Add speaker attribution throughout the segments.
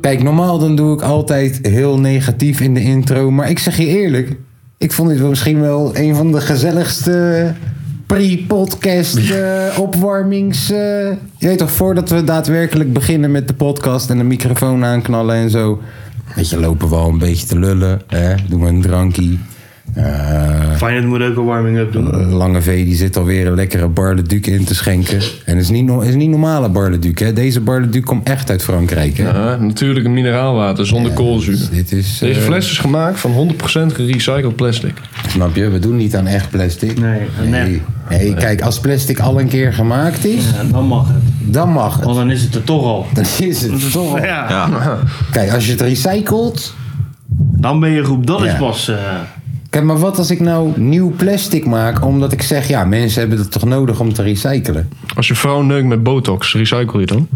Speaker 1: Kijk, normaal dan doe ik altijd heel negatief in de intro. Maar ik zeg je eerlijk, ik vond dit wel misschien wel een van de gezelligste pre-podcast eh, opwarmings... eh, je weet toch, voordat we daadwerkelijk beginnen met de podcast en de microfoon aanknallen en zo. Weet je, lopen we al een beetje te lullen. Hè? Doen we een drankie. Eh,
Speaker 2: Feyenoord moet ook een warming-up doen.
Speaker 1: Lange V die zit alweer een lekkere Barleduc in te schenken. En het is niet, no- is niet normale Barleduc, hè? Deze Barleduc komt echt uit Frankrijk, hè?
Speaker 3: Ja, natuurlijk een mineraalwater zonder koolzuur.
Speaker 1: Dus dit is...
Speaker 3: Deze
Speaker 1: eh,
Speaker 3: fles is gemaakt van 100% gerecycled plastic.
Speaker 1: Snap je? We doen niet aan echt plastic.
Speaker 2: Nee, aan nep.
Speaker 1: Nee, kijk, als plastic al een keer gemaakt is,
Speaker 2: Ja, dan mag het.
Speaker 1: dan mag het.
Speaker 2: Want dan is het er toch al.
Speaker 1: Dan is het toch...
Speaker 2: Ja,
Speaker 1: Kijk, als je het recycelt...
Speaker 2: dan ben je groep. Dat
Speaker 1: Ja.
Speaker 2: is pas... eh,
Speaker 1: Kijk, maar wat als ik nou nieuw plastic maak, omdat ik zeg... Ja, mensen hebben dat toch nodig om te recyclen?
Speaker 3: Als je vrouw neukt met botox, recycle je dan?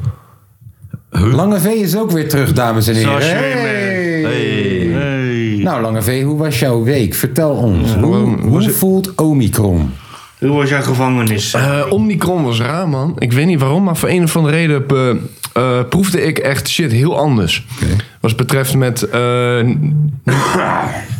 Speaker 1: Lange V is ook weer terug, dames en heren.
Speaker 2: Zoals je weer
Speaker 1: Hey.
Speaker 2: hey.
Speaker 1: Nou, Lange V, hoe was jouw week? Vertel ons. hoe
Speaker 3: hoe-
Speaker 1: hoe voelt Omicron?
Speaker 2: Hoe was jouw gevangenis?
Speaker 3: Eh, Omicron was raar, man. Ik weet niet waarom, maar voor een of andere reden eh, eh, proefde ik echt shit heel anders. Wat betreft met... eh, n-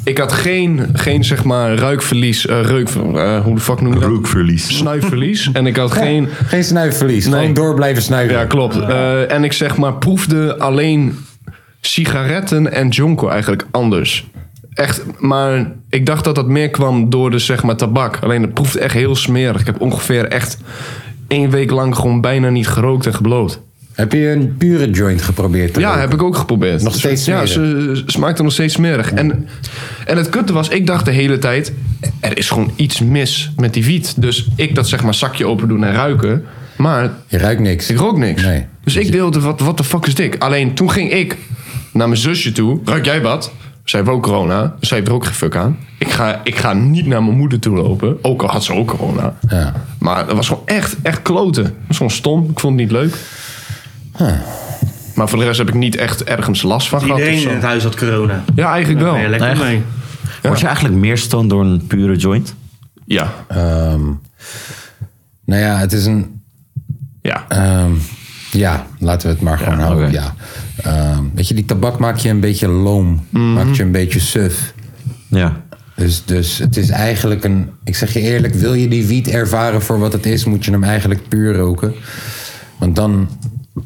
Speaker 3: ik had geen, geen, zeg maar, ruikverlies, eh, reuk... eh, hoe de fuck noem je dat?
Speaker 4: Rookverlies.
Speaker 3: Snuifverlies. En ik had geen...
Speaker 1: Geen snuifverlies.
Speaker 3: Nee.
Speaker 1: Gewoon door blijven snuiven.
Speaker 3: Ja, klopt. Eh, en ik zeg maar, proefde alleen sigaretten en jonko eigenlijk anders. Echt, maar ik dacht dat dat meer kwam door de zeg maar tabak. Alleen dat proefde echt heel smerig. Ik heb ongeveer echt één week lang gewoon bijna niet gerookt en gebloot.
Speaker 1: Heb je een pure joint geprobeerd? te
Speaker 3: Ja,
Speaker 1: roken?
Speaker 3: heb ik ook geprobeerd.
Speaker 1: Nog steeds
Speaker 3: Ja, ze ze smaakte nog steeds smerig. En, en het kutte was, ik dacht de hele tijd... er is gewoon iets mis met die wiet. Dus ik dat zeg maar zakje open doen en ruiken. Maar
Speaker 1: Je ruikt niks.
Speaker 3: ik rook niks.
Speaker 1: Nee.
Speaker 3: Dus ik deelde, wat what the fuck is dit? Alleen toen ging ik naar mijn zusje toe. Ruik jij wat? Zij heeft ook corona. Zij heeft er ook geen fuck aan. Ik ga, ik ga niet naar mijn moeder toe lopen. Ook al had ze ook corona.
Speaker 1: Ja.
Speaker 3: Maar dat was gewoon echt, echt kloten. Dat was gewoon stom. Ik vond het niet leuk. Maar voor de rest heb ik niet echt ergens last van gehad. of
Speaker 2: Iedereen
Speaker 3: zo.
Speaker 2: in het huis had corona.
Speaker 3: Ja, eigenlijk
Speaker 2: Daar
Speaker 3: wel.
Speaker 2: ben je lekker
Speaker 4: Echt?
Speaker 2: mee.
Speaker 4: Word je eigenlijk meer stoned door een pure joint?
Speaker 3: Ja.
Speaker 1: Ehm, nou ja, het is een...
Speaker 3: ja.
Speaker 1: ehm, ja, laten we het maar gewoon houden.
Speaker 4: oké.
Speaker 1: Ja. Ehm, weet je, die tabak maakt je een beetje loom. Maakt je een beetje suf.
Speaker 4: Ja.
Speaker 1: Dus, dus het is eigenlijk een. Ik zeg je eerlijk, wil je die wiet ervaren voor wat het is, moet je hem eigenlijk puur roken. Want dan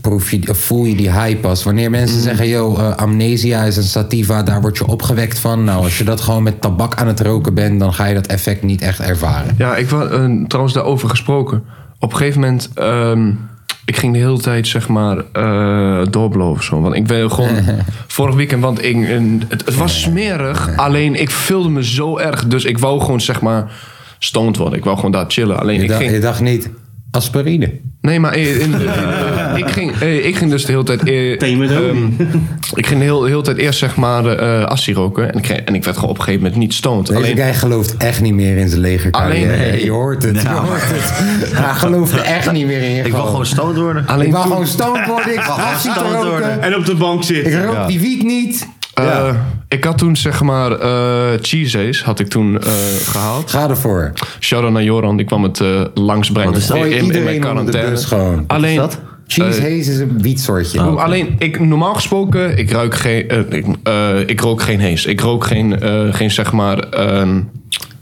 Speaker 1: proef je, of voel je die high pas. Wanneer mensen zeggen, yo, eh, amnesia is een sativa, daar word je opgewekt van. Nou, als je dat gewoon met tabak aan het roken bent, dan ga je dat effect niet echt ervaren.
Speaker 3: Ja, ik was trouwens daarover gesproken. Op een gegeven moment, ehm, ik ging de hele tijd zeg maar eh doorblowen of zo. Want ik ben gewoon vorig weekend, want ik, en het, het was smerig. Alleen ik vulde me zo erg, dus ik wou gewoon zeg maar stoned worden. Ik wou gewoon daar chillen. Alleen
Speaker 1: Je,
Speaker 3: ik
Speaker 1: dacht, je
Speaker 3: ging,
Speaker 1: dacht niet, aspirine.
Speaker 3: nee, maar eh, in- eh, ik ging, eh, ik ging dus de hele tijd. eh,
Speaker 2: Themedoni.
Speaker 3: ehm, ik ging de hele, hele tijd eerst zeg maar eh assie roken en ik, ging- en ik werd gewoon op een gegeven moment niet stoned.
Speaker 1: Deze guy gelooft echt niet meer in zijn leger.
Speaker 3: Alleen-
Speaker 1: je hoort het. je
Speaker 4: Nou.
Speaker 1: hoort het. Hij gelooft er echt niet meer in.
Speaker 4: Ik wil gewoon stoned worden.
Speaker 3: alleen
Speaker 1: ik wou
Speaker 3: toen-
Speaker 1: gewoon stoned worden, ik
Speaker 4: gewoon
Speaker 1: was te
Speaker 4: stoned worden.
Speaker 1: roken.
Speaker 2: En op de bank
Speaker 1: Ik
Speaker 2: zitten.
Speaker 1: rook die wiet niet.
Speaker 3: Eh, Ik had toen zeg maar eh cheese's had ik toen eh, gehaald.
Speaker 1: Ga ervoor.
Speaker 3: Shout out naar Joran, die kwam het eh, langsbrengen
Speaker 4: Wat is dat?
Speaker 3: in,
Speaker 1: Gooi
Speaker 3: in, in mijn
Speaker 1: iedereen onder de
Speaker 3: quarantaine.
Speaker 1: bus gewoon. Wat
Speaker 3: Alleen, eh, Oh.
Speaker 4: dat?
Speaker 1: Cheese haze is een wietsoortje.
Speaker 3: Oeh, alleen ik, normaal gesproken, ik, ruik geen, eh, ik, eh, ik rook geen hees. Ik rook geen, eh, geen zeg maar ehm,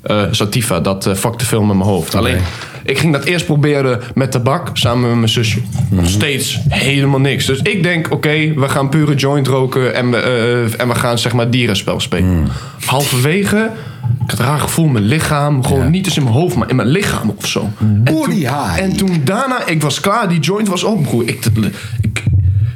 Speaker 3: eh, sativa. Dat eh fuck te veel met mijn hoofd. Alleen, ik ging dat eerst proberen met tabak samen met mijn zusje. Nog steeds helemaal niks. Dus ik denk, oké, we gaan pure joint roken en we, eh, en we gaan zeg maar dierenspel spelen. Halverwege, ik had een raar gevoel in mijn lichaam. Gewoon niet eens in mijn hoofd, maar in mijn lichaam of zo. En
Speaker 1: Mm. Body
Speaker 3: toen-
Speaker 1: high.
Speaker 3: En toen daarna, ik was klaar, die joint was op. Broer, ik, ik,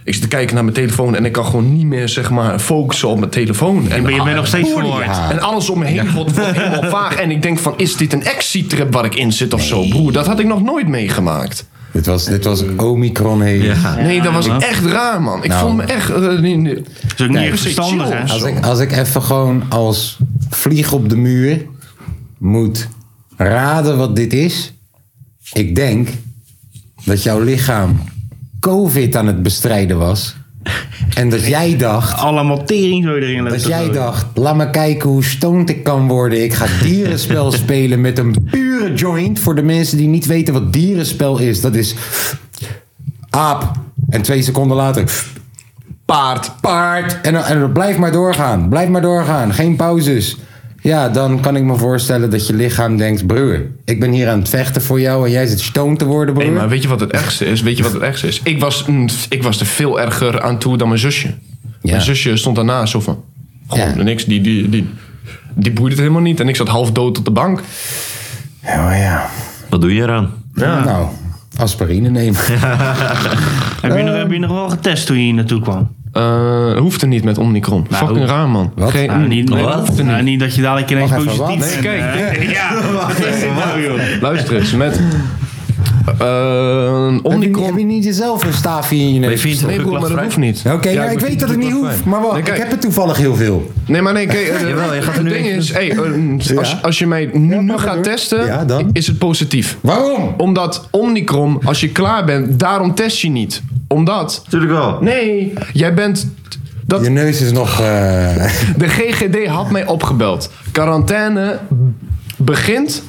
Speaker 3: ik zit te kijken naar mijn telefoon en ik kan gewoon niet meer zeg maar, focussen op mijn telefoon. En, Ah,
Speaker 2: Maar je bent nog steeds
Speaker 1: Oeh,
Speaker 2: vermoord.
Speaker 1: ja.
Speaker 3: en alles om me heen wordt wordt helemaal vaag. En ik denk van, is dit een ecstasy-trip waar ik in zit of zo? Broer, dat had ik nog nooit meegemaakt.
Speaker 1: Dit was, dit was Omicron heen.
Speaker 3: Nee, dat was echt raar, man. Ik
Speaker 1: Nou.
Speaker 3: vond me echt... eh, nee, nee.
Speaker 2: is ook niet echt
Speaker 3: precies,
Speaker 2: verstandig,
Speaker 3: chill.
Speaker 2: hè?
Speaker 3: Als
Speaker 1: Als
Speaker 3: ik-
Speaker 1: ik, als ik even gewoon als vlieg op de muur moet raden wat dit is. Ik denk dat jouw lichaam COVID aan het bestrijden was. En dat jij dacht,
Speaker 2: Allemaal tering zo erin
Speaker 1: dat
Speaker 2: laten
Speaker 1: jij
Speaker 2: gooien.
Speaker 1: dacht, laat me kijken hoe stoned ik kan worden. Ik ga dierenspel spelen met een pure joint. Voor de mensen die niet weten wat dierenspel is. Dat is aap. En twee seconden later paard, paard. En, dan- en dan blijf maar doorgaan, blijf maar doorgaan. Geen pauzes. Ja, dan kan ik me voorstellen dat je lichaam denkt... broer, ik ben hier aan het vechten voor jou... en jij zit stoned te worden, broer.
Speaker 3: Nee, maar weet je wat het ergste is? Weet je wat het ergste is? Ik was, mm, ik was er veel erger aan toe dan mijn zusje. Mijn zusje stond daarna zo van... Gewoon,
Speaker 1: Ja.
Speaker 3: niks. Die, die, die, die boeide het helemaal niet. En ik zat half dood op de bank.
Speaker 1: Oh ja.
Speaker 4: Wat doe je eraan?
Speaker 1: Nou, aspirine nemen.
Speaker 2: Heb, je nog, heb je nog wel getest toen je hier naartoe kwam? Nou,
Speaker 3: Eh hoefde niet met Omnicron. Fucking
Speaker 2: hoe-
Speaker 3: raar, man.
Speaker 1: Wat?
Speaker 3: Geen,
Speaker 2: Nou, niet,
Speaker 3: nee,
Speaker 2: nee,
Speaker 3: hoefde niet.
Speaker 2: nou, niet dat je dadelijk ineens
Speaker 1: Wacht even,
Speaker 2: positief
Speaker 1: wat?
Speaker 2: bent.
Speaker 3: Nee, kijk,
Speaker 2: hè? Ja, wat is dit nou, joh?
Speaker 3: Luister eens, met eh
Speaker 1: heb, je, niet- heb
Speaker 3: Omnicron...
Speaker 1: je niet jezelf een staafje in je neus?
Speaker 4: vindt-
Speaker 3: Nee, broer, maar dat hoeft niet.
Speaker 1: Oké, ja, ik weet dat het niet hoeft. Maar wacht,
Speaker 3: Nee,
Speaker 1: ik
Speaker 3: kijk.
Speaker 1: heb het toevallig heel veel.
Speaker 3: Nee, maar nee, kijk, eh,
Speaker 4: Jawel, je gaat
Speaker 3: het
Speaker 4: er nu
Speaker 3: ding
Speaker 4: even-
Speaker 3: is, hey, eh,
Speaker 1: Ja.
Speaker 3: als, als je mij nu, nu gaat testen,
Speaker 1: Ja, dan?
Speaker 3: is het positief.
Speaker 1: Waarom?
Speaker 3: Omdat Omnicron, als je klaar bent, daarom test je niet. Omdat,
Speaker 4: Tuurlijk wel.
Speaker 3: nee, jij bent... Dat,
Speaker 1: Je neus is nog... eh,
Speaker 3: de GGD had mij opgebeld. Quarantaine begint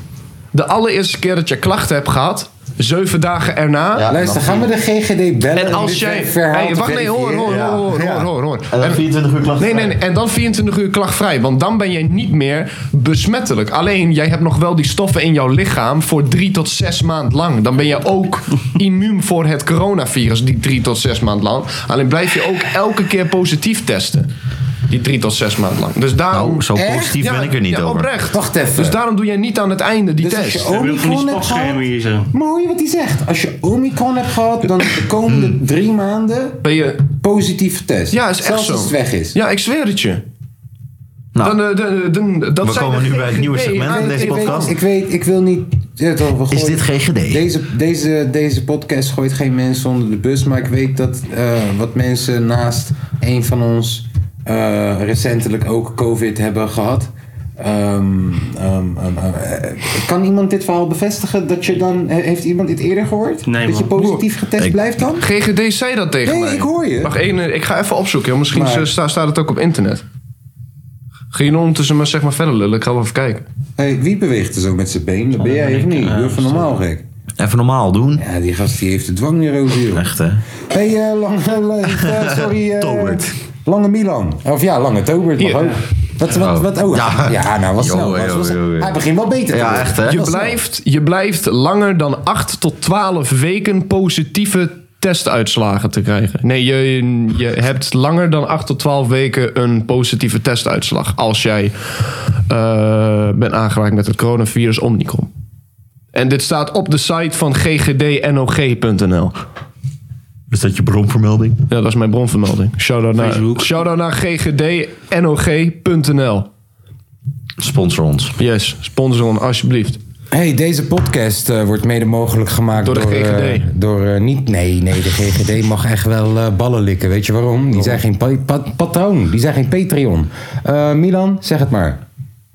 Speaker 3: de allereerste keer dat je klachten hebt gehad. Zeven dagen erna.
Speaker 1: Luister, gaan we de GGD bellen?
Speaker 3: En
Speaker 1: om
Speaker 3: als
Speaker 1: dit
Speaker 3: jij...
Speaker 1: verhaal
Speaker 3: Hey,
Speaker 1: te
Speaker 3: wacht, nee, hoor, hoor,
Speaker 1: verifiëren?
Speaker 3: hoor, hoor,
Speaker 1: Ja.
Speaker 3: hoor, hoor, hoor.
Speaker 4: En dan 24 uur klachten.
Speaker 3: Nee, nee, nee, en dan 24 uur klachtvrij. Want dan ben jij niet meer besmettelijk. Alleen, jij hebt nog wel die stoffen in jouw lichaam voor drie tot zes maand lang. Dan ben je ook immuun voor het coronavirus, die drie tot zes maand lang. Alleen blijf je ook elke keer positief testen. Die drie tot zes maand lang. Dus daarom...
Speaker 4: Nou, zo
Speaker 1: Echt?
Speaker 4: positief ben ik er niet
Speaker 3: ja,
Speaker 4: over.
Speaker 3: oprecht.
Speaker 1: Wacht even.
Speaker 3: Dus daarom doe jij niet aan het einde die
Speaker 1: Dus als je
Speaker 3: test.
Speaker 1: ook-
Speaker 2: Heb je ook van die
Speaker 1: Omicron hebt
Speaker 2: spatschermen
Speaker 1: gehad?
Speaker 2: hier zo?
Speaker 1: Maar hoor je wat hij zegt? Als je Omicron hebt gehad, dan de komende drie maanden
Speaker 3: Ben je...
Speaker 1: positief getest.
Speaker 3: Ja, is echt
Speaker 1: Zelfs
Speaker 3: zo.
Speaker 1: als het weg is.
Speaker 3: Ja, ik zweer het je.
Speaker 4: Nou,
Speaker 3: dan, eh, dan- dan- dat
Speaker 4: we
Speaker 3: zijn
Speaker 4: komen
Speaker 3: de
Speaker 4: nu bij het nieuwe
Speaker 3: GGD
Speaker 4: segment
Speaker 3: aan
Speaker 4: in
Speaker 3: het
Speaker 4: deze
Speaker 1: Ah, ik,
Speaker 3: evalueren.
Speaker 1: weet,
Speaker 4: podcast.
Speaker 1: ik weet, ik wil niet... het over
Speaker 4: is
Speaker 1: gooien.
Speaker 4: dit GGD?
Speaker 1: Deze, deze, deze podcast gooit geen mensen onder de bus, maar ik weet dat eh, wat mensen naast een van ons eh, recentelijk ook COVID hebben gehad. Ehm, ehm, ehm, eh, kan iemand dit verhaal bevestigen? Dat je dan, he- heeft iemand dit eerder gehoord?
Speaker 2: Nee,
Speaker 1: dat je
Speaker 2: man.
Speaker 1: positief getest
Speaker 4: Ik-
Speaker 1: blijft dan?
Speaker 3: GGD zei dat tegen
Speaker 1: Nee,
Speaker 3: mij.
Speaker 1: ik hoor je.
Speaker 3: Wacht, één, eh, ik ga even opzoeken. joh. Misschien
Speaker 1: Maar-
Speaker 3: sta- staat het ook op internet. Ga je ondertussen maar, zeg maar verder lullen. Ik ga wel even kijken.
Speaker 1: Hey, wie beweegt er zo met zijn been? Dat ben jij of niet? Doe even normaal gek.
Speaker 4: even normaal doen.
Speaker 1: Ja, die gast die heeft de dwangneurose, joh.
Speaker 4: Echt, hè?
Speaker 1: Hey, eh, lang, eh, sorry. eh,
Speaker 4: Tobert.
Speaker 1: Lange Milan. Of ja, Lange Tobert mag
Speaker 3: Hier.
Speaker 1: ook. Wat, wat, wat, oh, ja.
Speaker 4: Ja.
Speaker 1: nou, was
Speaker 4: Yo,
Speaker 1: snel. was-
Speaker 4: yo,
Speaker 1: was-
Speaker 4: yo, yo.
Speaker 1: Hij begint wel beter te
Speaker 4: Ja,
Speaker 1: worden.
Speaker 4: echt, hè?
Speaker 3: Je
Speaker 1: Wel snel.
Speaker 3: blijft, je blijft langer dan 8 tot 12 weken positieve testuitslagen te krijgen. Nee, je, je hebt langer dan 8 tot 12 weken een positieve testuitslag. Als jij eh, bent aangeraakt met het coronavirus Omicron. En dit staat op de site van ggdnog.nl.
Speaker 4: Is dat je bronvermelding?
Speaker 3: Ja, dat is mijn bronvermelding. Shout-out naar, shout naar ggdnog.nl.
Speaker 4: Sponsor ons.
Speaker 3: Yes, sponsor ons alsjeblieft.
Speaker 1: Hey, deze podcast eh, wordt mede mogelijk gemaakt
Speaker 3: Door
Speaker 1: door...
Speaker 3: de
Speaker 1: eh,
Speaker 3: GGD.
Speaker 1: door eh, niet... Nee, nee, de GGD mag echt wel eh, ballen likken. Weet je waarom? Die zijn geen pa- pa- patroon. Die zijn geen Patreon. Eh, Milan, zeg het maar.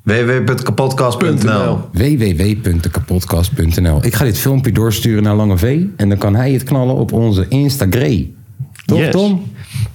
Speaker 4: www.kapodcast.nl
Speaker 1: www.dekapodcast.nl Ik ga dit filmpje doorsturen naar Lange V. En dan kan hij het knallen op onze Instagram. Toch,
Speaker 3: Yes.
Speaker 1: Tom?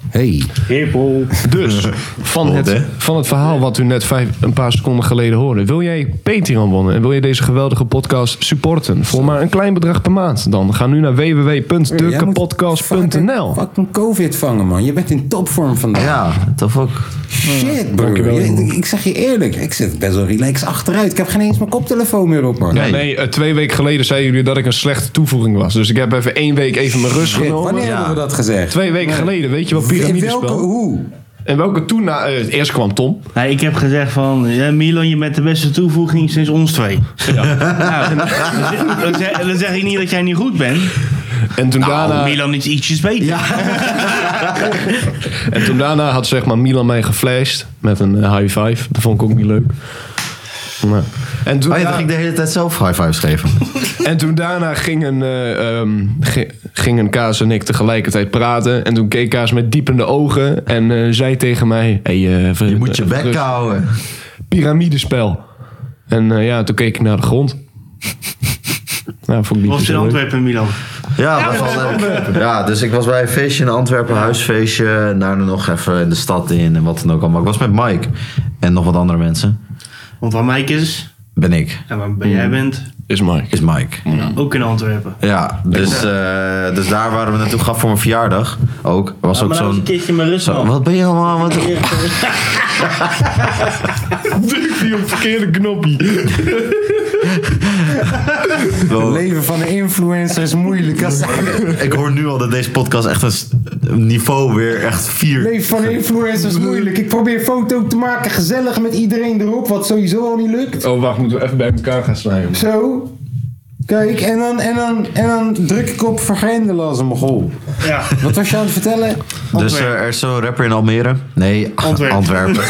Speaker 1: Hey.
Speaker 2: Hippel.
Speaker 3: Dus, van
Speaker 4: Wat,
Speaker 3: het,
Speaker 4: hè?
Speaker 3: van het verhaal wat u net vijf, een paar seconden geleden hoorde. Wil jij Patreon wonnen en wil je deze geweldige podcast supporten? Voor maar een klein bedrag per maand. Dan ga nu naar
Speaker 1: Jij moet
Speaker 3: www.dukkepodcast.nl
Speaker 1: vaker Fucking COVID vangen, man. Je bent in topvorm vandaag.
Speaker 4: Ja, tof ook.
Speaker 1: Shit, bro. Je- ik zeg je eerlijk, ik zit best wel relaxed achteruit. Ik heb geen eens mijn koptelefoon meer op, man.
Speaker 3: Ja, nee, eh, twee weken geleden zeiden jullie dat ik een slechte toevoeging was. Dus ik heb even één week even mijn rust
Speaker 1: Shit,
Speaker 3: genomen.
Speaker 1: wanneer hebben we dat gezegd?
Speaker 3: Twee weken geleden, weet je wat
Speaker 1: In
Speaker 3: piramidespel?
Speaker 1: welke hoe?
Speaker 3: En welke toen? na- eh, eerst kwam Tom.
Speaker 2: Nou, ik heb gezegd van, ja, Milan, je bent de beste toevoeging sinds ons twee. Nou, dan, zeg- dan zeg, dan zeg ik niet dat jij niet goed bent.
Speaker 3: En toen,
Speaker 2: Nou,
Speaker 3: daarna,
Speaker 2: Milan is ietsjes beter.
Speaker 3: en toen daarna had zeg maar Milan mij geflasht met een eh, high five. Dat vond ik ook niet leuk. En toen,
Speaker 4: Oh ja,
Speaker 3: da-
Speaker 4: dan ging ik de hele tijd zelf high fives geven.
Speaker 3: en toen daarna gingen, eh, ehm, gi- gingen Kaas en ik tegelijkertijd praten. En toen keek Kaas met diepende ogen en eh, zei tegen mij... Hey, eh, ver-
Speaker 4: Je moet je
Speaker 3: eh,
Speaker 4: bek
Speaker 3: rust.
Speaker 4: houden.
Speaker 3: Piramidespel. En eh, ja, toen keek ik naar de grond. nou, vond ik niet
Speaker 2: Was in
Speaker 3: zo leuk.
Speaker 2: Antwerpen, Milan.
Speaker 4: Ja, waarvan ik- ja, dus ik was bij een feestje in Antwerpen, een huisfeestje. En daarna nog even in de stad in en wat dan ook allemaal. Ik was met Mike en nog wat andere mensen.
Speaker 2: Want waar Mike is
Speaker 4: Ben ik,
Speaker 2: en waar ben jij bent,
Speaker 3: Is Mike.
Speaker 4: is Mike.
Speaker 2: ook in Antwerpen.
Speaker 4: Ja, dus, eh, dus daar waren we naartoe gaf voor mijn verjaardag. Ook, was ook
Speaker 2: maar nou een
Speaker 4: zo'n...
Speaker 2: keertje maar rust,
Speaker 4: Zo,
Speaker 2: man.
Speaker 4: wat ben je allemaal? Wat,
Speaker 3: Druk die op verkeerde knopje.
Speaker 1: Het leven van een influencer is moeilijk. Het
Speaker 4: ik hoor nu al dat deze podcast echt een s- een niveau weer echt vier...
Speaker 1: leven van een influencer is moeilijk. Ik probeer foto te maken, gezellig met iedereen erop, wat sowieso al niet lukt.
Speaker 3: Oh, wacht, moeten we even bij elkaar gaan snijden.
Speaker 1: Zo. Kijk, en dan, en dan, en dan druk ik op vergrendelen als een mogol.
Speaker 2: Ja,
Speaker 1: Wat was je aan het vertellen?
Speaker 4: Dus eh, er is zo'n rapper in Almere. Nee,
Speaker 2: Antwerpen.
Speaker 4: Antwerpen.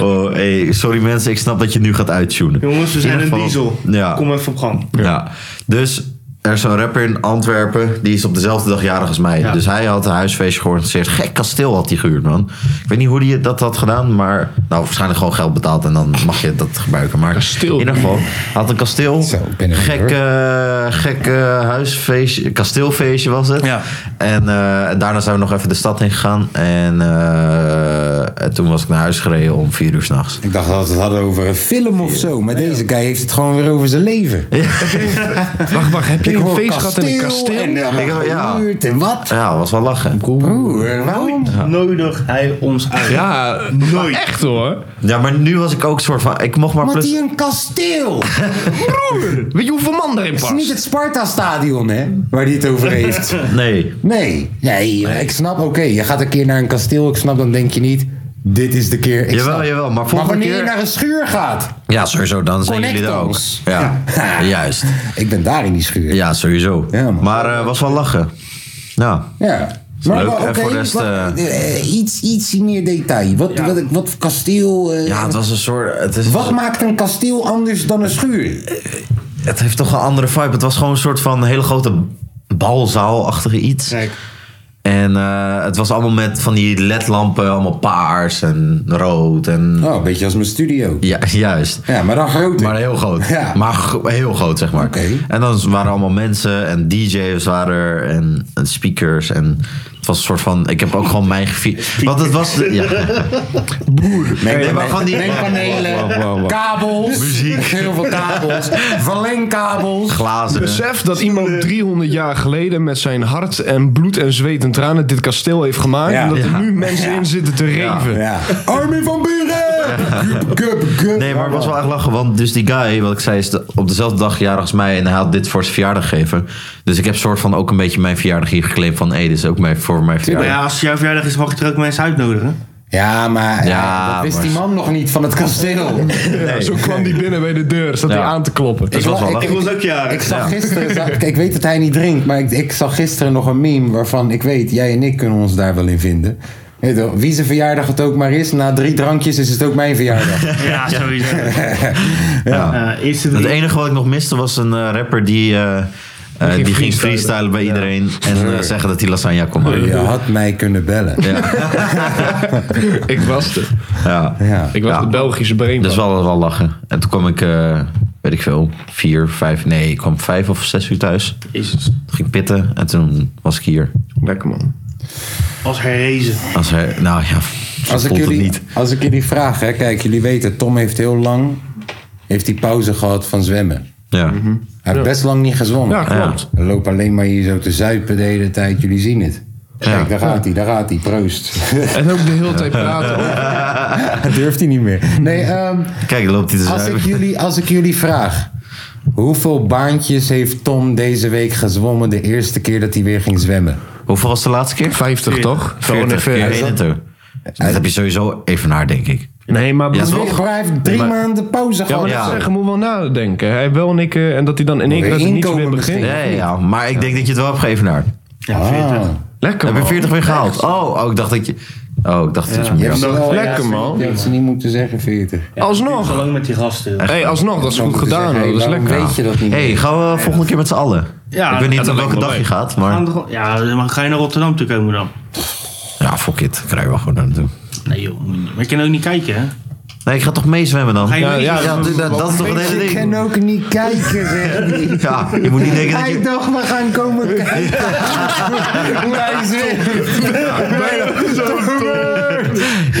Speaker 4: oh, hey, sorry mensen, ik snap dat je nu gaat uittunen.
Speaker 2: jongens, we zijn een
Speaker 4: ieder geval-
Speaker 2: diesel.
Speaker 4: Ja.
Speaker 2: Kom even op gang.
Speaker 4: Ja. Dus er is zo'n rapper in Antwerpen. Die is op dezelfde dag jarig als mij. Dus hij had een huisfeestje georganiseerd. Gek kasteel had hij gehuurd, man. Ik weet niet hoe hij dat had gedaan. Maar nou, waarschijnlijk gewoon geld betaald. En dan mag je dat gebruiken. Maar
Speaker 3: Kasteel.
Speaker 4: in ieder geval. hij had een kasteel.
Speaker 1: Zo, ik ben er
Speaker 4: gek
Speaker 1: weer,
Speaker 4: eh, gek eh, huisfeestje. Kasteelfeestje was het.
Speaker 2: Ja.
Speaker 4: En eh, daarna zijn we nog even de stad in gegaan. En, eh, en toen was ik naar huis gereden om vier uur s'nachts.
Speaker 1: Ik dacht dat we het hadden over een film of zo, maar deze guy heeft het gewoon weer over zijn leven.
Speaker 3: Wacht, wacht, heb je
Speaker 1: Ik
Speaker 3: een
Speaker 1: hoor
Speaker 3: feest gehad in een kasteel?
Speaker 1: En,
Speaker 4: Ik
Speaker 1: uh,
Speaker 4: hoor- ja.
Speaker 1: en wat?
Speaker 4: Ja, was wel lachen.
Speaker 1: Broer, waarom?
Speaker 2: Nodig hij ons uit.
Speaker 3: Ja, nooit. Echt hoor.
Speaker 4: Ja, maar nu was ik ook soort van... Ik mocht maar
Speaker 1: Omdat
Speaker 4: plus...
Speaker 1: hij een kasteel. Het
Speaker 3: Weet je hoeveel man erin
Speaker 1: is niet
Speaker 3: past?
Speaker 1: het Sparta-stadion, hè? Waar hij het over heeft.
Speaker 4: Nee.
Speaker 1: Nee, nee, ik snap, oké, je gaat een keer naar een kasteel, ik snap, dan denk je niet, dit is de keer. Ik
Speaker 4: Jawel,
Speaker 1: snap.
Speaker 4: jawel, maar
Speaker 1: Maar
Speaker 4: volgende
Speaker 1: wanneer je
Speaker 4: keer...
Speaker 1: naar een schuur gaat,
Speaker 4: Ja, sowieso, dan zijn
Speaker 1: Connect
Speaker 4: jullie er ook.
Speaker 1: ons.
Speaker 4: Ja,
Speaker 1: Ja.
Speaker 4: juist.
Speaker 1: ik ben daar in die schuur.
Speaker 4: Ja, sowieso.
Speaker 1: Ja, man.
Speaker 4: maar eh, was wel lachen. Ja.
Speaker 1: Ja.
Speaker 4: Leuk,
Speaker 1: wa-
Speaker 4: en
Speaker 1: oké,
Speaker 4: voor de rest,
Speaker 1: wat-
Speaker 4: eh,
Speaker 1: eh, iets, iets meer detail. Wat, wat, wat voor kasteel... eh,
Speaker 4: Ja, het was een soort... Het, is,
Speaker 1: Wat maakt een kasteel anders dan een schuur?
Speaker 4: het heeft toch een andere vibe. Het was gewoon een soort van hele grote balzaalachtige iets.
Speaker 2: Kijk.
Speaker 4: En eh, het was allemaal met van die ledlampen, allemaal paars en rood en...
Speaker 1: Oh, een beetje als mijn studio.
Speaker 4: Ja, juist.
Speaker 1: Ja, maar dan groter.
Speaker 4: Maar heel groot.
Speaker 1: Ja.
Speaker 4: Maar gro- heel groot, zeg maar.
Speaker 1: Oké.
Speaker 4: En dan waren allemaal mensen en DJ's waren er en, en speakers. En het was een soort van... Ik heb ook gewoon mijn gevierd. Want het was... de- Ja. Nee, maar van die...
Speaker 1: Mengpanelen, kabels,
Speaker 4: Muziek.
Speaker 1: heel veel kabels, verlengkabels.
Speaker 4: Glazen.
Speaker 3: Besef dat iemand 300 jaar geleden met zijn hart en bloed en zweet en tranen dit kasteel heeft gemaakt.
Speaker 1: Ja.
Speaker 3: En dat er
Speaker 4: Ja.
Speaker 3: nu mensen in zitten te reven.
Speaker 1: Ja. Armin van Buren! Gup, gup, gup.
Speaker 4: Nee, maar het was wel echt lachen. Want dus die guy, wat ik zei, is de- op dezelfde dag jarig als mij. En hij had dit voor zijn verjaardag gegeven. Dus ik heb soort van ook een beetje mijn verjaardag hier geclaimd. Van, hé, dit is ook mijn, voor mijn
Speaker 2: Maar
Speaker 4: verjaardag.
Speaker 2: ja, als het jouw verjaardag is, mag je er ook mensen uitnodigen.
Speaker 1: Ja, maar ja,
Speaker 4: Ja,
Speaker 1: dat wist
Speaker 4: maar-
Speaker 1: die man nog niet van het kasteel.
Speaker 3: Zo kwam die binnen bij de deur, zat
Speaker 4: Ja.
Speaker 3: hij aan te kloppen.
Speaker 1: Ik,
Speaker 4: was wel
Speaker 1: ik,
Speaker 4: lachen.
Speaker 2: Ik was ook jarig.
Speaker 1: ik zag gisteren, zag- kijk, ik weet dat hij niet drinkt, maar ik, ik zag gisteren nog een meme waarvan ik weet, jij en ik kunnen ons daar wel in vinden. Weet je wel, Wie zijn verjaardag het ook maar is, na drie drankjes is het ook mijn verjaardag.
Speaker 2: Ja, sowieso.
Speaker 4: Ja.
Speaker 2: Eh, eerste
Speaker 4: Het
Speaker 2: drie.
Speaker 4: enige wat ik nog miste was een eh, rapper die, eh, eh, die, ging freestylen bij iedereen. En eh, zeggen dat hij lasagne kon maken.
Speaker 1: Je
Speaker 4: Ja.
Speaker 1: had mij kunnen bellen.
Speaker 3: Ik was de,
Speaker 1: Ja.
Speaker 3: ik was
Speaker 4: Ja.
Speaker 3: de Belgische brain.
Speaker 4: Dat is wel, wel lachen. En toen kwam ik, eh, weet ik veel, vier, vijf, nee, ik kwam vijf of zes uur thuis.
Speaker 2: Jezus.
Speaker 4: Toen ging ik pitten en toen was ik hier.
Speaker 3: Lekker man.
Speaker 2: Als herrezen.
Speaker 4: Als hij, nou ja,
Speaker 1: Als ik,
Speaker 4: voelt het
Speaker 1: jullie,
Speaker 4: niet.
Speaker 1: als ik jullie vraag, hè, kijk, jullie weten, Tom heeft heel lang heeft die pauze gehad van zwemmen.
Speaker 4: Ja.
Speaker 1: Hij heeft best lang niet gezwommen.
Speaker 3: Mhm. Ja, klopt.
Speaker 1: Hij loopt alleen maar hier zo te zuipen de hele tijd, jullie zien het. Kijk, daar gaat hij, daar gaat hij, proost.
Speaker 3: En ook de hele tijd praten. over-
Speaker 1: Dat durft hij niet meer. Nee, ehm,
Speaker 4: Kijk, loopt hij te
Speaker 1: als, ik
Speaker 4: zuipen.
Speaker 1: jullie, als ik jullie vraag, hoeveel baantjes heeft Tom deze week gezwommen de eerste keer dat hij weer ging zwemmen?
Speaker 4: Hoeveel was de laatste keer?
Speaker 3: 50 toch? Gewoon
Speaker 4: 40
Speaker 3: even-
Speaker 4: keer één Dat heb je sowieso even naar, denk ik.
Speaker 3: Nee, maar
Speaker 4: Ja,
Speaker 3: broer,
Speaker 4: toch?
Speaker 1: Maar hij heeft drie maanden pauze
Speaker 3: Ja,
Speaker 1: gehad.
Speaker 3: maar
Speaker 4: Ja.
Speaker 3: dat zeggen, moet wel nadenken. Hij wel en ik, eh, en dat hij dan in één
Speaker 1: Weer
Speaker 3: keer dat hij niets
Speaker 1: inkomen
Speaker 3: meer begint.
Speaker 1: misschien.
Speaker 4: Ja, ja, ja. Maar ik denk dat je het wel hebt geëvenaard.
Speaker 2: Ja,
Speaker 1: Ah.
Speaker 2: 40.
Speaker 3: Lekker
Speaker 4: Heb
Speaker 3: man.
Speaker 4: je 40 weer gehaald? Oh, oh, ik dacht dat je... Oh, ik dacht dat je
Speaker 1: Je
Speaker 4: meer
Speaker 1: hebt
Speaker 4: had.
Speaker 1: ze
Speaker 3: nog
Speaker 1: wel-
Speaker 3: lekker,
Speaker 1: ja,
Speaker 3: man.
Speaker 1: Je had ze niet moeten zeggen, 40.
Speaker 3: Alsnog.
Speaker 2: Zolang met die gasten.
Speaker 3: Hé, hey, alsnog, dat is
Speaker 1: Dan
Speaker 3: goed
Speaker 1: moeten ze
Speaker 3: gedaan.
Speaker 1: zeggen,
Speaker 3: hoor.
Speaker 1: hey,
Speaker 3: Dat is
Speaker 1: waarom
Speaker 3: lekker.
Speaker 1: weet je dat niet?
Speaker 4: hey, gaan we volgende keer met z'n allen?
Speaker 2: Ja,
Speaker 4: ik weet
Speaker 3: dat
Speaker 4: niet op
Speaker 3: lijkt me
Speaker 4: welke dag
Speaker 3: leuk.
Speaker 4: je gaat, maar...
Speaker 2: Ja, dan ga je naar Rotterdam toe komen dan.
Speaker 4: Ja, fuck it. Krijg je wel gewoon daar naartoe.
Speaker 2: Nee joh, moet je niet. maar je kan ook niet kijken hè.
Speaker 4: Nee, ik ga toch meezwemmen dan?
Speaker 2: Ga je
Speaker 4: Ja,
Speaker 2: mee-
Speaker 3: ja,
Speaker 4: ja, dat, dat- dat is toch een hele
Speaker 1: Ik
Speaker 4: ding?
Speaker 1: kan ook niet kijken, zeg.
Speaker 4: Ja, je moet niet denken dat
Speaker 1: Hij
Speaker 4: je...
Speaker 1: dacht, we gaan komen kijken. Hoe hij zweeft.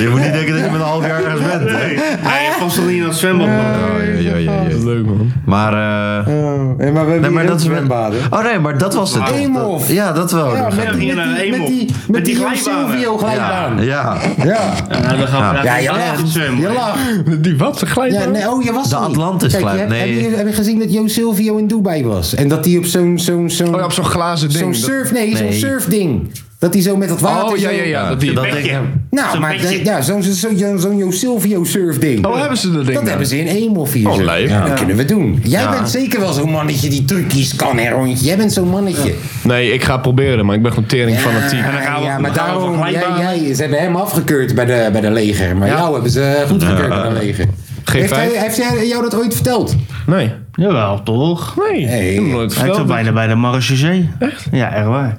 Speaker 4: Je moet niet denken dat je met een half jaar ergens bent. hè?
Speaker 2: Nee, je past toch niet naar het zwembad man.
Speaker 4: Oh, ja, ja, ja, ja.
Speaker 3: Leuk, man.
Speaker 4: Maar... eh,
Speaker 1: Oh, nee, maar we hebben
Speaker 4: nee, maar
Speaker 1: hier ook
Speaker 4: dat is...
Speaker 1: zwembaden.
Speaker 4: Oh nee, maar dat was het.
Speaker 1: Eemhof.
Speaker 4: Ja, dat wel.
Speaker 1: Ja,
Speaker 4: Ja,
Speaker 1: met, die- met, die, met die, met die Silvio glijbaan.
Speaker 4: ja.
Speaker 1: Ja.
Speaker 2: Nou, dan gaan we
Speaker 1: Ja,
Speaker 2: naar
Speaker 1: je
Speaker 2: het
Speaker 1: lacht.
Speaker 2: zwembad.
Speaker 1: Je lacht.
Speaker 3: Die wat? Ze glijden?
Speaker 1: Ja, nee, oh, je was
Speaker 4: De
Speaker 1: er niet.
Speaker 4: Atlantis
Speaker 1: Kijk, je
Speaker 4: glijdt,
Speaker 1: hebt-
Speaker 4: nee.
Speaker 1: Heb je, heb je gezien dat Jo Silvio in Dubai was? En dat hij op zo'n... zo'n zo'n
Speaker 3: Oh ja, op zo'n glazen ding.
Speaker 1: zo'n
Speaker 3: Dat-
Speaker 1: surf... Nee, zo'n
Speaker 4: nee.
Speaker 1: surfding. Dat hij zo met dat water...
Speaker 3: Oh, ja,
Speaker 1: zo-
Speaker 3: ja, ja. Dat die.
Speaker 4: Dat
Speaker 2: Petje.
Speaker 4: denk ik.
Speaker 1: Nou,
Speaker 2: Zo'n
Speaker 1: maar
Speaker 2: petje.
Speaker 1: de- ja, zo'n zo, zo, zo, zo'n Jo Silvio surfding.
Speaker 3: Oh, hebben ze dat ding
Speaker 1: Dat
Speaker 3: daar?
Speaker 1: hebben ze in één of hier.
Speaker 3: Oh,
Speaker 1: zeg.
Speaker 3: leuk.
Speaker 1: Ja, dat
Speaker 3: Ja.
Speaker 1: kunnen we doen. Jij
Speaker 4: Ja.
Speaker 1: bent zeker wel zo'n mannetje die trucjes kan, hè, rondje. Jij bent zo'n mannetje.
Speaker 3: Nee, ik ga proberen, maar ik ben gewoon tering
Speaker 1: Ja,
Speaker 3: fanatiek.
Speaker 2: dan gaan we-
Speaker 1: ja,
Speaker 2: dan
Speaker 1: maar
Speaker 2: gaan we
Speaker 1: daarom,
Speaker 2: van
Speaker 1: jij,
Speaker 2: glijbanen.
Speaker 1: jij- ze hebben hem afgekeurd bij de, bij de leger. Maar
Speaker 3: Ja.
Speaker 1: jou hebben ze goed gekeurd bij de leger.
Speaker 3: Geen
Speaker 1: heeft, hij,
Speaker 3: feit.
Speaker 1: heeft hij jou dat ooit verteld?
Speaker 3: Nee.
Speaker 2: Jawel toch.
Speaker 3: Nee.
Speaker 1: Hey.
Speaker 3: Ik heb hem nooit
Speaker 2: Hij is toch
Speaker 3: verteld.
Speaker 2: bijna bij de Marechaussee. Echt? Ja, echt waar.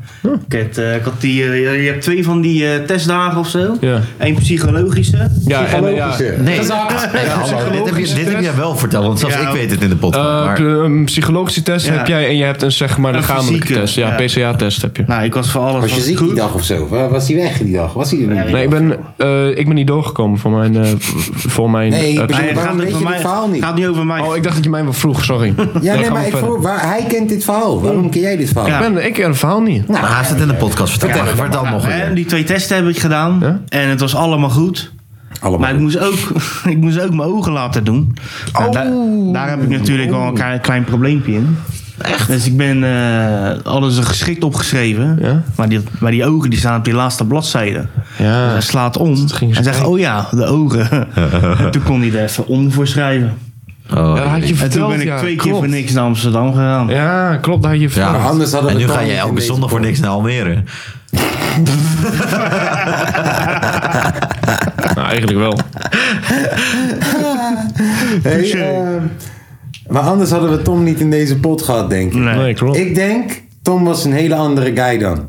Speaker 2: Ik had, eh, ik had die, eh, je hebt twee van die eh, testdagen of zo.
Speaker 3: Ja.
Speaker 2: Eén psychologische.
Speaker 3: Ja, en eh, ja.
Speaker 1: Psychologische.
Speaker 4: Nee.
Speaker 1: Gezakt.
Speaker 4: Ja, hallo, dit, heb je, dit heb jij wel verteld, want zelfs
Speaker 2: Ja.
Speaker 4: ik weet het in de podcast.
Speaker 3: Eh,
Speaker 4: maar-
Speaker 3: een psychologische test
Speaker 2: Ja.
Speaker 3: heb jij en je hebt een zeg maar
Speaker 2: Een
Speaker 3: lichamelijke
Speaker 2: fysieke,
Speaker 3: test. Ja,
Speaker 2: ja.
Speaker 3: PCA-test heb je.
Speaker 2: Nou, ik was voor alles
Speaker 1: Was je
Speaker 2: was
Speaker 1: ziek
Speaker 2: goed.
Speaker 1: die dag of zo? Wa- Was hij weg die dag? Was hij er niet?
Speaker 3: Nee, ik ben, eh, ik ben niet doorgekomen voor mijn... eh, voor mijn
Speaker 1: Nee, ik
Speaker 3: eh,
Speaker 1: bedoel-
Speaker 2: Nee, het
Speaker 1: Waarom
Speaker 2: gaat
Speaker 1: weet
Speaker 2: niet
Speaker 1: je
Speaker 2: over
Speaker 1: dit
Speaker 2: mij.
Speaker 1: verhaal
Speaker 2: Het
Speaker 1: niet?
Speaker 2: gaat niet over mij.
Speaker 3: Oh, ik dacht dat je mij wel vroeg, sorry.
Speaker 1: Ja, nee,
Speaker 3: gaan
Speaker 1: maar
Speaker 3: we
Speaker 1: ik
Speaker 3: verder.
Speaker 1: vroeg, waar, hij kent dit verhaal. Waarom ken jij dit verhaal?
Speaker 2: Ja.
Speaker 3: Ben, ik ken het verhaal niet.
Speaker 4: Nou, hij heeft het in de podcast verteld. maar vertel nog
Speaker 2: Hè,
Speaker 4: een
Speaker 2: die twee testen heb ik gedaan.
Speaker 3: Ja?
Speaker 2: En het was allemaal goed.
Speaker 1: Allemaal.
Speaker 2: Maar ik moest ook, ik moest ook mijn ogen laten doen.
Speaker 3: Oh.
Speaker 2: Nou, daar- daar heb ik natuurlijk wel een klein, klein probleempje in. Echt? Dus ik ben eh, alles er geschikt opgeschreven.
Speaker 3: Ja?
Speaker 2: Maar, die, maar die ogen die staan op die laatste bladzijde. Dus
Speaker 3: Ja.
Speaker 2: hij slaat om
Speaker 3: ging
Speaker 2: en zegt, oh ja, de ogen. en toen kon hij er even om voor schrijven.
Speaker 4: keer. Oh.
Speaker 3: Ja, dat had je
Speaker 2: En
Speaker 3: verteld,
Speaker 2: toen ben ik
Speaker 3: ja,
Speaker 2: twee keer
Speaker 3: klopt.
Speaker 2: voor niks naar Amsterdam gegaan.
Speaker 3: Ja, klopt, dat had je verteld.
Speaker 1: Maar anders hadden
Speaker 4: en
Speaker 1: we
Speaker 4: nu
Speaker 1: het
Speaker 4: ga
Speaker 1: dan
Speaker 4: je
Speaker 1: niet in
Speaker 4: elke
Speaker 1: deze
Speaker 4: zondag voor niks naar Almere.
Speaker 3: Nou, eigenlijk wel.
Speaker 1: Hey, eh, maar anders hadden we Tom niet in deze pot gehad, denk ik.
Speaker 2: Nee.
Speaker 3: Nee, klopt.
Speaker 1: Ik denk, Tom was een hele andere guy dan.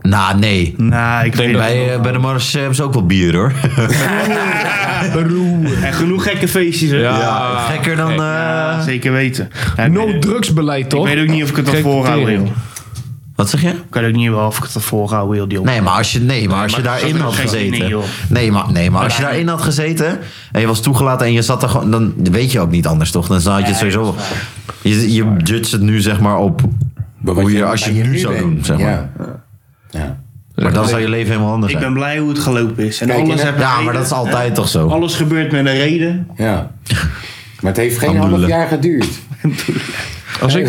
Speaker 4: Nou, nee.
Speaker 2: Nou, ik weet
Speaker 4: Bij, eh, bij de Mars hebben ze ook wel bier, hoor.
Speaker 2: En genoeg gekke feestjes. hè?
Speaker 3: Ja.
Speaker 4: Ja, gekker dan...
Speaker 2: Ja,
Speaker 4: eh,
Speaker 2: zeker weten. Ja, ik
Speaker 3: No
Speaker 2: weet-
Speaker 3: drugsbeleid,
Speaker 2: Ik
Speaker 3: toch?
Speaker 2: weet ook niet of ik het al
Speaker 3: Geen
Speaker 2: voorhouden
Speaker 3: tering.
Speaker 2: wil.
Speaker 4: Wat zeg je?
Speaker 2: Ik weet ook niet wel of ik het al voorhouden wil, die jongen.
Speaker 4: Nee, maar als je, nee, maar als je
Speaker 2: maar ik
Speaker 4: daarin
Speaker 2: zat er
Speaker 4: had
Speaker 2: geen zin in,
Speaker 4: gezeten.
Speaker 2: joh.
Speaker 4: Nee, maar, nee, maar als je daarin had gezeten en je was toegelaten en je zat er gewoon. dan weet je ook niet anders toch? Dan had je het sowieso. Je, je judge het nu zeg maar op hoe je, als je het nu zou doen, zeg maar.
Speaker 1: Ja. Ja.
Speaker 4: Maar dan zou je leven helemaal anders
Speaker 2: Ik ben
Speaker 4: zijn.
Speaker 2: blij hoe het gelopen is. En
Speaker 1: Kijk,
Speaker 2: alles,
Speaker 1: en-
Speaker 2: heb een
Speaker 4: Ja,
Speaker 2: reden.
Speaker 4: maar dat is altijd toch zo.
Speaker 2: alles gebeurt met een reden.
Speaker 1: ja. Maar het heeft geen half
Speaker 4: Alhamdulillah.
Speaker 1: jaar geduurd.
Speaker 3: Als ik,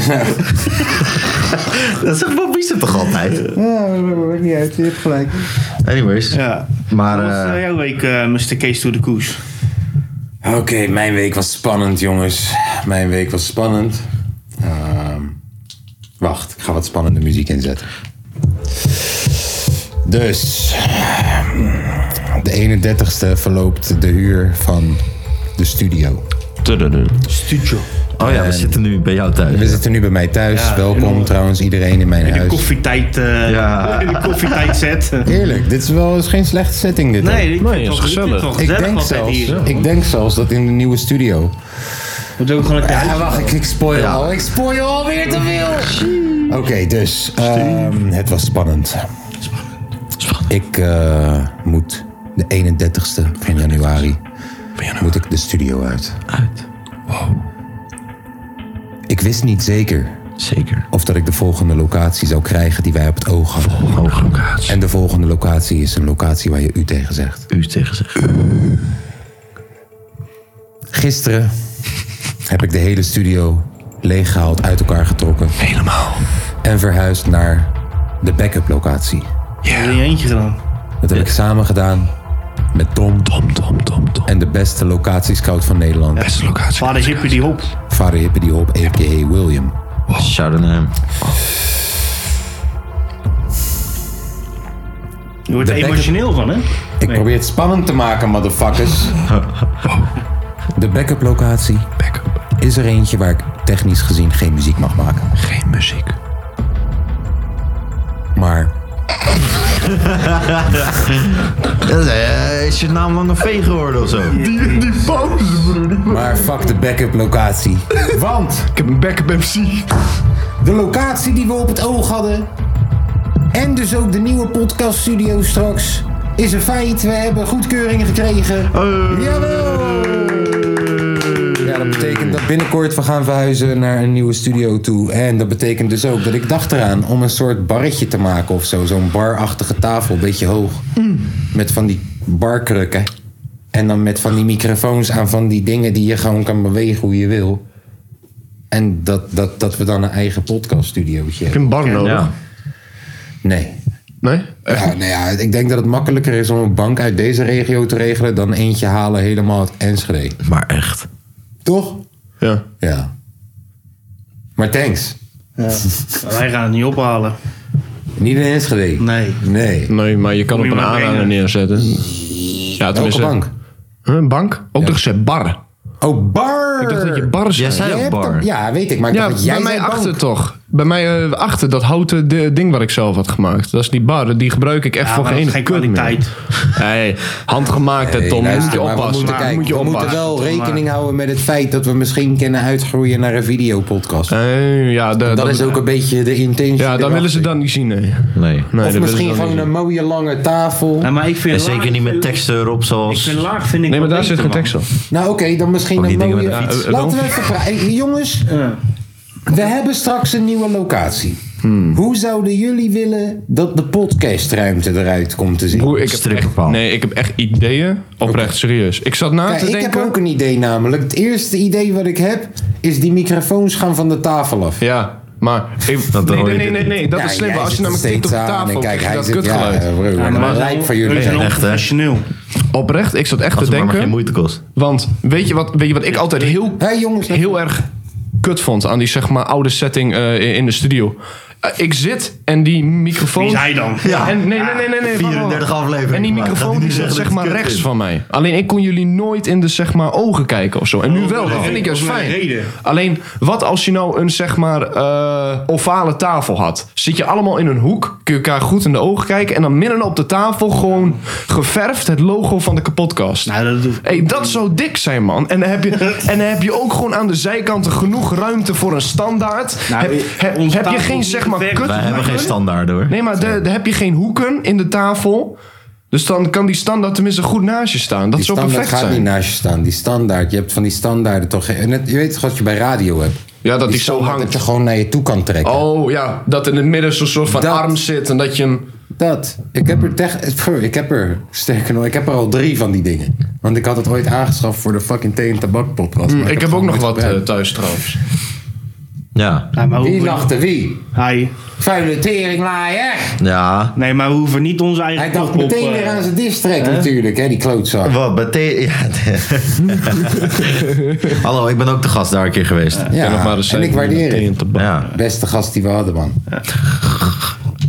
Speaker 4: Dat zegt Bobby ze toch altijd?
Speaker 1: Ja, dat maakt niet uit. Je hebt gelijk.
Speaker 4: Anyways.
Speaker 2: Ja.
Speaker 4: Maar.
Speaker 2: Hoe was eh,
Speaker 4: eh,
Speaker 2: jouw week, eh, Mr. Kees to the Koes?
Speaker 1: Oké, mijn week was spannend, jongens. Mijn week was spannend. Ehm, wacht, ik ga wat spannende muziek inzetten. Dus, de 31ste verloopt de huur van de studio.
Speaker 2: Studio.
Speaker 4: oh ja, we zitten nu bij jou
Speaker 1: We
Speaker 4: thuis.
Speaker 1: zitten nu bij mij thuis. Welkom trouwens iedereen in mijn
Speaker 2: De
Speaker 1: huis.
Speaker 2: koffietijd, eh
Speaker 4: Ja.
Speaker 2: de koffietijd set.
Speaker 1: Eerlijk, dit is wel eens geen slechte setting dit. hoor.
Speaker 2: Nee, dit
Speaker 3: Nee,
Speaker 2: dit
Speaker 3: is
Speaker 2: was- dit
Speaker 3: gezellig.
Speaker 2: was
Speaker 1: Ik denk,
Speaker 2: altijd
Speaker 1: zelfs,
Speaker 2: hier.
Speaker 1: ik denk zelfs dat in de nieuwe studio.
Speaker 2: We doen gewoon een
Speaker 1: Ja, wacht, ik, ik spoil
Speaker 4: Ja.
Speaker 1: al. Ik spoil alweer te veel. Oké, dus ehm, het was spannend. Ik eh, moet de 31ste van januari, moet ik de studio uit.
Speaker 4: Uit.
Speaker 1: Ik wist niet zeker
Speaker 4: Zeker.
Speaker 1: of dat ik de volgende locatie zou krijgen die wij op het oog hadden.
Speaker 4: Hoge locatie.
Speaker 1: En de volgende locatie is een locatie waar je u tegen zegt.
Speaker 4: U tegen zich.
Speaker 1: Gisteren heb ik de hele studio leeggehaald, uit elkaar getrokken.
Speaker 3: helemaal.
Speaker 1: En verhuisd naar de backup locatie.
Speaker 2: Heb je in je eentje gedaan?
Speaker 1: Dat heb ik samen gedaan met Tom
Speaker 3: Tom, tom, tom, tom.
Speaker 1: en de beste locatiescout van Nederland.
Speaker 3: Beste locatie.
Speaker 2: Vader hippie die hop.
Speaker 1: Vader Hippe die op, a.k.a. William.
Speaker 4: Shout out naar hem.
Speaker 2: wordt er
Speaker 1: backup-
Speaker 2: emotioneel van, hè?
Speaker 1: Ik
Speaker 2: Nee.
Speaker 1: probeer het spannend te maken, motherfuckers. De backup locatie is er eentje waar ik technisch gezien geen muziek mag maken. Geen muziek. Maar
Speaker 4: Eh, Is je naam Lange V geworden of zo?
Speaker 1: Maar fuck de backup locatie. Want
Speaker 3: Ik heb een backup MC.
Speaker 1: de locatie die we op het oog hadden. En dus ook de nieuwe podcaststudio straks. Is een feit. We hebben goedkeuring gekregen.
Speaker 4: Eh.
Speaker 1: Jawel! Ja, dat betekent dat binnenkort we gaan verhuizen naar een nieuwe studio toe. En dat betekent dus ook dat ik dacht eraan om een soort barretje te maken of zo. Zo'n barachtige tafel, een beetje hoog. Met van die barkrukken. En dan met van die microfoons aan van die dingen die je gewoon kan bewegen hoe je wil. En dat, dat, dat we dan een eigen podcaststudiootje
Speaker 3: Heb je
Speaker 1: hebben.
Speaker 3: een bar nodig?
Speaker 4: Ja.
Speaker 1: Nee.
Speaker 3: Nee?
Speaker 1: Ja, nou ja, ik denk dat het makkelijker is om een bank uit deze regio te regelen... dan eentje halen helemaal uit Enschede.
Speaker 4: Maar echt.
Speaker 1: Toch?
Speaker 3: Ja.
Speaker 1: Ja. Maar thanks.
Speaker 2: Wij gaan het niet ophalen.
Speaker 1: Niet in Enschede.
Speaker 2: Nee.
Speaker 1: Nee.
Speaker 3: Nee, maar je kan
Speaker 2: Moet
Speaker 3: op
Speaker 2: je
Speaker 3: een
Speaker 2: maar
Speaker 3: aanhanger
Speaker 2: brengen.
Speaker 3: neerzetten. Ja,
Speaker 1: Welke bank?
Speaker 3: Huh, een bank? Ook nog gezegd bar.
Speaker 1: Oh, bar!
Speaker 3: Ik dacht dat je bar zei.
Speaker 4: Jij zei
Speaker 1: Jij
Speaker 4: ook
Speaker 1: hebt
Speaker 4: bar.
Speaker 1: hem- Ja, weet ik. Maar ik
Speaker 3: Ja,
Speaker 1: dacht dat jij
Speaker 3: bij mij
Speaker 1: zei bank.
Speaker 3: achter toch. Bij mij eh, achter dat houten di- ding wat ik zelf had gemaakt. Dat is die bar, die gebruik ik echt
Speaker 2: Ja,
Speaker 3: voor
Speaker 2: maar
Speaker 3: geen
Speaker 2: dat is
Speaker 3: ene
Speaker 2: geen
Speaker 3: kut
Speaker 2: kwaliteit.
Speaker 3: meer. Hey, handgemaakt hè,
Speaker 1: Hey,
Speaker 3: Tom,
Speaker 1: luister,
Speaker 3: moet je
Speaker 1: maar we
Speaker 3: oppassen.
Speaker 1: moeten, kijken,
Speaker 3: moet je
Speaker 1: we moeten
Speaker 3: oppassen.
Speaker 1: wel
Speaker 2: Tom,
Speaker 1: rekening
Speaker 2: maar.
Speaker 1: houden met het feit dat we misschien kunnen uitgroeien naar een videopodcast.
Speaker 3: Hey, Eh, ja, de-
Speaker 1: dat
Speaker 3: dan-
Speaker 1: is ook een beetje de intentie.
Speaker 3: Ja, dan
Speaker 1: erachter.
Speaker 3: willen ze dat niet zien, nee. nee
Speaker 4: Nee.
Speaker 3: dat willen
Speaker 1: Of
Speaker 3: ze
Speaker 1: misschien
Speaker 3: dan
Speaker 1: gewoon
Speaker 3: niet
Speaker 1: een
Speaker 3: zien.
Speaker 1: mooie lange tafel.
Speaker 2: Ja, maar ik vind
Speaker 4: En zeker
Speaker 2: laag-
Speaker 4: niet met teksten erop
Speaker 2: Ik
Speaker 4: zoals...
Speaker 2: vind laag, vind ik
Speaker 3: Nee, maar
Speaker 2: wel
Speaker 3: daar zit
Speaker 2: beter,
Speaker 3: geen
Speaker 2: man.
Speaker 3: tekst op.
Speaker 1: Nou oké, dan misschien
Speaker 4: Ook
Speaker 1: een
Speaker 4: niet dingen
Speaker 1: mooie...
Speaker 4: met de
Speaker 3: fiets.
Speaker 1: Laten we even praten. Hey, jongens,
Speaker 2: Ja.
Speaker 1: we hebben straks een nieuwe locatie.
Speaker 3: Hmm.
Speaker 1: Hoe zouden jullie willen dat de podcastruimte eruit komt te zien?
Speaker 3: Broer, ik heb echt,
Speaker 4: Strippenpaal.
Speaker 3: nee, ik heb echt ideeën. Oprecht, serieus. Ik zat na
Speaker 1: Kijk,
Speaker 3: te
Speaker 1: ik
Speaker 3: denken.
Speaker 1: heb ook een idee namelijk. Het eerste idee wat ik heb is die microfoons gaan van de tafel af.
Speaker 3: Ja, maar... Ik,
Speaker 4: Dat
Speaker 3: nee,
Speaker 4: hoor
Speaker 3: nee,
Speaker 4: je
Speaker 3: nee, nee,
Speaker 4: niet.
Speaker 3: nee, dat
Speaker 1: Ja,
Speaker 3: is slimmer.
Speaker 1: jij
Speaker 3: Als je
Speaker 1: zit er
Speaker 3: namelijk tikt op de
Speaker 1: steeds aan en
Speaker 3: tafel,
Speaker 1: kijk,
Speaker 3: krijg je
Speaker 1: hij
Speaker 3: dat
Speaker 1: zit-
Speaker 3: kutgeluid.
Speaker 1: Ja, broer,
Speaker 2: Ja, maar
Speaker 1: maar
Speaker 2: wij
Speaker 1: lijk
Speaker 2: zijn-
Speaker 1: van
Speaker 2: wij
Speaker 1: jullie.
Speaker 2: zijn
Speaker 4: Echt, hè?
Speaker 2: onprofessioneel.
Speaker 3: Oprecht, ik zat echt te
Speaker 4: Als het maar maar
Speaker 3: denken.
Speaker 4: geen moeite kost.
Speaker 3: Want weet je wat, weet je wat ik altijd heel,
Speaker 1: Hé, jongens, dat-
Speaker 3: heel erg kut vond aan die zeg maar, oude setting eh, in- in de studio? Eh, ik zit en die microfoon.
Speaker 2: Wie is hij dan?
Speaker 4: Ja.
Speaker 3: En, nee, nee, nee, nee. nee wacht, wacht.
Speaker 4: 34 afleveringen
Speaker 3: En die
Speaker 4: gemaakt. Gaat
Speaker 3: microfoon
Speaker 4: hij
Speaker 3: die
Speaker 4: nu
Speaker 3: zit
Speaker 4: zeggen
Speaker 3: zeg
Speaker 4: dat
Speaker 3: maar
Speaker 4: het kut
Speaker 3: rechts
Speaker 4: is?
Speaker 3: van mij. Alleen ik kon jullie nooit in de zeg maar ogen kijken of zo. En nu wel, dat vind ik juist
Speaker 2: Oh, Volgens mij
Speaker 3: fijn.
Speaker 2: reden.
Speaker 3: Alleen, wat als je nou een zeg maar eh, ovale tafel had? Zit je allemaal in een hoek, kun je elkaar goed in de ogen kijken en dan midden op de tafel gewoon geverfd het logo van de kapotkast.
Speaker 2: Nou, dat doe
Speaker 3: Hey, dat zou dik zijn, man. En dan, heb je, en dan heb je ook gewoon aan de zijkanten genoeg ruimte voor een standaard.
Speaker 2: Nou,
Speaker 3: heb, heb-
Speaker 2: onze
Speaker 3: Dus heb je
Speaker 2: tafel
Speaker 3: geen,
Speaker 2: moet
Speaker 3: zeg maar,
Speaker 2: weg.
Speaker 3: kut...
Speaker 4: Wij hebben geen standaard hoor.
Speaker 3: Nee, maar de, de- heb je geen hoeken in de tafel. Dus dan kan die standaard tenminste goed naast je staan. Dat
Speaker 1: Die
Speaker 3: zou
Speaker 1: standaard
Speaker 3: perfect
Speaker 1: gaat niet
Speaker 3: zijn.
Speaker 1: naast je staan. Die standaard, je hebt van die standaarden toch... En het- je weet toch wat je bij radio hebt?
Speaker 3: Ja, dat die zo
Speaker 1: standaard
Speaker 3: hangt.
Speaker 1: Dat je gewoon naar je toe kan trekken.
Speaker 3: Oh ja, dat in het midden zo'n soort van
Speaker 1: Dat.
Speaker 3: arm zit en dat je hem...
Speaker 1: Dat. Ik heb er tech, Pff, ik heb er, sterker nog, ik heb er al drie van die dingen. Want ik had het ooit aangeschaft voor de fucking thee en tabak podcast. maar
Speaker 3: Mm, Ik,
Speaker 1: heb
Speaker 3: heb
Speaker 1: het
Speaker 3: ook nog
Speaker 1: nooit
Speaker 3: wat eh,
Speaker 1: gebruikt.
Speaker 3: thuis trouwens.
Speaker 4: Ja.
Speaker 2: Ja, Nou, maar we
Speaker 1: Wie
Speaker 2: hoeven-
Speaker 1: lachte wie?
Speaker 2: Hij.
Speaker 1: Vuile teringlaaier!
Speaker 4: Ja.
Speaker 2: Nee, maar we hoeven niet onze eigen
Speaker 1: Hij dacht
Speaker 2: kop op,
Speaker 1: meteen
Speaker 2: eh,
Speaker 1: weer aan zijn district natuurlijk, hè, die klootzak.
Speaker 4: Wat, bij thee- Ja. Hallo, ik ben ook de gast daar een keer geweest.
Speaker 3: En nog maar
Speaker 1: Ja,
Speaker 3: eens
Speaker 1: en ik
Speaker 3: even
Speaker 1: waardeer
Speaker 3: meteen
Speaker 1: het.
Speaker 3: te ba-
Speaker 4: Ja.
Speaker 1: Beste gast die we hadden, man.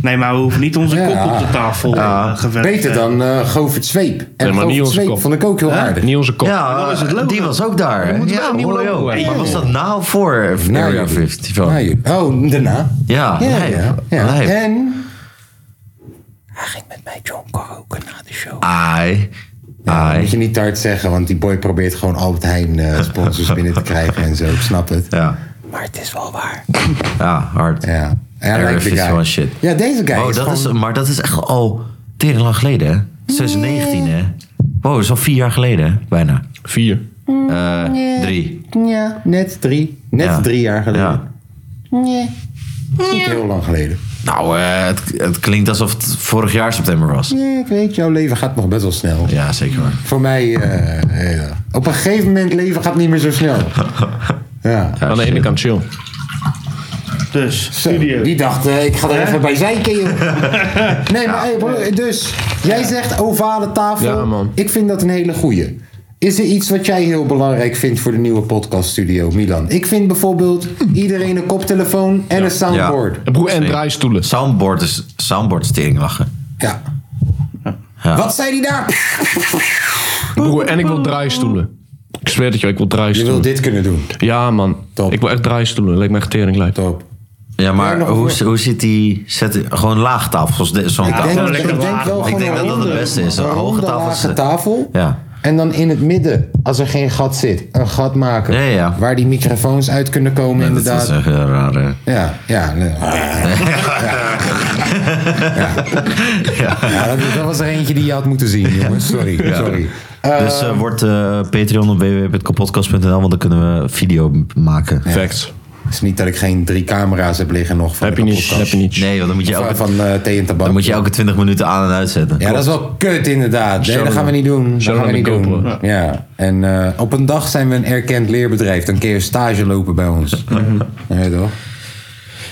Speaker 2: Nee, maar we hoeven niet onze
Speaker 1: Ja.
Speaker 2: kop op de tafel ja.
Speaker 1: Beter dan eh Govert Zweep.
Speaker 3: maar
Speaker 1: En
Speaker 3: niet
Speaker 1: Govert
Speaker 3: onze
Speaker 1: Zweep
Speaker 3: kop.
Speaker 1: vond ik ook heel aardig.
Speaker 3: Niet onze kop.
Speaker 4: Ja, eh, die was ook daar. hè?
Speaker 3: moeten wel
Speaker 4: ja,
Speaker 3: een nieuw
Speaker 4: hoor je
Speaker 3: logo
Speaker 4: ook.
Speaker 3: hebben.
Speaker 4: Maar was dat na of voor
Speaker 1: Na
Speaker 4: Area
Speaker 1: jullie.
Speaker 4: 50?
Speaker 1: Na jullie. Oh, daarna?
Speaker 4: Ja,
Speaker 1: Ja,
Speaker 4: lijp.
Speaker 1: ja, ja.
Speaker 4: Lijp.
Speaker 1: En... Hij ging met mij John Karaoke na de show.
Speaker 4: Ai.
Speaker 1: Dat Moet
Speaker 4: Ai.
Speaker 1: je niet te hard zeggen, want die boy probeert gewoon Albert Heijn eh, sponsors binnen te krijgen en zo. Ik snap het.
Speaker 4: Ja.
Speaker 1: Maar het is wel waar.
Speaker 4: Ja, hard.
Speaker 1: Ja. En hij
Speaker 4: Erg
Speaker 1: lijkt de
Speaker 4: is
Speaker 1: guy.
Speaker 4: gewoon shit.
Speaker 1: Ja, deze guy
Speaker 4: Wow,
Speaker 1: is
Speaker 4: dat
Speaker 1: gewoon...
Speaker 4: is, maar dat is echt al tering lang geleden, hè? 2019, hè? Wow, dat is al vier jaar geleden, hè? Bijna.
Speaker 3: Vier.
Speaker 4: Eh, Drie.
Speaker 1: Ja, Mm, net drie. Net
Speaker 4: Ja.
Speaker 1: drie jaar geleden.
Speaker 4: Ja.
Speaker 1: Niet heel lang geleden.
Speaker 4: Nou, eh, het, het klinkt alsof het vorig jaar september was.
Speaker 1: Ja, ik weet, jouw leven gaat nog best wel snel.
Speaker 4: Ja, zeker waar.
Speaker 1: Voor mij, eh, ja. op een gegeven moment, leven gaat niet meer zo snel. Ja.
Speaker 3: Aan de ene kant chill.
Speaker 2: Dus,
Speaker 1: Zo,
Speaker 2: studio.
Speaker 1: die dacht, eh, ik ga er even bij zeiken, joh. Nee, maar hey, broer, dus, jij zegt ovale tafel.
Speaker 3: Ja, man.
Speaker 1: Ik vind dat een hele goeie. Is er iets wat jij heel belangrijk vindt voor de nieuwe podcaststudio, Milan? Ik vind bijvoorbeeld
Speaker 3: Hm.
Speaker 1: iedereen een koptelefoon en een soundboard.
Speaker 3: En Broer en draaistoelen.
Speaker 4: Soundboard is, soundboard is tering lachen.
Speaker 1: Ja. Wat zei die daar?
Speaker 3: Broer, en ik wil draaistoelen. Ik zweer het je, ik wil
Speaker 1: Je wil
Speaker 3: draaistoelen.
Speaker 1: dit kunnen doen.
Speaker 3: Ja, man.
Speaker 1: Top.
Speaker 3: Ik wil echt draaistoelen. Lijkt me echt teringlijp.
Speaker 1: Top.
Speaker 4: Ja,
Speaker 1: Ja,
Speaker 4: maar
Speaker 1: nog
Speaker 4: hoe,
Speaker 1: voor.
Speaker 4: hoe zit die... Zet, gewoon laagtafel, zoals dit- zo'n
Speaker 1: Ik
Speaker 4: tafel.
Speaker 1: denk,
Speaker 2: gewoon
Speaker 1: ik
Speaker 2: lekker
Speaker 1: denk
Speaker 2: laag.
Speaker 1: wel
Speaker 2: Ik
Speaker 1: gewoon
Speaker 4: denk dat
Speaker 1: een
Speaker 4: dat het
Speaker 1: ronde-
Speaker 4: beste is. Een hoge
Speaker 1: ronde,
Speaker 4: tafel is
Speaker 1: lage
Speaker 4: de-
Speaker 1: tafel.
Speaker 4: Ja.
Speaker 1: En dan in het midden, als er geen gat zit, een gat maken.
Speaker 4: Ja, ja.
Speaker 1: Waar die microfoons uit kunnen komen,
Speaker 4: Dat
Speaker 1: inderdaad.
Speaker 4: is echt eh, raar. hè.
Speaker 1: Ja, ja. nee. Ja. Ja. Ja, dat, dat was er eentje die je had moeten zien, jongens. Sorry, sorry.
Speaker 4: dus eh wordt eh, Patreon op www.kapotkast.nl, want dan kunnen we video m- maken.
Speaker 3: Facts.
Speaker 1: Het is niet dat ik geen drie camera's heb liggen nog van
Speaker 3: Heb
Speaker 1: de
Speaker 3: je niet.
Speaker 1: podcast.
Speaker 3: Heb je niet.
Speaker 4: Nee, want dan moet je
Speaker 1: Van,
Speaker 4: elke,
Speaker 1: van eh, thee en tabak.
Speaker 4: dan moet je elke 20 minuten aan en uitzetten.
Speaker 1: Ja, dat is wel kut inderdaad. Nee,
Speaker 3: Show
Speaker 1: dat gaan we niet doen. Dat
Speaker 3: Show
Speaker 1: gaan we
Speaker 3: aan
Speaker 1: niet
Speaker 3: de
Speaker 1: doen.
Speaker 3: GoPro.
Speaker 1: Ja. En eh, op een dag zijn we een erkend leerbedrijf. Dan kun je stage lopen bij ons. Ja, toch?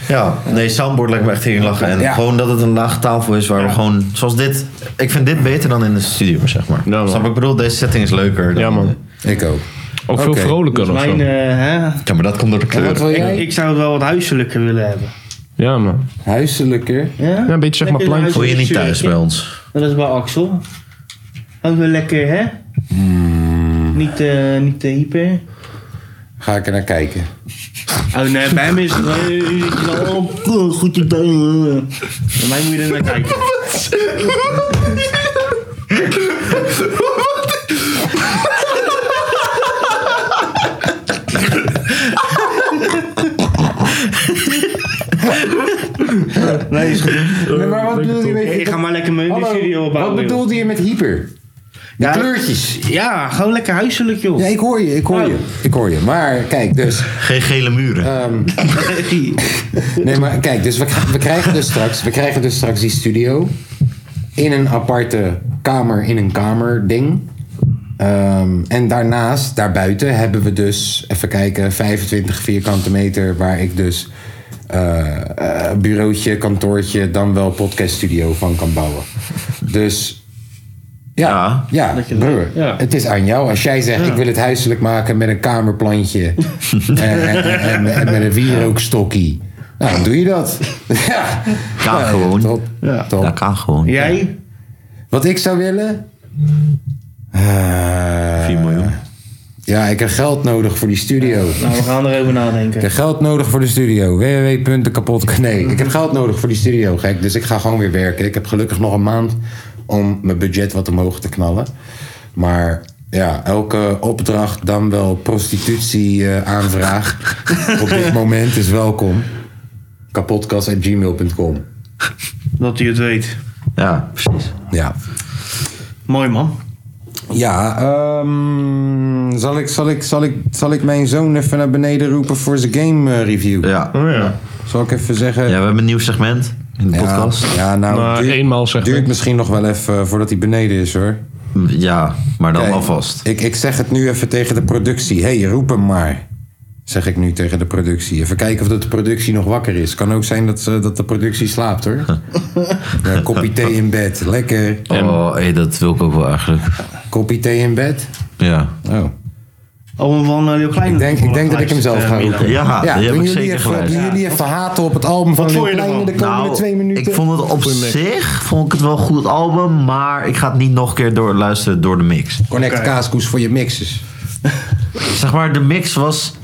Speaker 4: Ja, nee, soundboard lijkt me echt heel lachen. En
Speaker 1: Ja.
Speaker 4: gewoon dat het een lage tafel is waar we gewoon, zoals dit. Ik vind dit beter dan in de studio, zeg maar.
Speaker 3: Ja, man.
Speaker 4: Snap wat ik bedoel, deze setting is leuker. dan-
Speaker 3: Ja, man.
Speaker 1: Ik ook.
Speaker 3: Ook veel
Speaker 1: Oké.
Speaker 3: vrolijker of
Speaker 2: Mijn,
Speaker 3: zo.
Speaker 2: eh, hè?
Speaker 4: Ja, maar dat komt door de
Speaker 1: En wat
Speaker 4: kleur.
Speaker 1: wil
Speaker 2: Ik,
Speaker 1: jij?
Speaker 2: ik zou het wel wat huiselijker willen hebben.
Speaker 3: Ja, man.
Speaker 1: Huiselijker.
Speaker 2: Ja?
Speaker 3: Ja, een beetje zeg maar
Speaker 2: Lekker
Speaker 3: plank.
Speaker 4: Voel je niet
Speaker 2: huiselijk
Speaker 4: thuis bij
Speaker 2: shirtje.
Speaker 4: ons?
Speaker 2: Dat is bij Axel. Ook wel lekker, hè?
Speaker 1: Hmm.
Speaker 2: Niet, eh, niet te hyper.
Speaker 1: Ga ik er naar kijken.
Speaker 2: Oh nee, bij hem is het wel- oh, goed idee. Bij mij moet je er naar kijken. Nee, is goed.
Speaker 1: Nee, maar wat bedoelde je met
Speaker 2: Ik ga maar lekker mijn
Speaker 1: Hallo,
Speaker 2: studio
Speaker 1: Wat
Speaker 2: opbouwen. joh.
Speaker 1: bedoelde je met hyper? De
Speaker 2: Ja.
Speaker 1: kleurtjes.
Speaker 2: Ja, gewoon lekker huiselijk, joh.
Speaker 1: Ja, ik hoor je, ik hoor je. Ik hoor je. Maar kijk, dus... Ehm,
Speaker 4: Geen gele muren.
Speaker 1: Nee, maar kijk, dus we, we, krijgen dus straks, we krijgen dus straks die studio. In een aparte kamer, in een kamer ding. Ehm, en daarnaast, daarbuiten, hebben we dus, even kijken, 25 vierkante meter. Waar ik dus eh, eh, bureautje, kantoortje, dan wel podcaststudio van kan bouwen. Dus ja, ja, broer,
Speaker 2: ja.
Speaker 1: het is aan jou. Als jij zegt, ik wil het huiselijk maken met een kamerplantje en, en, en, en met een wierookstokkie. Nou, dan doe je dat. ja.
Speaker 4: Kan
Speaker 1: Ja,
Speaker 4: gewoon.
Speaker 1: Top, top.
Speaker 4: Dat kan gewoon.
Speaker 2: Jij?
Speaker 1: Wat ik zou willen? Eh,
Speaker 4: 4 miljoen.
Speaker 1: ja, ik heb geld nodig voor die studio.
Speaker 2: Nou, we gaan erover nadenken.
Speaker 1: Ik heb geld nodig voor de studio. www.kapot. Nee, ik heb geld nodig voor die studio, gek. Dus ik ga gewoon weer werken. Ik heb gelukkig nog een maand om mijn budget wat omhoog te knallen. Maar ja, elke opdracht dan wel prostitutie-aanvraag op dit moment is welkom. kapotkast.gmail.com
Speaker 2: Dat hij het weet.
Speaker 4: Ja, precies.
Speaker 1: Ja.
Speaker 2: Mooi, man.
Speaker 1: Ja, ehm, zal, ik, zal, ik, zal, ik, zal ik mijn zoon even naar beneden roepen voor zijn game eh, review?
Speaker 4: Ja.
Speaker 3: Oh,
Speaker 1: Zal ik even zeggen...
Speaker 4: ja, we hebben een nieuw segment in de
Speaker 1: Ja,
Speaker 4: podcast.
Speaker 1: Ja, nou,
Speaker 3: Nou,
Speaker 1: duurt,
Speaker 3: eenmaal zeg
Speaker 1: duurt
Speaker 3: maar.
Speaker 1: misschien nog wel even eh, voordat hij beneden is hoor.
Speaker 4: Ja, maar dan
Speaker 1: Kijk,
Speaker 4: alvast.
Speaker 1: Ik, ik zeg het nu even tegen de productie. Hé, hey, roep hem maar. Zeg ik nu tegen de productie. Even kijken of dat de productie nog wakker is. Kan ook zijn dat, ze, dat de productie slaapt hoor. ja, koppie thee in bed. Lekker.
Speaker 4: Oh, hey, dat wil ik ook wel eigenlijk.
Speaker 1: Koppie thee in bed.
Speaker 4: Ja.
Speaker 1: Oh.
Speaker 3: Oh,
Speaker 2: Allemaal van eh, Leo Klein.
Speaker 1: Ik denk, ik denk dat ik
Speaker 2: geluisterd,
Speaker 1: hem zelf
Speaker 2: eh,
Speaker 1: ga
Speaker 2: Milan.
Speaker 1: roepen.
Speaker 4: Ja, die heb
Speaker 1: doen
Speaker 4: ik
Speaker 1: jullie
Speaker 4: zeker
Speaker 1: even,
Speaker 4: geluisterd.
Speaker 1: Doen jullie even haten op het album van
Speaker 2: vond je
Speaker 1: Lil Kleine
Speaker 2: ervan?
Speaker 1: de komende twee minuten?
Speaker 4: Nou, ik vond het op zich vond ik het wel een goed album, maar ik ga het niet nog een keer door luisteren door de mix.
Speaker 1: Connect kaaskoes voor je mixes.
Speaker 4: Zeg maar, de mix was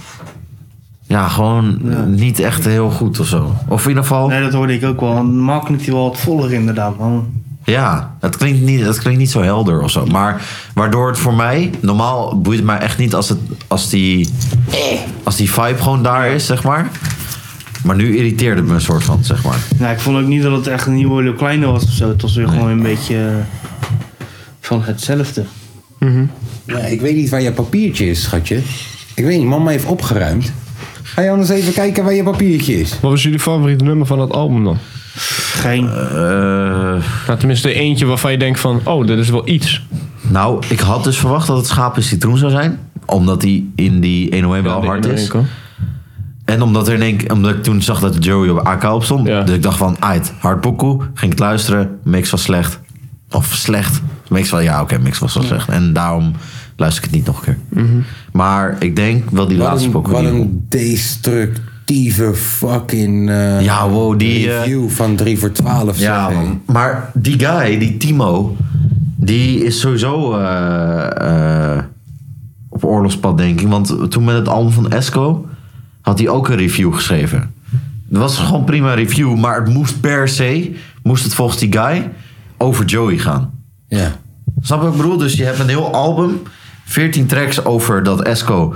Speaker 4: ja, gewoon niet echt heel goed of zo. Of in ieder geval,
Speaker 2: Nee, dat hoorde ik ook wel. Want Mark knipt hij wel wat voller inderdaad, man.
Speaker 4: ja, het klinkt, niet, het klinkt niet zo helder of zo. Maar waardoor het voor mij, normaal boeit het mij echt niet als, het, als, die, als die vibe gewoon daar is, zeg maar. Maar nu irriteerde het me een soort van, zeg maar.
Speaker 2: Nou, ik vond ook niet dat het echt een nieuwe Leo Kleine was of zo. Het was weer gewoon een beetje eh, van hetzelfde.
Speaker 1: Ja, ik weet niet waar je papiertje is, schatje. Ik weet niet, mama heeft opgeruimd. Ga je anders even kijken waar je papiertje is?
Speaker 3: Wat was jullie favoriete nummer van dat album dan?
Speaker 2: Geen.
Speaker 4: Eh,
Speaker 3: Nou, tenminste eentje waarvan je denkt van, oh, dit is wel iets.
Speaker 4: Nou, ik had dus verwacht dat het schaap in citroen zou zijn. Omdat die in die 101 wel hard is. En omdat, er in één keer- omdat ik toen zag dat Joey op AK op stond.
Speaker 3: Ja.
Speaker 4: Dus ik dacht van, uit, hard pokoe. Ging ik het luisteren, mix was slecht. Of slecht. Mix was, ja oké, mix was wel slecht. En daarom luister ik het niet nog een keer. Maar ik denk wel die
Speaker 1: Mhm. Wat
Speaker 4: laatste
Speaker 1: een,
Speaker 4: pokoe.
Speaker 1: wat
Speaker 4: die-
Speaker 1: een destructieve fucking eh,
Speaker 4: Ja, wow, die... eh,
Speaker 1: review van 3 voor 12.
Speaker 4: ja,
Speaker 1: zeg, hé.
Speaker 4: man. Maar die guy, die Timo... Die is sowieso eh, eh, op oorlogspad, denk ik. Want toen met het album van Esco had hij ook een review geschreven. Dat was gewoon een prima review, maar het moest per se, moest het volgens die guy, over Joey gaan.
Speaker 1: Ja.
Speaker 4: Snap je wat ik bedoel? Dus je hebt een heel album, 14 tracks over dat Esco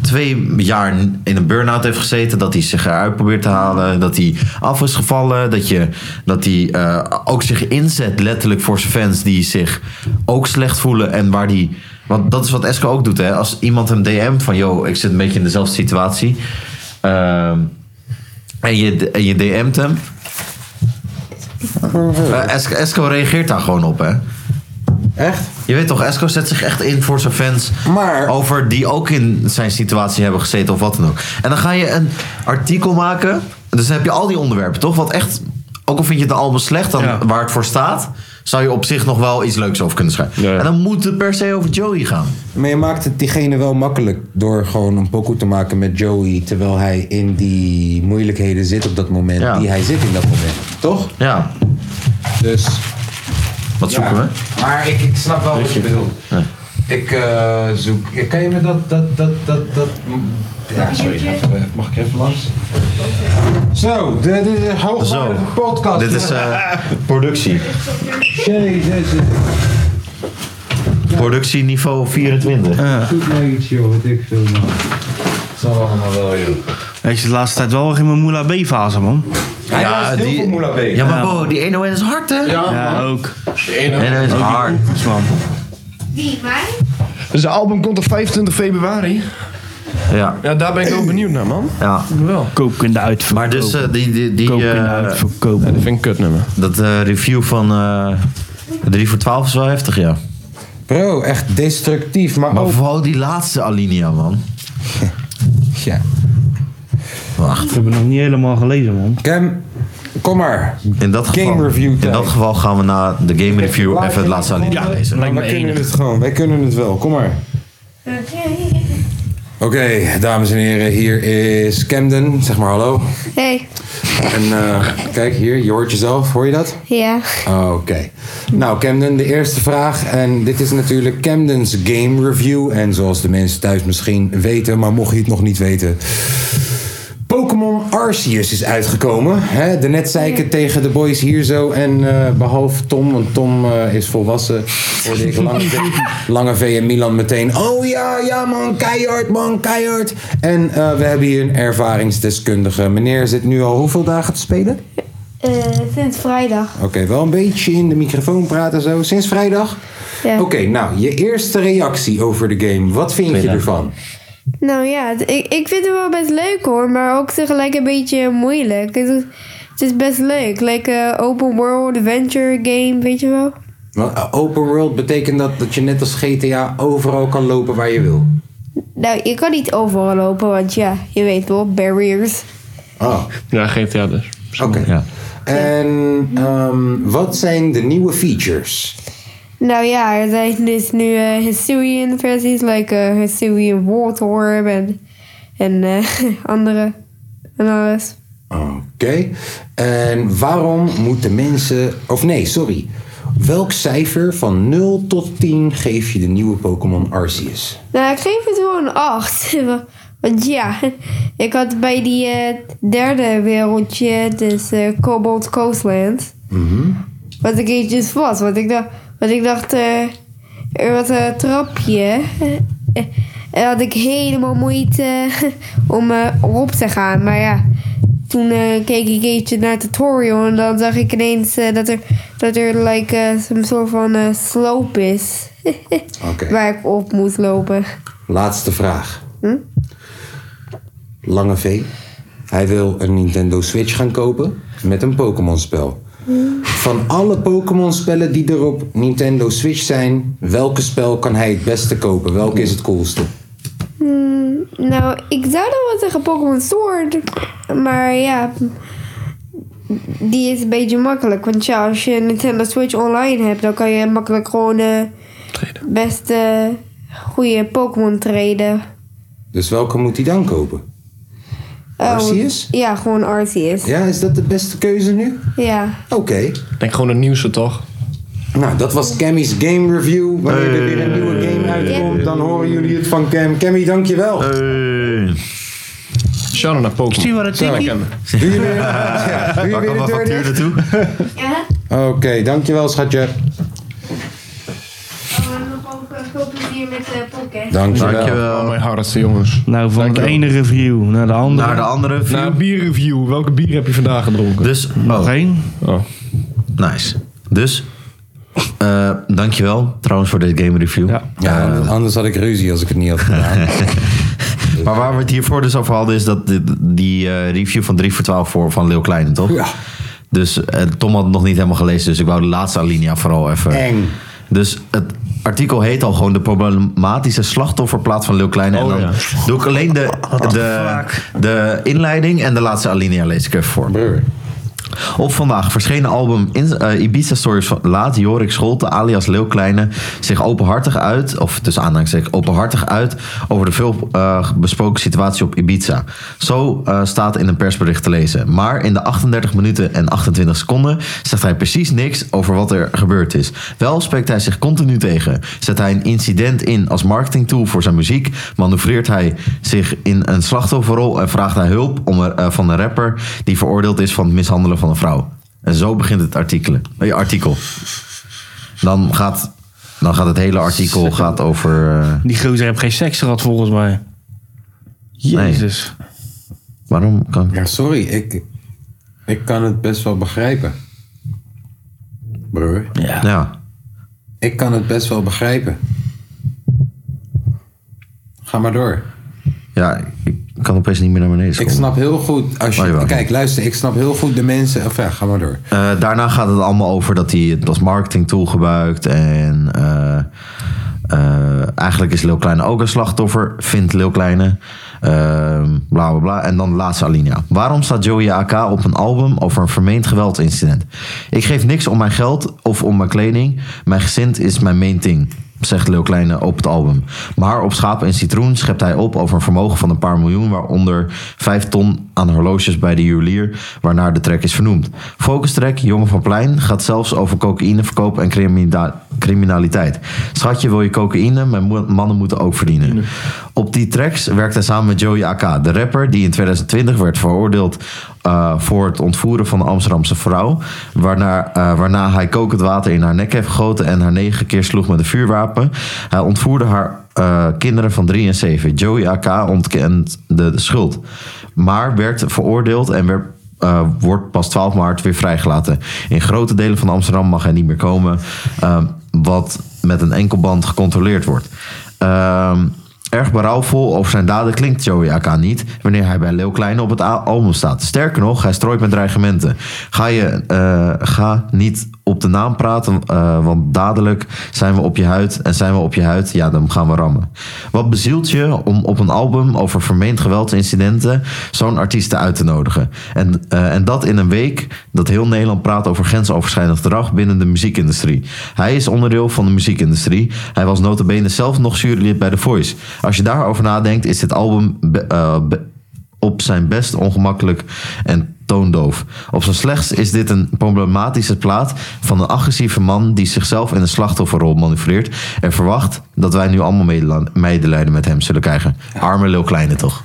Speaker 4: twee jaar in een burn-out heeft gezeten. Dat hij zich eruit probeert te halen. Dat hij af is gevallen. Dat, je, dat hij eh, ook zich inzet letterlijk voor zijn fans die zich ook slecht voelen. En waar die... Want dat is wat Esco ook doet. Hè? Als iemand hem DM't van... Yo, ik zit een beetje in dezelfde situatie. Ehm, en, je, en je DM't hem. Eh, Esco, Esco reageert daar gewoon op, hè?
Speaker 1: Echt?
Speaker 4: Je weet toch, Esco zet zich echt in voor zijn fans.
Speaker 1: Maar-
Speaker 4: Over die ook in zijn situatie hebben gezeten of wat dan ook. En dan ga je een artikel maken. Dus dan heb je al die onderwerpen, toch? Wat echt, ook al vind je het album slecht, dan
Speaker 2: Ja.
Speaker 4: waar het voor staat... zou je op zich nog wel iets leuks over kunnen schrijven.
Speaker 3: Ja.
Speaker 4: En dan moet het per se over Joey gaan.
Speaker 1: Maar je maakt het diegene wel makkelijk door gewoon een pokoe te maken met Joey. Terwijl hij in die moeilijkheden zit op dat moment.
Speaker 4: Ja.
Speaker 1: Die hij zit in dat moment. Toch?
Speaker 4: Ja,
Speaker 1: Dus.
Speaker 4: wat zoeken we?
Speaker 1: Maar ik, ik snap wel wat je bedoelt.
Speaker 4: Ja.
Speaker 1: Ik eh, zoek. ja, Kan je me dat. dat, dat, dat, dat ja, sorry. even- eh, Mag ik even langs? Zo, dit is een
Speaker 4: Zo.
Speaker 1: hoogwaardige podcast.
Speaker 4: Dit is eh, productie.
Speaker 1: Jezus, het
Speaker 4: Productieniveau 24.
Speaker 1: doet mij iets, joh. Wat ik veel, man. Het zal allemaal wel, joh.
Speaker 2: Hij zit de laatste tijd wel in mijn Moela B-fase, man.
Speaker 1: Hij was heel veel Moela B.
Speaker 4: Ja, maar wow, die 101 is hard, hè? Ja.
Speaker 2: Ja, ook.
Speaker 4: 101 is hard.
Speaker 2: Dus, man.
Speaker 5: Wie, mij?
Speaker 3: Zijn dus album komt op 25 februari.
Speaker 4: Ja,
Speaker 3: Ja, daar ben ik ook benieuwd naar, man.
Speaker 4: ja.
Speaker 3: Wel.
Speaker 2: Koop in de uitverkoop.
Speaker 4: Maar dus eh, die... die, die
Speaker 2: Koop in de
Speaker 4: eh,
Speaker 2: uitverkoop.
Speaker 3: Dat vind ik een kutnummer.
Speaker 4: Dat eh, review van eh 3 voor 12 is wel heftig, ja.
Speaker 1: Bro, echt destructief, maar,
Speaker 4: Maar
Speaker 1: ook...
Speaker 4: vooral die laatste Alinea, man.
Speaker 1: Ja.
Speaker 4: Wacht.
Speaker 2: Ik heb het nog niet helemaal gelezen, man.
Speaker 1: Cam, kom maar.
Speaker 4: In dat
Speaker 1: Game
Speaker 4: geval,
Speaker 1: review
Speaker 4: in
Speaker 1: tijd.
Speaker 4: dat geval gaan we na de game review even het laatste Alinea lezen.
Speaker 1: Wij
Speaker 2: lijkt me
Speaker 1: kunnen
Speaker 2: enig.
Speaker 1: het gewoon, wij kunnen het wel, kom maar.
Speaker 5: Oké.
Speaker 1: Oké, dames en heren, hier is Camden, zeg maar hallo.
Speaker 5: Hey.
Speaker 1: En eh, kijk hier, je hoort jezelf, hoor je dat?
Speaker 5: Ja.
Speaker 1: Oh, Oké. Nou, Camden, de eerste vraag. En dit is natuurlijk Camden's game review. En zoals de mensen thuis misschien weten, maar mocht je het nog niet weten. Pokémon Arceus is uitgekomen. Hè? De net zei ik het tegen de boys hier zo. En eh, behalve Tom, want Tom eh, is volwassen. Hoorde ik lange, V- lange V en Milan meteen. Oh ja, ja man, keihard man, keihard. En eh, we hebben hier een ervaringsdeskundige. Meneer zit nu al hoeveel dagen te spelen?
Speaker 5: Eh, sinds vrijdag.
Speaker 1: Oké, wel een beetje in de microfoon praten zo. Sinds vrijdag?
Speaker 5: Ja.
Speaker 1: Oké, nou, je eerste reactie over de game. Wat vind je ervan?
Speaker 5: Nou ja, d- ik, ik vind het wel best leuk hoor, maar ook tegelijk een beetje moeilijk. Het, is- het is best leuk. Like eh, open world adventure game, weet je wel.
Speaker 1: Want eh, open world betekent dat dat je net als GTA overal kan lopen waar je wil.
Speaker 5: Nou, je kan niet overal lopen, want ja, je weet wel, barriers.
Speaker 1: Oh,
Speaker 3: Ja, GTA dus.
Speaker 1: oké. En ehm, wat zijn de nieuwe features?
Speaker 5: Nou ja, er zijn dus nu eh, Hisuian versies, like eh Hisuian Warthorn en, en eh, andere. En alles.
Speaker 1: Oké. En waarom moeten mensen... Of nee, sorry. Welk cijfer van 0 tot 10 geef je de nieuwe Pokémon Arceus?
Speaker 5: Nou, ik geef het wel een 8. Want ja, ik had bij die eh, derde wereldje, dus eh Cobalt Coastland,
Speaker 1: Mhm.
Speaker 5: wat ik eventjes vast. Want ik dacht, want ik dacht eh, er was een trapje. eh, En had ik helemaal moeite om eh, op te gaan. Maar ja, toen eh, keek ik eventjes naar het tutorial en dan zag ik ineens eh, dat er, dat er like, eh, some soort van eh, slope is.
Speaker 1: Oké.
Speaker 5: Waar ik op moet lopen. Hm?
Speaker 1: Laatste vraag. Lange V. Hij wil een Nintendo Switch gaan kopen met een Pokémon-spel. Van alle Pokémon-spellen die er op Nintendo Switch zijn, welke spel kan hij het beste kopen? Welke is het coolste?
Speaker 5: Nou, ik zou dan wel zeggen Pokémon Sword. Maar ja, die is een beetje makkelijk. Want ja, als je Nintendo Switch online hebt, dan kan je makkelijk gewoon de beste goede Pokémon treden.
Speaker 1: Dus welke moet hij dan kopen?
Speaker 5: Oh,
Speaker 1: Arceus?
Speaker 5: Ja, gewoon Arceus. Oh, Ja.
Speaker 1: Ja, is dat de beste keuze nu? Oké.
Speaker 3: Ik denk gewoon het nieuwste, toch?
Speaker 1: Nou, dat was Cammy's Game Review. Wanneer er weer een nieuwe game uitkomt, dan horen jullie het van Cam. Cammy, dankjewel.
Speaker 3: Shout-out naar Pokémon.
Speaker 2: Zie je wat het
Speaker 3: Shout-out
Speaker 2: is?
Speaker 3: naar Cam.
Speaker 1: Doe je weer, ja, doe je
Speaker 4: Waar
Speaker 1: weer
Speaker 4: kan
Speaker 1: de
Speaker 4: mijn
Speaker 1: deur
Speaker 4: factuur
Speaker 1: dicht?
Speaker 4: naartoe?
Speaker 5: Ja?
Speaker 1: Oké, dankjewel schatje.
Speaker 5: nog ook eh, veel plezier met eh, de podcast.
Speaker 1: Dankjewel.
Speaker 3: Oh,
Speaker 4: Dankjewel.
Speaker 3: mijn hardste jongens.
Speaker 2: Nou, van de
Speaker 3: Dankjewel.
Speaker 2: ene review naar de andere.
Speaker 4: Naar de andere.
Speaker 3: Na
Speaker 4: view.
Speaker 3: bierreview, welke bier heb je vandaag gedronken?
Speaker 4: Dus,
Speaker 2: Nog
Speaker 4: oh,
Speaker 2: één.
Speaker 3: Oh.
Speaker 4: nice. Dus, eh, dankjewel trouwens voor deze game review. Eh,
Speaker 2: Ja.
Speaker 1: Ja, want anders had ik ruzie als ik het niet had gedaan.
Speaker 4: Maar waar we het hiervoor dus over hadden, is dat dit- die eh, review van 3 voor 12 voor van Leeuw Kleine, toch?
Speaker 1: Ja.
Speaker 4: Dus eh, Tom had het nog niet helemaal gelezen, dus ik wou de laatste alinea vooral even.
Speaker 1: Eng.
Speaker 4: Dus het artikel heet al gewoon de problematische slachtofferplaat van Leeuw Kleine. en dan doe ik alleen de, de, de inleiding en de laatste alinea lees ik even voor.
Speaker 1: Broer.
Speaker 4: Op vandaag verschenen album in, eh, Ibiza Stories van laat Jorik Scholte alias Leeuw Kleine zich openhartig uit, of tussen aanhalingstekens openhartig uit, over de veel eh, besproken situatie op Ibiza. Zo eh, staat in een persbericht te lezen. Maar in de 38 minuten en 28 seconden zegt hij precies niks over wat er gebeurd is. Wel spreekt hij zich continu tegen. Zet hij een incident in als marketingtool voor zijn muziek, manoeuvreert hij zich in een slachtofferrol en vraagt hij hulp om er, eh, van een rapper die veroordeeld is van het mishandelen van een vrouw. En zo begint het artikelen, eh, artikel. Dan gaat, dan gaat het hele artikel gaat over. eh,
Speaker 2: Die gozer heeft geen seks gehad volgens mij. Jezus.
Speaker 4: waarom kan ik.
Speaker 1: Ja, sorry, ik, ik kan het best wel begrijpen. Broer.
Speaker 4: Ja.
Speaker 1: Ik kan het best wel begrijpen. Ga maar door.
Speaker 4: ja, ik kan opeens niet meer naar beneden.
Speaker 1: Ik
Speaker 4: scrollen.
Speaker 1: snap heel goed als
Speaker 4: Oh,
Speaker 1: je.
Speaker 4: jawel.
Speaker 1: kijk, luister, ik snap heel goed de mensen. Of ja, ga maar door.
Speaker 4: Eh, daarna gaat het allemaal over dat hij het als marketingtool gebruikt. En eh, eh, eigenlijk is Leeuw Kleine ook een slachtoffer, vindt Leeuw Kleine. Ehm, bla bla bla. En dan de laatste alinea. Waarom staat Joey AK op een album over een vermeend geweldincident? Ik geef niks om mijn geld of om mijn kleding. Mijn gezin is mijn main thing zegt Leeuw Kleine op het album. Maar op Schaap en Citroen schept hij op over een vermogen van een paar miljoen... waaronder vijf ton aan horloges bij de juwelier, waarnaar de track is vernoemd. Focus track Jongen van Plein gaat zelfs over cocaïneverkoop en crimina- criminaliteit. Schatje, wil je cocaïne? Mijn mo- mannen moeten ook verdienen. Op die tracks werkt hij samen met Joey AK, de rapper die in 2020 werd veroordeeld... eh, voor het ontvoeren van een Amsterdamse vrouw... Waarna, eh, waarna hij kokend water in haar nek heeft gegoten... en haar negen keer sloeg met een vuurwapen. Hij ontvoerde haar eh, kinderen van 3 en 7. Joey AK ontkent de, de schuld. Maar werd veroordeeld en werd, eh, wordt pas 12 maart weer vrijgelaten. In grote delen van Amsterdam mag hij niet meer komen... eh, wat met een enkelband gecontroleerd wordt. Ehm Erg berouwvol over zijn daden klinkt Joey AK niet wanneer hij bij Leeuw Kleine op het a- album staat. Sterker nog, hij strooit met dreigementen. Ga, je, eh, ga niet op de naam praten, eh, want dadelijk zijn we op je huid. En zijn we op je huid, ja, dan gaan we rammen. Wat bezielt je om op een album over vermeend geweldincidenten zo'n artiest uit te nodigen? En, eh, en dat in een week dat heel Nederland praat over grensoverschrijdend gedrag binnen de muziekindustrie. Hij is onderdeel van de muziekindustrie. Hij was notabene zelf nog jurylid bij The Voice. Als je daarover nadenkt, is dit album be- eh, be- op zijn best ongemakkelijk en toondoof. Op zijn slechts is dit een problematische plaat van een agressieve man die zichzelf in een slachtofferrol manoeuvreert en verwacht dat wij nu allemaal medela- medelijden met hem zullen krijgen. Arme Lil Kleine toch?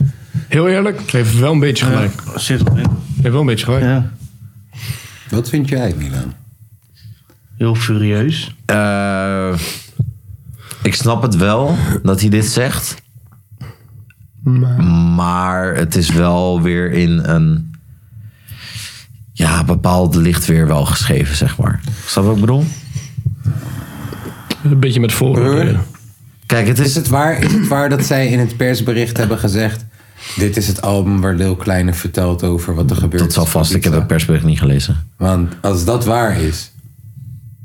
Speaker 3: Heel eerlijk, heeft wel een beetje gelijk.
Speaker 2: Zit wel in.
Speaker 3: Heeft wel een beetje gelijk.
Speaker 2: Ja.
Speaker 1: Wat vind jij, Milan?
Speaker 2: Heel furieus.
Speaker 4: Eh, ik snap het wel dat hij dit zegt. Maar het is wel weer in een ja, bepaald licht weer wel geschreven, zeg maar. Snap je wat ik bedoel?
Speaker 3: Een beetje met vooroordelen.
Speaker 4: Kijk, het
Speaker 1: Is
Speaker 4: is...
Speaker 1: het, waar, is het waar dat zij in het persbericht hebben gezegd. Dit is het album waar Lil Kleine vertelt over wat er gebeurt.
Speaker 4: Dat zal vast, ik heb dat persbericht niet gelezen.
Speaker 1: Want als dat waar is.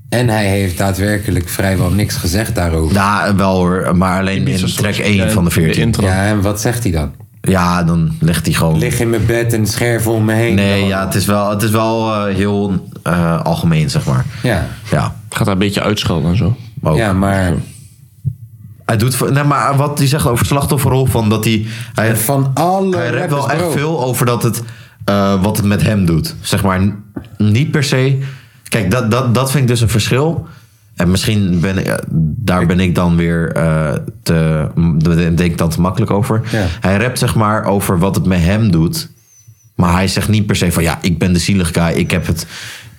Speaker 1: En hij heeft daadwerkelijk vrijwel niks gezegd daarover.
Speaker 4: Ja, Nou, wel hoor, maar alleen in track 1
Speaker 3: Ja,
Speaker 4: van de
Speaker 3: De
Speaker 4: 14.
Speaker 3: intro.
Speaker 1: Ja, en wat zegt hij dan?
Speaker 4: Ja, dan legt hij gewoon...
Speaker 1: Lig in mijn bed en scherf om me heen.
Speaker 4: Nee, ja, het is wel, het is wel eh, heel eh, algemeen, zeg maar.
Speaker 1: Ja,
Speaker 4: Ja,
Speaker 3: Gaat daar een beetje uitschelden en zo.
Speaker 4: ook.
Speaker 1: ja maar
Speaker 4: Hij doet, voor- nee, maar wat hij zegt over slachtofferrol, van dat hij, hij,
Speaker 1: van alle
Speaker 4: hij rapt wel
Speaker 1: rappers,
Speaker 4: echt
Speaker 1: bro.
Speaker 4: veel over dat het, eh, wat het met hem doet. Zeg maar, n- niet per se. Kijk, dat, dat, dat vind ik dus een verschil. En misschien ben ik, eh, daar ben ik dan weer eh, te, m- daar denk ik dan te makkelijk over.
Speaker 1: Ja.
Speaker 4: Hij rapt zeg maar over wat het met hem doet. Maar hij zegt niet per se van ja, ik ben de zielig guy. Ik heb het.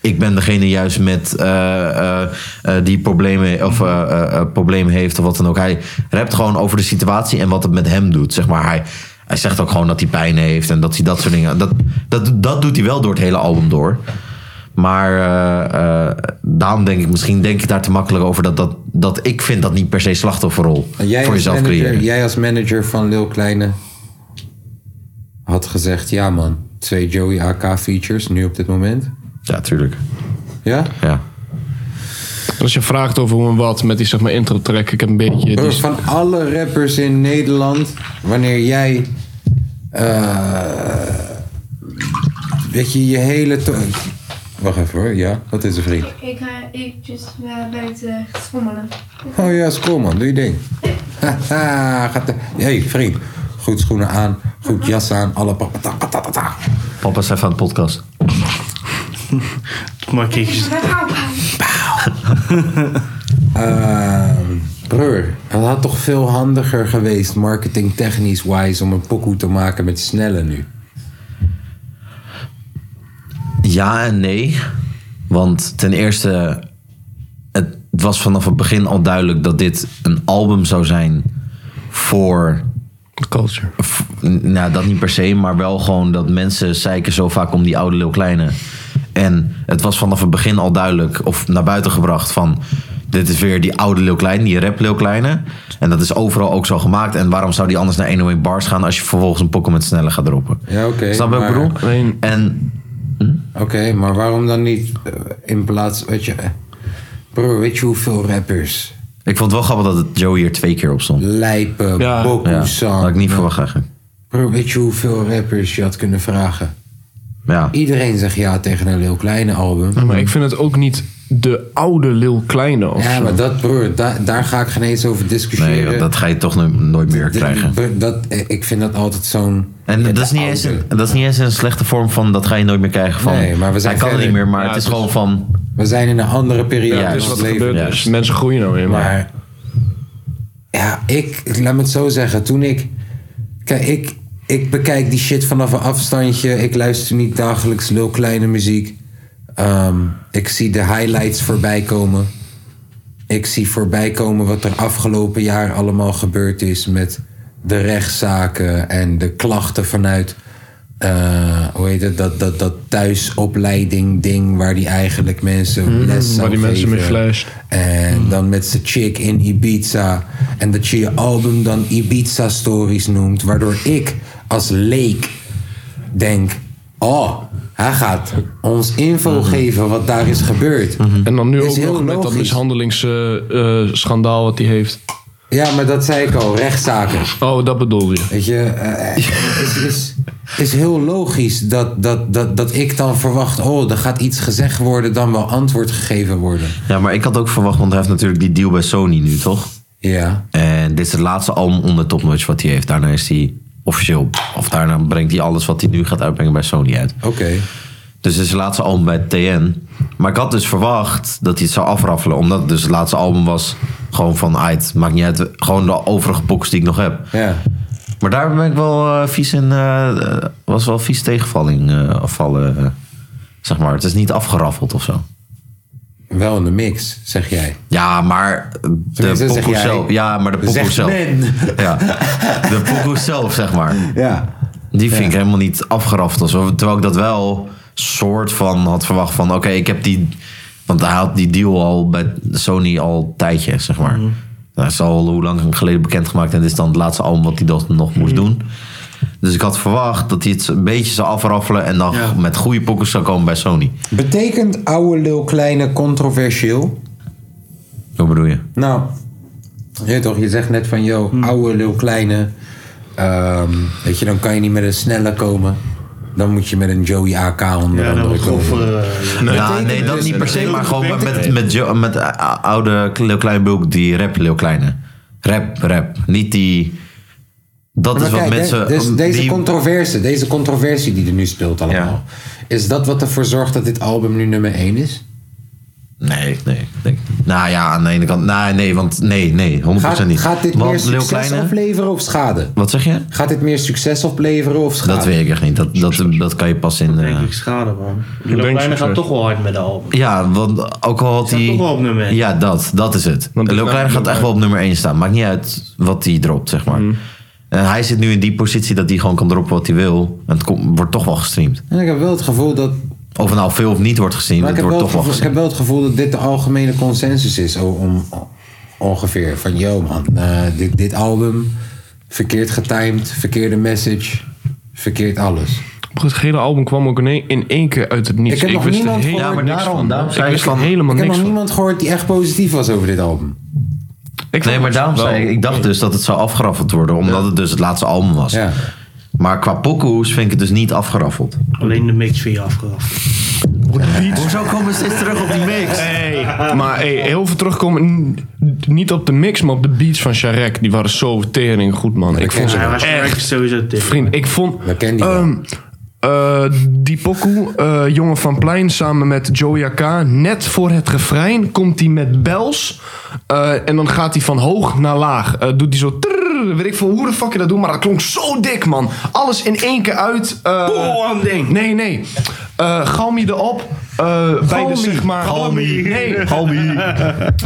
Speaker 4: Ik ben degene juist met eh, eh, eh, die problemen of eh, eh, eh, probleem heeft of wat dan ook. Hij rapt gewoon over de situatie en wat het met hem doet. Zeg maar. hij, hij zegt ook gewoon dat hij pijn heeft en dat hij dat soort dingen. Dat, dat, dat doet hij wel door het hele album door. Maar eh, eh, daarom denk ik, misschien denk ik daar te makkelijk over dat, dat, dat ik vind dat niet per se slachtofferrol
Speaker 1: En Jij
Speaker 4: voor
Speaker 1: als,
Speaker 4: jezelf
Speaker 1: manager,
Speaker 4: creëren.
Speaker 1: jij als manager van Lil Kleine had gezegd, ja man, twee Joey AK features nu op dit moment.
Speaker 4: Ja, tuurlijk.
Speaker 1: Ja?
Speaker 4: Ja.
Speaker 3: Als je vraagt over hoe en wat met die zeg maar, intro track, ik heb een beetje...
Speaker 1: Broer,
Speaker 3: Die,
Speaker 1: Oh, Dus van alle rappers in Nederland, wanneer jij. eh, weet je, je hele. to- Wacht even hoor, ja, wat is er vriend?
Speaker 5: Ik ga eventjes naar buiten schommelen.
Speaker 1: Oh ja, school man, doe je ding. Haha, gaat de- hey, vriend. Goed schoenen aan, goed jas aan, alle papata, patatata.
Speaker 4: Papa is even aan de podcast.
Speaker 2: Maar kijk eens.
Speaker 1: Ehm, broer, het had toch veel handiger geweest, marketingtechnisch wise, om een pokoe te maken met snelle nu.
Speaker 4: Ja en nee. Want ten eerste, het was vanaf het begin al duidelijk dat dit een album zou zijn voor.
Speaker 3: culture.
Speaker 4: v- Nou, dat niet per se, maar wel gewoon dat mensen zeiken zo vaak om die oude Leeuw Kleine. En het was vanaf het begin al duidelijk, of naar buiten gebracht, van. Dit is weer die oude Leeuw Kleine, die rap Leeuw Kleine. En dat is overal ook zo gemaakt. En waarom zou die anders naar 101 bars gaan als je vervolgens een pokken met sneller gaat droppen?
Speaker 1: Ja, oké,
Speaker 4: Snap je wat ik
Speaker 1: maar-
Speaker 4: bedoel? Hm?
Speaker 3: alleen-
Speaker 4: En
Speaker 1: Oké, maar waarom dan niet eh, in plaats. Weet je, eh, broer, weet je hoeveel rappers
Speaker 4: ik vond het wel grappig dat het Joey hier twee keer op stond.
Speaker 1: lijpen,
Speaker 3: Ja.
Speaker 4: Ja,
Speaker 1: bokoesan.
Speaker 4: had ik niet verwacht eigenlijk.
Speaker 1: Broer, weet je hoeveel rappers je had kunnen vragen?
Speaker 4: Ja.
Speaker 1: Iedereen zegt ja tegen een heel kleine album.
Speaker 3: Ja, maar ik vind het ook niet de oude Lil Kleine of
Speaker 1: Ja,
Speaker 3: zo.
Speaker 1: maar dat, broer, da- daar ga ik geen eens over discussiëren.
Speaker 4: Nee, joh, dat ga je toch no- nooit meer
Speaker 1: D-
Speaker 4: krijgen.
Speaker 1: broer, dat, eh, ik vind dat altijd zo'n.
Speaker 4: En
Speaker 1: Ja,
Speaker 4: dat,
Speaker 1: de
Speaker 4: is niet
Speaker 1: oude.
Speaker 4: eens een, dat is niet eens een slechte vorm van dat ga je nooit meer krijgen. Van,
Speaker 1: Nee, maar we zijn
Speaker 4: hij kan het
Speaker 1: verder.
Speaker 4: niet meer, maar
Speaker 3: Ja, dus-
Speaker 4: het is
Speaker 3: het is-
Speaker 4: gewoon van...
Speaker 1: We zijn in een andere periode
Speaker 4: Ja,
Speaker 3: Het is
Speaker 1: van
Speaker 3: wat
Speaker 1: het
Speaker 3: er
Speaker 1: leven.
Speaker 3: gebeurt.
Speaker 4: ja.
Speaker 3: Dus mensen groeien nou eenmaal.
Speaker 1: Maar ja, ik, ik- laat me het zo zeggen. Toen ik, kijk, ik, ik bekijk die shit vanaf een afstandje. Ik luister niet dagelijks lul kleine muziek. Ehm, ik zie de highlights voorbij komen. Ik zie voorbij komen wat er afgelopen jaar allemaal gebeurd is met de rechtszaken en de klachten vanuit. eh, hoe heet het? Dat, dat, dat thuisopleiding ding waar die eigenlijk mensen les zou
Speaker 3: Hmm, waar die mensen mee
Speaker 1: geven.
Speaker 3: flasht. Hmm.
Speaker 1: En dan met zijn chick in Ibiza. En dat je je album dan Ibiza Stories noemt. Waardoor ik als leek denk... Oh, hij gaat ons info geven wat daar is gebeurd.
Speaker 3: Hmm. En dan nu
Speaker 1: Is
Speaker 3: ook
Speaker 1: heel
Speaker 3: nog met dat
Speaker 1: logisch.
Speaker 3: mishandelingsschandaal eh, wat hij heeft.
Speaker 1: Ja, maar dat zei ik al. Rechtszaken.
Speaker 3: Oh, dat bedoel je.
Speaker 1: Weet je, eh, is, is, is heel logisch dat, dat, dat, dat ik dan verwacht... Oh, er gaat iets gezegd worden dan wel antwoord gegeven worden.
Speaker 4: Ja, maar ik had ook verwacht, want hij heeft natuurlijk die deal bij Sony nu, toch?
Speaker 1: Ja.
Speaker 4: En dit is het laatste album onder Top Notch wat hij heeft. Daarna is hij officieel... Of daarna brengt hij alles wat hij nu gaat uitbrengen bij Sony uit.
Speaker 1: Oké.
Speaker 4: Dus het is het laatste album bij TN. Maar ik had dus verwacht dat hij het zou afraffelen. Omdat het dus het laatste album was gewoon van... "Ah, het maakt niet uit, gewoon de overige box die ik nog heb.
Speaker 1: Ja.
Speaker 4: Maar daar ben ik wel eh, vies in. eh, eh, was wel vies tegenvalling eh, afvallen. eh, zeg maar. Het is niet afgeraffeld of zo.
Speaker 1: Wel in de mix, zeg jij.
Speaker 4: Ja, maar de
Speaker 1: Tenminste, zeg
Speaker 4: pokoe
Speaker 1: jij.
Speaker 4: zelf. Ja, maar de pokoe
Speaker 1: Zegt
Speaker 4: zelf.
Speaker 1: men.
Speaker 4: Ja, de pokoe zelf, zeg maar.
Speaker 1: Ja.
Speaker 4: Die vind ik helemaal niet afgeraffeld. of zo. Terwijl ik dat wel soort van had verwacht van... Oké, ik heb die... Want hij had die deal al bij Sony al een tijdje, zeg maar.
Speaker 1: Mm.
Speaker 4: Dat is al hoe lang geleden bekendgemaakt. En dit is dan het laatste album wat hij dat nog
Speaker 1: Mm.
Speaker 4: moest doen. Dus ik had verwacht dat hij het een beetje zou afraffelen... en dan met goede pokkers zou komen bij Sony.
Speaker 1: Betekent oude lul kleine controversieel?
Speaker 4: Hoe bedoel je?
Speaker 1: Nou, je weet toch, je zegt net van, yo,
Speaker 4: Hmm.
Speaker 1: oude lul kleine. ehm, weet je, dan kan je niet met een snelle komen. Dan moet je met een Joey AK onder
Speaker 2: Ja, dat
Speaker 1: andere
Speaker 2: wordt grof.
Speaker 1: komen.
Speaker 2: eh,
Speaker 4: Nee, nee
Speaker 1: dus-
Speaker 4: dat niet per se, maar gewoon met, met, met, Jo- met eh, oude Leo Kleine Bulk, die rap Leo Kleine. Rap, rap. Niet die... Dat is
Speaker 1: Maar
Speaker 4: wat
Speaker 1: kijk,
Speaker 4: mensen...
Speaker 1: de- dus deze
Speaker 4: die-
Speaker 1: controverse, deze controversie die er nu speelt allemaal.
Speaker 4: Ja.
Speaker 1: Is dat wat ervoor zorgt dat dit album nu nummer 1 is?
Speaker 4: Nee, nee. ik Denk, Nou ja, aan de ene kant. Nee, nee, want nee, nee, 100%
Speaker 1: Gaat,
Speaker 4: niet.
Speaker 1: gaat dit
Speaker 4: Want
Speaker 1: meer
Speaker 4: Leeuw
Speaker 1: succes
Speaker 4: Kleine-
Speaker 1: opleveren of schade?
Speaker 4: Wat zeg je?
Speaker 1: Gaat dit meer succes opleveren of schade?
Speaker 4: Dat weet ik echt niet. Dat, dat, dat kan je pas in. eh,
Speaker 2: Denk ik schade, man. Die
Speaker 3: denk
Speaker 2: Kleine
Speaker 3: succes.
Speaker 2: gaat toch wel hard met de album.
Speaker 4: Ja, want ook al had
Speaker 2: Staat
Speaker 4: hij.
Speaker 2: toch wel op nummer één.
Speaker 4: Ja, dat, dat is het.
Speaker 3: Want
Speaker 4: Lil
Speaker 3: dat-
Speaker 4: Kleine gaat echt wel op nummer 1 staan. Maakt niet uit wat hij dropt, zeg maar.
Speaker 3: Mm.
Speaker 4: En hij zit nu in die positie dat hij gewoon kan droppen wat hij wil. En het komt- wordt toch wel gestreamd.
Speaker 1: En ik heb wel het gevoel dat.
Speaker 4: Of het nou veel of niet wordt gezien,
Speaker 1: Maar ik,
Speaker 4: het
Speaker 1: heb
Speaker 4: wordt
Speaker 1: wel
Speaker 4: toch
Speaker 1: het
Speaker 4: wel
Speaker 1: gevoel, ik
Speaker 4: gezien.
Speaker 1: heb wel het gevoel dat dit de algemene consensus is. o- Om, o- ongeveer. Van yo man, eh, dit, dit album. Verkeerd getimed, verkeerde message, verkeerd alles.
Speaker 3: Maar goed, het hele album kwam ook in één, in één keer uit het niets.
Speaker 1: Ik heb nog
Speaker 3: wist er
Speaker 1: niemand
Speaker 3: helemaal
Speaker 1: gehoord,
Speaker 3: niks
Speaker 4: daarom,
Speaker 3: van.
Speaker 4: daarom
Speaker 3: Ik
Speaker 4: zei ik
Speaker 3: wist er
Speaker 4: van-
Speaker 3: helemaal
Speaker 1: Ik
Speaker 3: niks
Speaker 1: heb nog
Speaker 3: van.
Speaker 1: niemand gehoord die echt positief was over dit album.
Speaker 3: Ik vond
Speaker 4: Nee, maar
Speaker 3: het
Speaker 4: daarom
Speaker 3: wel-
Speaker 4: zei ik, ik dacht dus dat het zou afgeraffeld worden, omdat het dus het laatste album was.
Speaker 1: Ja.
Speaker 4: Maar qua pokoes vind ik het dus niet afgeraffeld.
Speaker 2: Alleen de mix vind je afgeraf.
Speaker 4: Hoezo komen we steeds terug op die mix?
Speaker 3: Hey, maar hey, heel veel terugkomen, n- niet op de mix, maar op de beats van Sharek. Die waren zo tering goed, man. Ik vond ze
Speaker 2: Hij was
Speaker 3: echt
Speaker 2: sowieso tegen.
Speaker 3: Vriend, ik vond.
Speaker 1: We kennen die wel.
Speaker 3: ehm, eh, die pokoe, eh, Jongen van Plein samen met Joey AK. Net voor het refrein komt hij met bels. eh, en dan gaat hij van hoog naar laag. Eh, doet hij zo. trrr, weet ik veel hoe de fuck je dat doet, maar dat klonk zo dik, man. Alles in één keer uit. eh,
Speaker 2: Boom, ding.
Speaker 3: Nee, nee. Eh Galmi erop. eh bij de zeg maar. Galmi. Nee.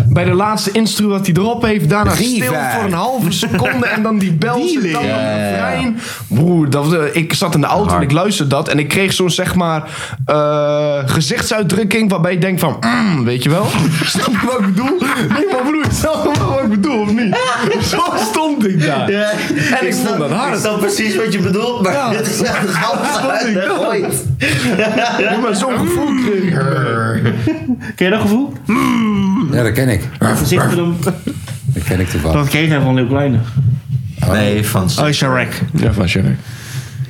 Speaker 3: Bij de laatste instru wat hij erop heeft. Daarna
Speaker 1: Riva.
Speaker 3: stil voor een halve seconde. En dan die bel
Speaker 2: Die
Speaker 3: zit dan
Speaker 2: liggen.
Speaker 3: op de trein. Broer, dat, eh, ik zat in de auto en ik luisterde dat. En ik kreeg zo'n zeg maar eh, gezichtsuitdrukking. Waarbij ik denk van, mm, weet je wel. snap je wat ik bedoel? Nee, maar broer, snap je wat ik bedoel of niet? Zo stond ik daar. En ik vond dat hard.
Speaker 4: precies wat je bedoelt, maar
Speaker 3: Ja. dit
Speaker 4: is echt
Speaker 3: uitgegooid. Ja, maar zo'n gevoel kreeg ik.
Speaker 2: Ken je dat gevoel?
Speaker 1: Mm. Ja, dat ken ik.
Speaker 2: Voorzichtig dan.
Speaker 1: Dat ken ik toevallig.
Speaker 2: Dat kreeg hij van Leeuw Kleine.
Speaker 4: Nee, van...
Speaker 2: Oh, Sharek.
Speaker 3: Ja, van Sharek.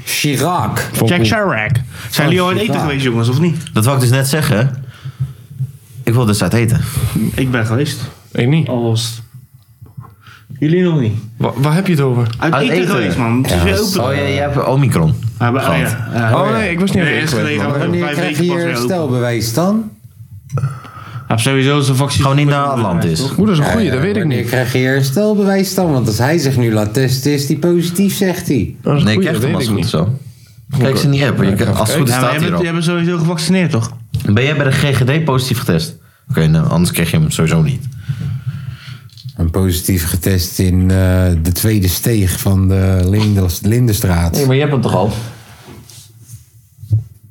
Speaker 1: Chirac. Oh,
Speaker 2: Jack Sharek. Zijn jullie al uit eten
Speaker 1: ja.
Speaker 2: geweest, jongens, of niet?
Speaker 4: Dat wou ik dus net zeggen. Ik wil dus uit eten.
Speaker 2: Ik ben geweest.
Speaker 3: Ik niet.
Speaker 2: Al was het- Jullie nog niet.
Speaker 3: Wa- waar heb je het over?
Speaker 2: Uit,
Speaker 4: Uit
Speaker 2: eten,
Speaker 4: eten?
Speaker 2: geweest, man. Het is weer open.
Speaker 4: Oh, jij, jij hebt Omicron.
Speaker 2: Ah, maar- ah,
Speaker 4: Gehad.
Speaker 2: ja. Ah,
Speaker 3: Oh nee, ik was niet
Speaker 2: Nee,
Speaker 3: aan het
Speaker 2: is
Speaker 3: eten
Speaker 2: gelegen.
Speaker 3: geweest, man.
Speaker 1: Wanneer
Speaker 2: Vijf
Speaker 1: krijg je
Speaker 2: weken pas weer
Speaker 1: hier
Speaker 2: open.
Speaker 1: stelbewijs dan?
Speaker 2: Hij heeft sowieso zijn vaccin.
Speaker 4: Gewoon niet naar Atlantis.
Speaker 3: Hoe dat is een goeie, dat weet ik
Speaker 1: Wanneer
Speaker 3: niet.
Speaker 1: krijg je hier stelbewijs dan? Want als hij zich nu laat testen, is hij positief, zegt hij.
Speaker 3: Dat is een
Speaker 4: Nee,
Speaker 3: goeie,
Speaker 4: ik krijg
Speaker 3: dat
Speaker 4: hem
Speaker 3: weet
Speaker 4: als
Speaker 3: ik
Speaker 4: het goed
Speaker 3: niet.
Speaker 4: zo. Kijk ze niet app. Je, kan- als het goed is,
Speaker 2: Ja, maar jij
Speaker 4: staat hier
Speaker 2: bent,
Speaker 4: al.
Speaker 2: jij bent sowieso gevaccineerd, toch?
Speaker 4: Ben jij bij de GGD positief getest? Oké, nou, anders krijg je hem sowieso niet.
Speaker 1: Een positief getest in eh, de tweede steeg van de Lindels- Lindenstraat.
Speaker 4: maar je hebt hem toch al?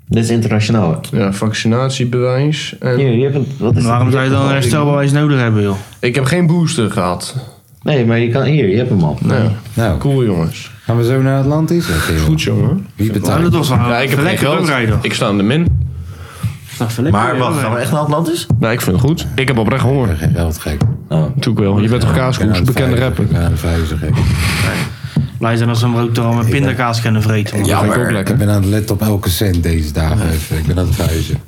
Speaker 4: Dit is internationaal, hè?
Speaker 3: Ja, vaccinatiebewijs. En
Speaker 4: je hebt hem, wat is
Speaker 2: Waarom zou je dan een herstelbewijs nodig hebben, joh?
Speaker 3: ik heb geen booster gehad.
Speaker 4: Nee, maar je kan hier, je hebt hem al.
Speaker 3: Ja.
Speaker 1: Nou,
Speaker 3: Cool jongens.
Speaker 1: gaan we zo naar Atlantis? Oké, joh.
Speaker 3: Goed jongen.
Speaker 1: Wie
Speaker 2: Maar dat
Speaker 1: betaalt?
Speaker 2: was wel
Speaker 3: Ja, ik heb geen
Speaker 2: lekker
Speaker 3: geld. Ik sta in de min.
Speaker 4: Maar wacht, gaan we echt naar Atlantis?
Speaker 3: Nou, ik vind het goed. Ik heb oprecht honger.
Speaker 1: Geen geld gek.
Speaker 3: Natuurlijk wel. Je bent toch kaaskoes, bekende rapper.
Speaker 1: Ja, een vijzer gek.
Speaker 2: Blij zijn als we hem ook toch al met pindakaas kunnen vreten. man.
Speaker 3: Ja, vind ik ook
Speaker 1: Ik
Speaker 3: lekker.
Speaker 1: ben aan het letten op elke cent deze dagen even. Ik ben aan het vuizen.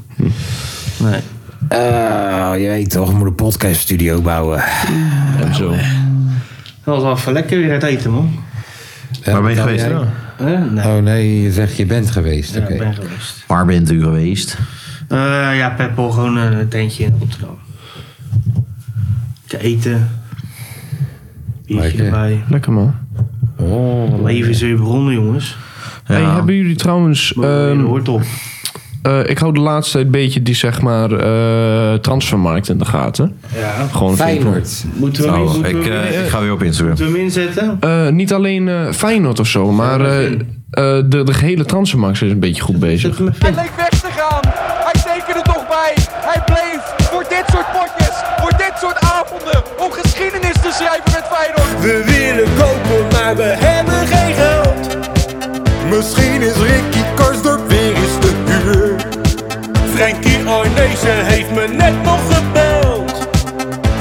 Speaker 2: Nee.
Speaker 1: Eh, je weet toch, we moeten een podcaststudio bouwen. Eh,
Speaker 3: En zo.
Speaker 2: Dat was wel even lekker weer uit eten, man.
Speaker 4: Waar ben je geweest?
Speaker 2: Hè? Nee,
Speaker 1: eh, Oh nee, je zegt je bent geweest.
Speaker 2: ja,
Speaker 1: Oké.
Speaker 2: ik ben geweest.
Speaker 4: Waar bent u geweest?
Speaker 2: Eh, ja, Peppel, gewoon eh, een tentje in Rotterdam. Te eten. Biertje
Speaker 1: Lekker.
Speaker 2: erbij.
Speaker 3: Lekker man.
Speaker 1: Oh,
Speaker 2: Leven is weer begonnen, jongens.
Speaker 3: Hey, hebben jullie trouwens...
Speaker 2: Maar
Speaker 3: ehm,
Speaker 2: hoort op.
Speaker 3: eh, ik hou de laatste tijd een beetje die zeg maar eh, transfermarkt in de gaten.
Speaker 2: Ja.
Speaker 3: Gewoon
Speaker 1: Feyenoord.
Speaker 2: Moeten we hem in-
Speaker 4: Oh,
Speaker 2: moeten
Speaker 4: ik,
Speaker 2: we hem in-
Speaker 4: eh, ik ga weer op Instagram.
Speaker 2: moeten we hem inzetten?
Speaker 3: Eh, niet alleen eh, Feyenoord of zo, maar eh, eh, de, de gehele transfermarkt is een beetje goed bezig.
Speaker 2: Zet hem even in.
Speaker 6: Hij leek weg te gaan. Hij tekende toch bij. Hij bleef voor dit soort potjes, voor dit soort avonden, om geschiedenis te schrijven met Feyenoord. We willen kopen, maar we hebben geen geld. Misschien is Ricky Karsdorp weer eens te duur. Frankie Arnezen heeft me net nog gebeld.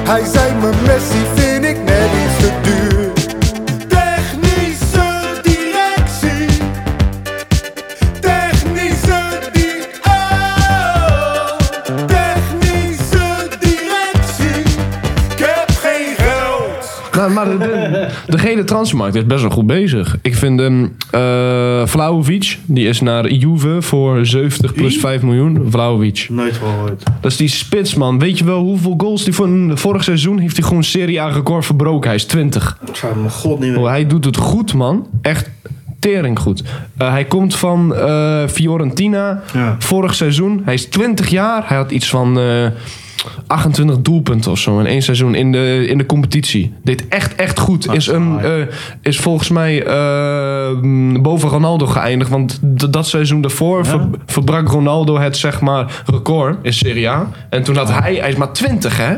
Speaker 6: Hij zei me Messi vind ik net iets te duur. Technische directie. Technische di- oh, technische directie. Ik heb geen geld.
Speaker 3: Nou, maar de, de, de gele transfermarkt is best wel goed bezig. Ik vind ehm eh, Vlahovic, die is naar Juve voor 70 plus 5 miljoen. Vlahovic.
Speaker 2: Nooit gehoord.
Speaker 3: Dat is die spitsman. Weet je wel hoeveel goals die van vorig seizoen heeft hij gewoon Serie A record verbroken. Hij is 20.
Speaker 2: Ik zou mijn god niet
Speaker 3: Oh,
Speaker 2: weten.
Speaker 3: hij doet het goed, man. Echt tering goed. Eh, hij komt van eh, Fiorentina
Speaker 2: Ja.
Speaker 3: vorig seizoen. Hij is 20 jaar. Hij had iets van eh, 28 doelpunten of zo in één seizoen in de, in de competitie. Deed echt, echt goed. Is, een, eh, is volgens mij eh, boven Ronaldo geëindigd. Want d- dat seizoen daarvoor ver- verbrak Ronaldo het zeg maar record in Serie A. En toen had hij, hij is maar 20 hè.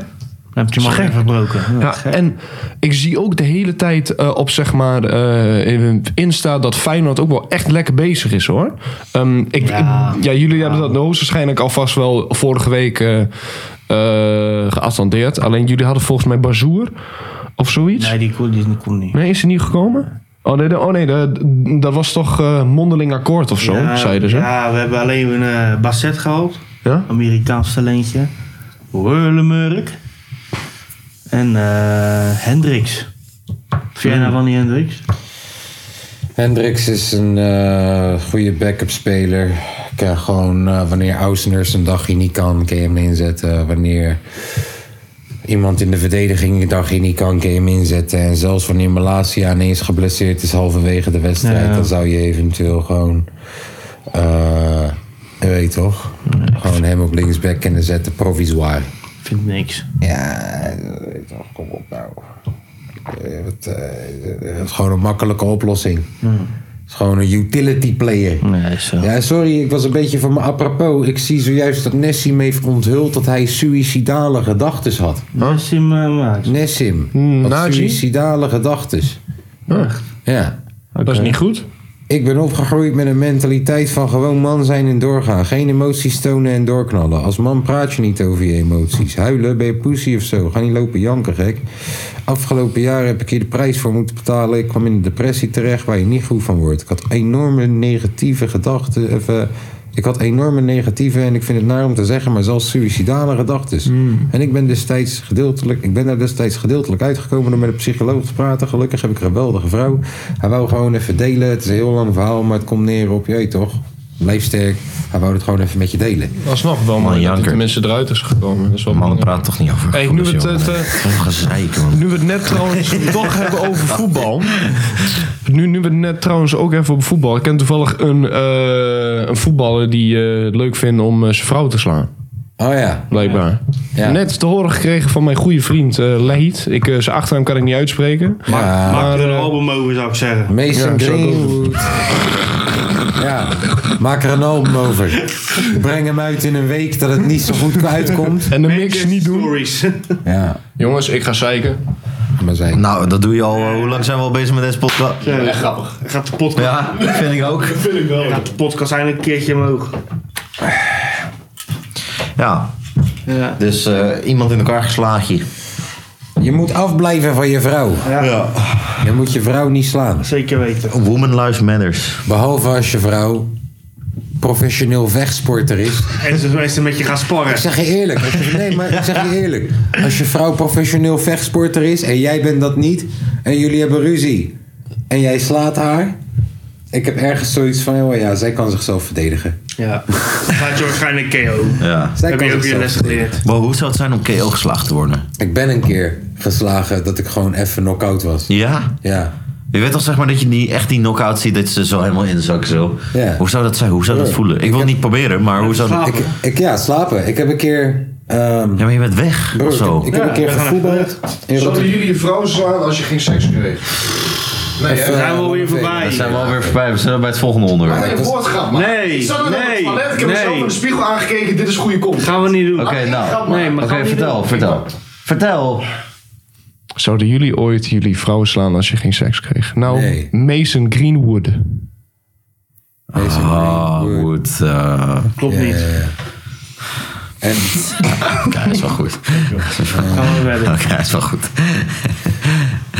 Speaker 2: Dan heb je hem al even verbroken.
Speaker 3: Ja, en ik zie ook de hele tijd eh, op zeg maar eh, Insta dat Feyenoord ook wel echt lekker bezig is hoor. Ehm, ik, ja. ja, jullie hebben dat nou waarschijnlijk alvast wel vorige week eh eh, geattendeerd. Alleen jullie hadden volgens mij Bazoer of zoiets.
Speaker 2: Nee,
Speaker 3: Nee,
Speaker 2: die kon, die, die kon niet.
Speaker 3: is hij niet gekomen? Oh nee, de- oh, nee de- dat was toch eh, mondeling akkoord of zo,
Speaker 2: Ja,
Speaker 3: zeiden ze. Ja.
Speaker 2: Ja, we hebben alleen een eh, Basset gehad. Amerikaans talentje. Wurlemurk. En eh Hendricks. Vind jij
Speaker 3: Hmm.
Speaker 2: nou van die Hendricks?
Speaker 1: Hendricks is een eh, goede backup speler. Kan gewoon eh, wanneer Ausners een dagje niet kan, kan je hem inzetten. Wanneer iemand in de verdediging een dagje niet kan, kan je hem inzetten. En zelfs wanneer Malasia ineens geblesseerd is halverwege de wedstrijd,
Speaker 2: Ja.
Speaker 1: dan zou je eventueel gewoon. eh, je weet toch? Gewoon hem op linksback kunnen zetten, provisoire.
Speaker 2: Vind niks.
Speaker 1: Ja, weet je wel, kom op nou. Eh, wat, eh, Het is gewoon een makkelijke oplossing. Het is gewoon een utility player.
Speaker 2: Nee, eh, zo.
Speaker 1: Ja, sorry, ik was een beetje van mijn apropos. Ik zie zojuist dat Nessim heeft onthuld dat hij suïcidale gedachten had.
Speaker 2: Wat is die eh, maat?
Speaker 1: Nessim
Speaker 3: Hmm,
Speaker 1: had
Speaker 3: Najee?
Speaker 1: suïcidale gedachten. Ja.
Speaker 3: Dat is niet goed.
Speaker 1: Ik ben opgegroeid met een mentaliteit van gewoon man zijn en doorgaan. Geen emoties tonen en doorknallen. Als man praat je niet over je emoties. Huilen, ben je pussy of zo. Ga niet lopen janken, gek. Afgelopen jaar heb ik hier de prijs voor moeten betalen. Ik kwam in een depressie terecht waar je niet goed van wordt. Ik had enorme negatieve gedachten. Of, eh, ik had enorme negatieve, en ik vind het naar om te zeggen, maar zelfs suïcidale gedachten.
Speaker 3: Hmm.
Speaker 1: En ik ben, destijds gedeeltelijk, ik ben daar destijds gedeeltelijk uitgekomen door met een psycholoog te praten. Gelukkig heb ik een geweldige vrouw. Hij wou gewoon even delen. Het is een heel lang verhaal, maar het komt neer op, je weet toch, blijf sterk. Hij wou het gewoon even met je delen.
Speaker 3: Alsnog wel mooi dat
Speaker 4: janker.
Speaker 3: er mensen eruit is gekomen. Dat is wel
Speaker 4: Mannen
Speaker 3: belangrijk.
Speaker 4: praten toch niet over
Speaker 3: Hey, nu
Speaker 4: voetbal,
Speaker 3: het,
Speaker 4: jongen.
Speaker 3: het, eh,
Speaker 4: Wat een gezeik, man.
Speaker 3: Nu we het net trouwens toch hebben over voetbal. Nu, nu we het net trouwens ook even over voetbal. Ik ken toevallig een, eh, een voetballer die eh, het leuk vindt om eh, zijn vrouw te slaan.
Speaker 1: Oh ja.
Speaker 3: Blijkbaar.
Speaker 1: Ja.
Speaker 3: Net te horen gekregen van mijn goede vriend eh Lahit. Ik, eh, zijn achternaam kan ik niet uitspreken.
Speaker 1: ja.
Speaker 2: Maak er een
Speaker 3: eh,
Speaker 2: album over, zou ik zeggen.
Speaker 1: Mason
Speaker 3: Ja, zo
Speaker 1: Greenwood. Ja, maak er een album over. Breng hem uit in een week dat het niet zo goed uitkomt.
Speaker 3: En de mix niet doen.
Speaker 2: Stories.
Speaker 1: Ja,
Speaker 3: Jongens, ik ga zeiken.
Speaker 1: maar zijn.
Speaker 4: Nou, dat doe je al. eh, Hoe lang zijn we al bezig met deze podcast?
Speaker 2: Echt grappig. Gaat de podcast,
Speaker 4: Ja, vind ik ook.
Speaker 2: gaat de podcast eigenlijk een keertje omhoog.
Speaker 4: Ja,
Speaker 2: Ja.
Speaker 4: dus eh, iemand in elkaar geslagen.
Speaker 1: Je moet afblijven van je vrouw.
Speaker 2: Ja.
Speaker 1: Je moet je vrouw niet slaan.
Speaker 2: Zeker weten.
Speaker 4: Woman Lives Matters.
Speaker 1: Behalve als je vrouw professioneel vechtsporter is.
Speaker 2: En ze en ze met je gaan sparren.
Speaker 1: Ik zeg je eerlijk. als je- nee, maar ik zeg je eerlijk. Als je vrouw professioneel vechtsporter is en jij bent dat niet en jullie hebben ruzie en jij slaat haar. Ik heb ergens zoiets van, oh ja, zij kan zichzelf verdedigen.
Speaker 2: Ja. Dan gaat je waarschijnlijk KO.
Speaker 4: Ja.
Speaker 1: Zij
Speaker 2: Heb
Speaker 1: kan
Speaker 2: je ook je
Speaker 1: zichzelf
Speaker 2: les
Speaker 1: verdedigen.
Speaker 2: geleerd?
Speaker 4: Maar hoe zou het zijn om KO geslagen te worden?
Speaker 1: Ik ben een keer geslagen dat ik gewoon even knock-out was.
Speaker 4: Ja?
Speaker 1: Ja.
Speaker 4: Je weet toch zeg maar dat je die, echt die knock-out ziet dat ze zo helemaal inzakken zo.
Speaker 1: Ja.
Speaker 4: Hoe zou dat zijn? Hoe zou dat
Speaker 1: Ja.
Speaker 4: voelen? Ik wil het niet proberen, maar hoe zou dat...
Speaker 1: Ik, ik, ja, slapen. Ik heb een keer... ehm
Speaker 4: Ja, maar je bent weg
Speaker 1: broer,
Speaker 4: of
Speaker 1: ik heb-
Speaker 4: zo.
Speaker 1: ik, heb een keer gevoetbald. in Rotterdam.
Speaker 3: jullie je vrouw slaan als je geen seks kreeg? Nee,
Speaker 1: Even-
Speaker 2: Zijn we alweer
Speaker 4: We
Speaker 2: voorbij?
Speaker 4: zijn we alweer voorbij. We zijn bij het volgende onderwerp.
Speaker 3: een woordgrap,
Speaker 2: Nee, Ik zat net op het nee, toilet, ik heb mezelf nee. in de
Speaker 3: spiegel aangekeken. Dit is goede kop.
Speaker 2: Gaan we niet doen.
Speaker 4: Oké, nou.
Speaker 2: Nee, maar
Speaker 4: Oké,
Speaker 2: gaan we niet
Speaker 4: vertel,
Speaker 3: Oh,
Speaker 2: doen.
Speaker 4: vertel. Vertel.
Speaker 3: Zouden jullie ooit jullie vrouwen slaan als je geen seks kreeg? Nou,
Speaker 1: Nee.
Speaker 3: Mason Greenwood.
Speaker 4: Ah, goed. eh,
Speaker 2: Klopt
Speaker 1: Ja,
Speaker 2: niet.
Speaker 1: ja, ja. En
Speaker 4: ja, is wel goed.
Speaker 2: Gaan we verder.
Speaker 4: Oké, is wel goed.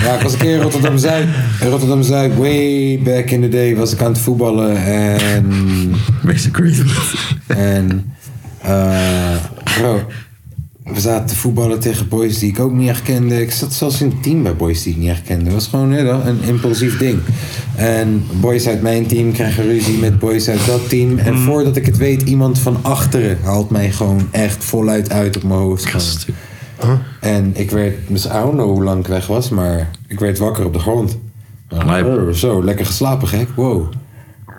Speaker 1: ja, ik was een keer in Rotterdam Zuid. In Rotterdam Zuid, way back in the day, was ik aan het voetballen. En.
Speaker 4: Basic Creed.
Speaker 1: En. eh, bro. We zaten te voetballen tegen boys die ik ook niet echt kende. Ik zat zelfs in een team bij boys die ik niet echt kende. Het was gewoon hè, dat, een impulsief ding. En boys uit mijn team krijgen ruzie met boys uit dat team. En voordat ik het weet, iemand van achteren haalt mij gewoon echt voluit uit op mijn hoofd. gewoon.
Speaker 7: А?
Speaker 1: En ik werd, dus I don't know hoe lang ik weg was, maar ik werd wakker op de grond.
Speaker 4: Lijp.
Speaker 1: Oh, zo, lekker geslapen gek, wow.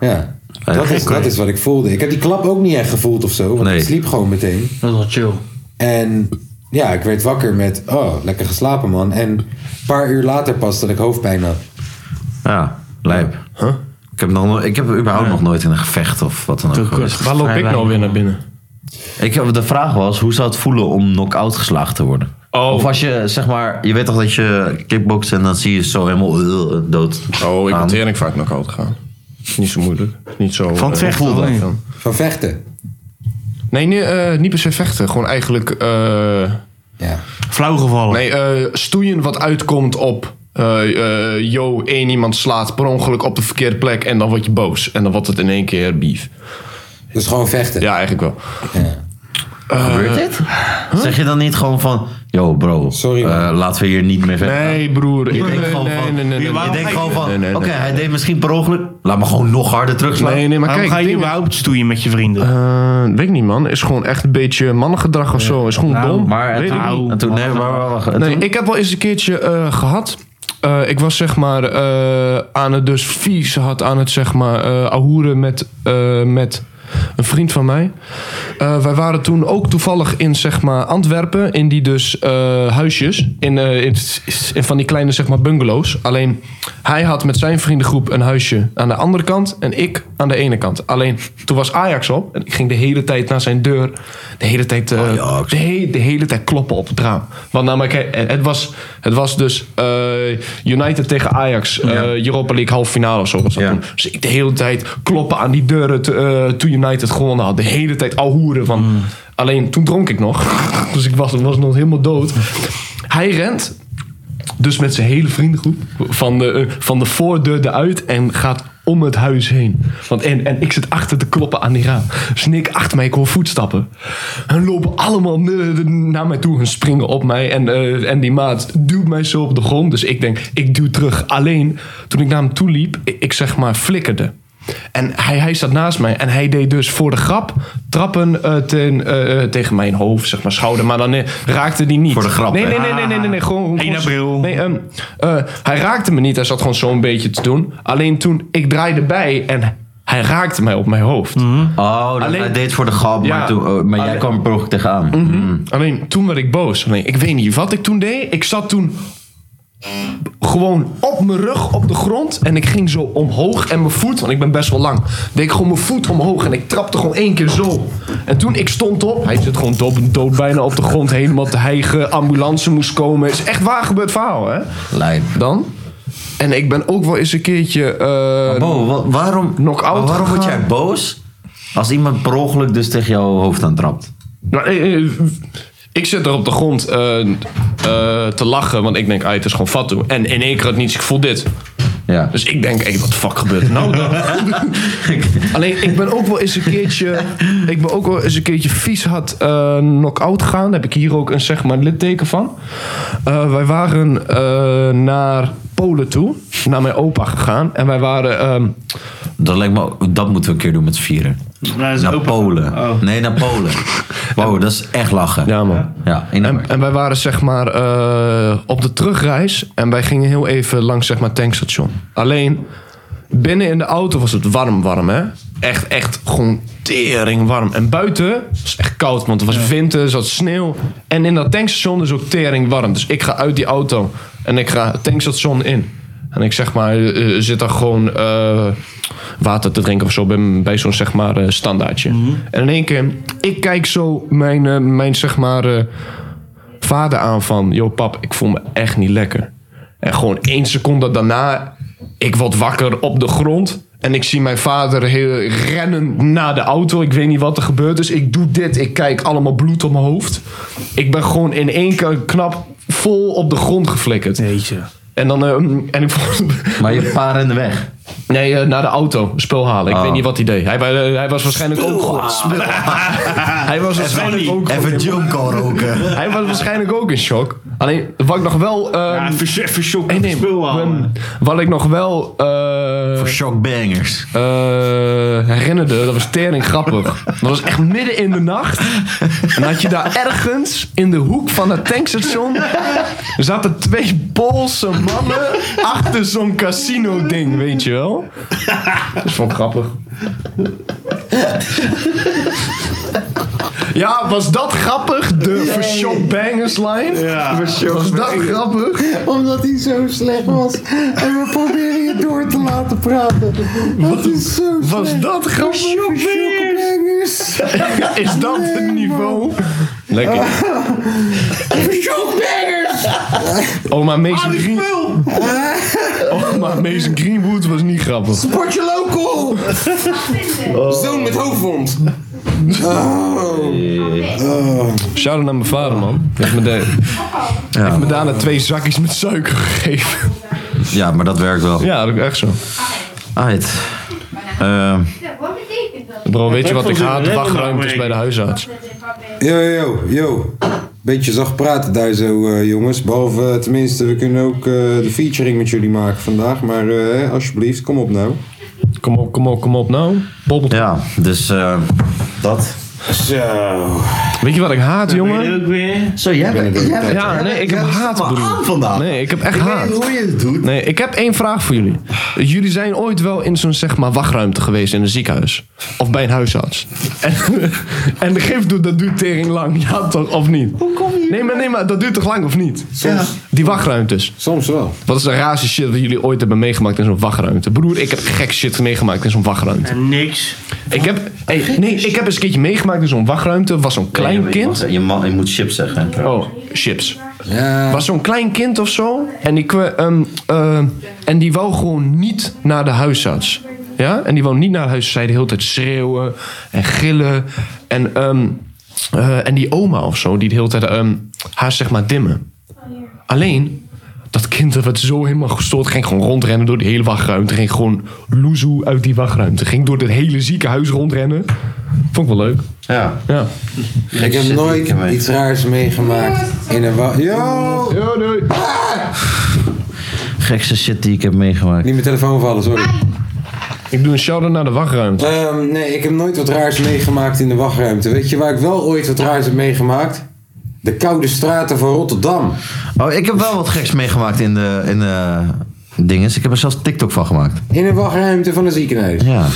Speaker 1: Ja,
Speaker 4: Ja,
Speaker 1: dat,
Speaker 4: gek,
Speaker 1: is, dat
Speaker 4: hoor.
Speaker 1: is wat ik voelde. Ik heb die klap ook niet echt gevoeld of zo, want
Speaker 4: Nee.
Speaker 1: ik sliep gewoon meteen.
Speaker 2: Dat is wel chill.
Speaker 1: En ja, ik werd wakker met, oh, lekker geslapen man. En een paar uur later pas dat ik hoofdpijn had.
Speaker 4: Ja, lijp. Ik heb, nog, no- ik heb überhaupt nog nooit in een gevecht of wat dan ook. geweest.
Speaker 3: Waar loop ik nou weer naar binnen?
Speaker 4: Ik, heb- de vraag was, hoe zou het voelen om knock-out geslagen te worden?
Speaker 3: Oh.
Speaker 4: Of als je, zeg maar, je weet toch dat je kickbokst en dan zie je zo helemaal eh, dood.
Speaker 3: Oh, ik ben
Speaker 4: aan.
Speaker 3: tering vaak naar koud gegaan. Is Niet zo moeilijk. Is Niet zo,
Speaker 2: Van het
Speaker 3: eh,
Speaker 2: vechten
Speaker 3: voelde
Speaker 2: alleen?
Speaker 3: ik dan.
Speaker 1: Van vechten.
Speaker 3: Nee, nee eh, niet per se vechten. Gewoon eigenlijk eh,
Speaker 1: Ja.
Speaker 2: Flauw gevallen.
Speaker 3: Nee, eh, stoeien wat uitkomt op. eh, eh, Yo, één iemand slaat per ongeluk op de verkeerde plek en dan word je boos. En dan wordt het in één keer beef.
Speaker 1: Dus gewoon vechten.
Speaker 3: Ja, eigenlijk wel.
Speaker 1: Ja.
Speaker 3: Eh,
Speaker 4: Gebeurt dit? Zeg je dan niet gewoon van, yo bro,
Speaker 1: Sorry, man.
Speaker 4: eh, laten we hier niet meer verder.
Speaker 3: Nee, broer. Ik
Speaker 4: denk gewoon van-
Speaker 2: Je
Speaker 4: Je
Speaker 2: waarom
Speaker 4: denkt
Speaker 2: ga
Speaker 4: gewoon van,
Speaker 3: Nee, nee, nee.
Speaker 4: oké, hij deed misschien per ongeluk. Laat me gewoon nog harder terugslaan.
Speaker 3: Nee, nee, maar
Speaker 2: Waarom
Speaker 3: kijk.
Speaker 2: ga je
Speaker 3: ding-
Speaker 2: überhaupt stoeien met je vrienden?
Speaker 3: Eh, weet ik niet, man. Is gewoon echt een beetje mannengedrag of zo. Is gewoon
Speaker 2: Nou,
Speaker 3: dom.
Speaker 4: Maar en
Speaker 3: Weet
Speaker 4: toen,
Speaker 3: ik niet.
Speaker 2: niet.
Speaker 4: en toen- nee, maar, maar, wacht, en
Speaker 3: Nee,
Speaker 4: toen-
Speaker 3: ik heb wel eens een keertje eh, gehad. Eh, ik was zeg maar eh, aan het dus vies had aan het zeg maar eh ahoeren met, eh, met een vriend van mij. Eh, wij waren toen ook toevallig in zeg maar Antwerpen in die dus eh, huisjes in, eh, in, in van die kleine zeg maar bungalows. Alleen hij had met zijn vriendengroep een huisje aan de andere kant en ik aan de ene kant. Alleen toen was Ajax op en ik ging de hele tijd naar zijn deur, de hele tijd eh,
Speaker 4: Ajax.
Speaker 3: de, he- de hele tijd kloppen op het raam. Want namelijk, eh, het was, het was dus eh, United tegen Ajax. eh, Europa League halve finale of zo was dat
Speaker 4: Ja.
Speaker 3: toen. Dus ik de hele tijd kloppen aan die deuren te- eh, toen United gewonnen had. De hele tijd al hoeren van...
Speaker 4: Mm.
Speaker 3: Alleen toen dronk ik nog. Dus ik was, was nog helemaal dood. Hij rent dus met zijn hele vriendengroep. Van de, eh, van de voordeur eruit en gaat om het huis heen. Want, en, en ik zit achter te kloppen aan die raam. Dus Nick achter mij, ik hoor voetstappen. Hun lopen allemaal eh, naar mij toe. Hun springen op mij. En, eh, en die maat duwt mij zo op de grond. Dus ik denk, ik duw terug. Alleen, toen ik naar hem toe liep, ik, ik zeg maar flikkerde. En hij, hij zat naast mij en hij deed dus voor de grap trappen eh, ten, eh, eh, tegen mijn hoofd, zeg maar schouder. Maar dan eh, raakte die niet.
Speaker 4: Voor de grap,
Speaker 3: Nee,
Speaker 4: hè?
Speaker 3: nee, nee, nee, nee, nee, nee, gewoon, gewoon-
Speaker 2: 1 april.
Speaker 3: Nee, ehm, eh, hij raakte me niet. Hij zat gewoon zo'n beetje te doen. Alleen toen ik draaide bij en hij raakte mij op mijn hoofd.
Speaker 4: Oh, dat
Speaker 3: Alleen-
Speaker 4: hij deed voor de grap,
Speaker 3: Ja.
Speaker 4: maar, toen, oh, maar jij
Speaker 3: Alleen- Mhm.
Speaker 4: kwam er per ongeluk tegenaan. Mhm.
Speaker 3: Alleen toen werd ik boos. Alleen ik weet niet wat ik toen deed. Ik zat toen gewoon op mijn rug op de grond en ik ging zo omhoog en mijn voet, want ik ben best wel lang, deed ik gewoon mijn voet omhoog en ik trapte gewoon één keer zo. En toen ik stond op, hij zit gewoon dood, dood bijna op de grond, helemaal te hijgen, ambulance moest komen. Is echt waar gebeurd verhaal, hè?
Speaker 4: Lijp.
Speaker 3: Dan. En ik ben ook wel eens een keertje. eh,
Speaker 4: Bo, wa- waarom,
Speaker 3: Knock-out
Speaker 4: maar waarom word
Speaker 3: gegaan.
Speaker 4: jij boos als iemand per ongeluk dus tegen jouw hoofd aantrapt?
Speaker 3: Nou, eh, eh, ik zit er op de grond eh, eh, te lachen, want ik denk, ah, het is gewoon Fatou. En in één keer had niets, ik voel dit.
Speaker 4: Ja.
Speaker 3: Dus ik denk, hey, wat de fuck gebeurt er nou dan? Alleen, ik ben ook wel eens een keertje... Ik ben ook wel eens een keertje vies had eh knock-out gegaan. Daar heb ik hier ook een zeg maar litteken van. Eh, wij waren eh, naar Polen toe. Naar mijn opa gegaan. En wij waren... ehm,
Speaker 4: Dat lijkt me, dat moeten we een keer doen met z'n vieren.
Speaker 2: Nou, dat is
Speaker 4: Naar
Speaker 2: open.
Speaker 4: Polen.
Speaker 2: Oh.
Speaker 4: Nee, naar Polen. Wow, dat is echt lachen.
Speaker 3: ja, man.
Speaker 4: Ja, in
Speaker 3: En, en wij waren zeg maar eh, op de terugreis en wij gingen heel even langs zeg maar tankstation. Alleen binnen in de auto was het warm, warm hè. Echt, echt gewoon tering warm. En buiten was echt koud, want het was winter, er zat sneeuw. En in dat tankstation is ook tering warm. Dus ik ga uit die auto en ik ga het tankstation in. En ik zeg maar, eh, eh, zit daar gewoon eh, water te drinken of zo bij, bij zo'n zeg maar eh, standaardje. En in één keer, ik kijk zo mijn, eh, mijn zeg maar eh, vader aan van... Yo pap, ik voel me echt niet lekker. En gewoon één seconde daarna, ik word wakker op de grond... En ik zie mijn vader heel rennen naar de auto. Ik weet niet wat er gebeurd is. Ik doe dit. Ik kijk allemaal bloed op mijn hoofd. Ik ben gewoon in één keer knap vol op de grond geflikkerd.
Speaker 2: Jeetje.
Speaker 3: En dan... eh, en ik vond,
Speaker 4: Maar je paar in de weg. Oh.
Speaker 3: Nee, eh, naar de auto. Spul halen. Ik weet niet wat hij deed. Hij, wa- eh, hij was waarschijnlijk ook goed. hij was waarschijnlijk ook
Speaker 4: Even Junko roken.
Speaker 3: Hij was waarschijnlijk ook in shock. Alleen, wat ik nog wel... ehm,
Speaker 2: Ja, even, even shock
Speaker 3: nee,
Speaker 2: op
Speaker 3: nee,
Speaker 2: het spul halen.
Speaker 3: ehm, wat ik nog wel... eh,
Speaker 4: Voor shockbangers.
Speaker 3: eh, herinnerde, dat was tering grappig. Dat was echt midden in de nacht. En had je daar ergens in de hoek van het tankstation. zaten twee Poolse mannen. achter zo'n casino-ding, weet je wel. Dat vond ik grappig. Ja, was dat grappig? De nee. Bangers line?
Speaker 2: Ja.
Speaker 3: was dat grappig?
Speaker 1: Omdat hij zo slecht was. En we proberen je door te laten praten. Dat is zo
Speaker 3: Was dat grappig?
Speaker 1: Shockbangers!
Speaker 3: Is dat het niveau? Lekker.
Speaker 1: Shockbangers!
Speaker 3: Oma Mason, Green... Oma Mason Greenwood was niet grappig.
Speaker 1: Potje local!
Speaker 4: Oh.
Speaker 1: Zoon met hoofdwond.
Speaker 4: Oh.
Speaker 3: Shout-out naar mijn vader, man. Hij heeft me, daar heeft me daarna twee zakjes met suiker gegeven.
Speaker 4: Ja, maar dat werkt wel.
Speaker 3: Ja, dat is echt zo.
Speaker 4: Alright. Ehm,
Speaker 8: Wat betekent dat?
Speaker 3: Bro, weet je wat ik
Speaker 2: was
Speaker 3: haat?
Speaker 2: een redder,
Speaker 3: Wachtruimtes
Speaker 2: maar
Speaker 3: bij de huisarts.
Speaker 1: Yo, yo, yo. Beetje zacht praten daar zo, eh, jongens. Behalve, eh, tenminste, we kunnen ook eh, de featuring met jullie maken vandaag. Maar eh, alsjeblieft, kom op nou.
Speaker 3: Kom op, kom op, kom op nou. Bobbelt.
Speaker 4: ja, dus eh, dat.
Speaker 1: Zo.
Speaker 3: Weet je wat ik haat,
Speaker 2: Ben je
Speaker 3: jongen?
Speaker 2: er ook weer?
Speaker 4: Zo, jij bent... Jij bent
Speaker 3: Ja, nee, ik heb
Speaker 4: jij staat
Speaker 3: haat,
Speaker 4: wel
Speaker 3: broer.
Speaker 4: aan vandaag.
Speaker 3: Nee, ik heb echt
Speaker 4: Ik weet
Speaker 3: haat.
Speaker 4: niet hoe je het doet.
Speaker 3: Nee, ik heb één vraag voor jullie. Jullie zijn ooit wel in zo'n zeg maar wachtruimte geweest in een ziekenhuis. Of bij een huisarts. En, en de gif doet, dat duurt tering lang. Ja toch, of niet? Hoe kom je Nee, maar, nee, maar dat duurt toch lang of niet?
Speaker 1: Soms,
Speaker 3: Die wachtruimtes.
Speaker 1: soms wel.
Speaker 3: Wat is de raarste shit dat jullie ooit hebben meegemaakt in zo'n wachtruimte? Broer, ik heb gek shit meegemaakt in zo'n wachtruimte.
Speaker 2: En niks.
Speaker 3: Ik heb, hey, nee, ik heb eens een keertje meegemaakt in zo'n wachtruimte. Was zo'n klein
Speaker 4: Je,
Speaker 3: kind.
Speaker 4: mag- je, mag- je moet chips zeggen.
Speaker 3: Oh, chips.
Speaker 1: Ja.
Speaker 3: was zo'n klein kind of zo. En die, kwe- ehm, ehm, en die wou gewoon niet naar de huisarts. Ja? En die wou niet naar huis. Ze zei de hele tijd schreeuwen en gillen. En, ehm, eh, en die oma of zo, die de hele tijd ehm, haar zeg maar dimmen. Alleen, dat kind dat werd zo helemaal gestoord. Ging gewoon rondrennen door de hele wachtruimte. Ging gewoon loezoe uit die wachtruimte. Ging door het hele ziekenhuis rondrennen. Vond ik wel leuk.
Speaker 4: Ja.
Speaker 3: Ja.
Speaker 1: Ik heb nooit iets raars meegemaakt in een wa- Yo!
Speaker 3: Ja, nee. Ah!
Speaker 4: Gekste shit die ik heb meegemaakt.
Speaker 1: Niet mijn telefoon vallen, sorry.
Speaker 3: Ik doe een shout-out naar de wachtruimte.
Speaker 1: Ehm, nee, ik heb nooit wat raars meegemaakt in de wachtruimte. Weet je waar ik wel ooit wat raars heb meegemaakt? De koude straten van Rotterdam.
Speaker 4: Oh, ik heb wel wat geks meegemaakt in de, in de dinges. Ik heb er zelfs TikTok van gemaakt.
Speaker 1: In een wachtruimte van een ziekenhuis.
Speaker 4: Ja,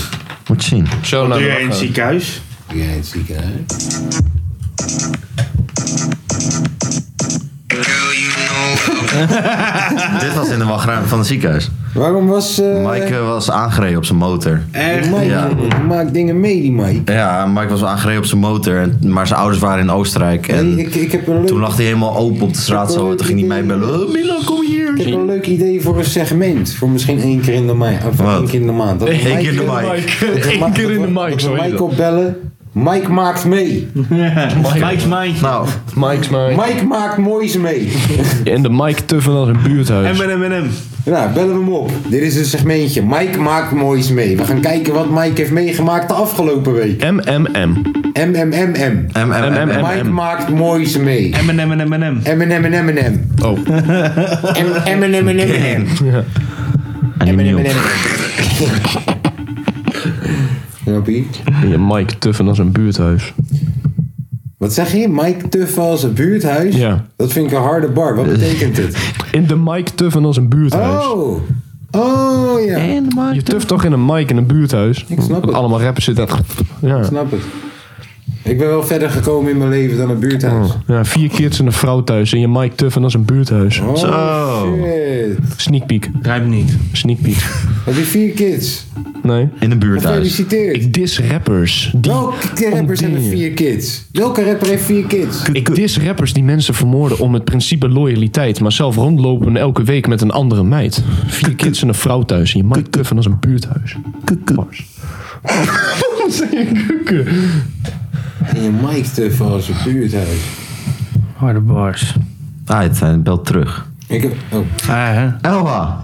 Speaker 4: moet je zien.
Speaker 3: Shout-out naar
Speaker 2: Doe
Speaker 3: de
Speaker 2: jij in het
Speaker 3: wachtruimte.
Speaker 2: ziekenhuis?
Speaker 1: Ja, het ziekenhuis.
Speaker 4: Dit was in de wachtruimte van het ziekenhuis.
Speaker 1: Waarom was... eh
Speaker 4: Mike eh, was aangereden op zijn motor.
Speaker 1: Mike,
Speaker 4: Ja.
Speaker 1: die maakt dingen mee, die Mike.
Speaker 4: Ja, Mike was aangereden op zijn motor, en- maar zijn ouders waren in Oostenrijk. En
Speaker 1: Nee, ik, ik, heb een leuk,
Speaker 4: toen lag hij helemaal open op de straat zo. en Toen ging hij mij bellen. Oh, Milan, kom
Speaker 1: ik heb
Speaker 4: hier.
Speaker 1: een leuk idee voor een segment. Voor misschien één keer in de maand. Of
Speaker 4: Wat?
Speaker 1: één keer in de maand. Dat we
Speaker 4: Eén
Speaker 1: Mike-
Speaker 4: keer in de mic.
Speaker 1: dat we Ma-
Speaker 3: Eén keer in de
Speaker 1: dat we-
Speaker 3: mic,
Speaker 1: Dat
Speaker 3: zo
Speaker 1: we
Speaker 3: heet
Speaker 1: Mike
Speaker 3: dat.
Speaker 1: opbellen. Mike maakt mee.
Speaker 2: Mike's mind.
Speaker 4: Nou,
Speaker 3: Mike's mic.
Speaker 1: Mike maakt moois mee.
Speaker 3: En de mic tuffen als een buurthuis.
Speaker 2: M&M, M&M.
Speaker 1: Nou, bellen we hem op. Dit is een segmentje. Mike maakt moois mee. We gaan kijken wat Mike heeft meegemaakt de afgelopen week.
Speaker 3: MMM.
Speaker 1: MMMM.
Speaker 4: M, M, M, M.
Speaker 1: Mike maakt moois mee.
Speaker 2: M&M, M&M, M&M.
Speaker 1: MMMMM.
Speaker 3: Oh.
Speaker 1: MMMMM.
Speaker 4: En die nieuw.
Speaker 1: Snappie?
Speaker 3: Je mic tuffen als een buurthuis.
Speaker 1: Wat zeg je? Mike Tuffels, het buurthuis?
Speaker 3: Ja.
Speaker 1: Dat vind ik een harde bar. Wat betekent het?
Speaker 3: In de mic tuffen als een buurthuis.
Speaker 1: Oh! Oh ja.
Speaker 3: Je tuft toch in een mic in een buurthuis? Ik
Speaker 1: snap het.
Speaker 3: Allemaal rappers zitten aan het-
Speaker 1: Ik
Speaker 3: Ja.
Speaker 1: snap het. Ik ben wel verder gekomen in mijn leven dan een buurthuis.
Speaker 3: ja. Vier kids en een vrouw thuis. En je mic tuffen als een buurthuis.
Speaker 1: Oh,
Speaker 4: Zo.
Speaker 1: shit.
Speaker 3: Sneak peek.
Speaker 2: Rijp niet.
Speaker 3: Sneak peek.
Speaker 1: Eh. Heb je vier kids?
Speaker 3: Nee.
Speaker 4: In de buurt thuis.
Speaker 1: Gefeliciteerd.
Speaker 3: Ik dis rappers. Die,
Speaker 1: Welke rappers
Speaker 3: Oh,
Speaker 1: hebben
Speaker 3: dingen.
Speaker 1: vier kids? Welke rapper heeft vier kids?
Speaker 3: ik dis rappers die mensen vermoorden om het principe loyaliteit. Maar zelf rondlopen elke week met een andere meid. Vier kids en een vrouw thuis. En je mic tuffen als een buurthuis. Bars. Waarom zeg je kukken?
Speaker 1: En je Mike Tuffels, het buurthuis.
Speaker 2: Harde bars.
Speaker 4: Ah, Alright, hij belt terug.
Speaker 1: Ik heb... Oh.
Speaker 2: Ah, hè.
Speaker 4: Elwa.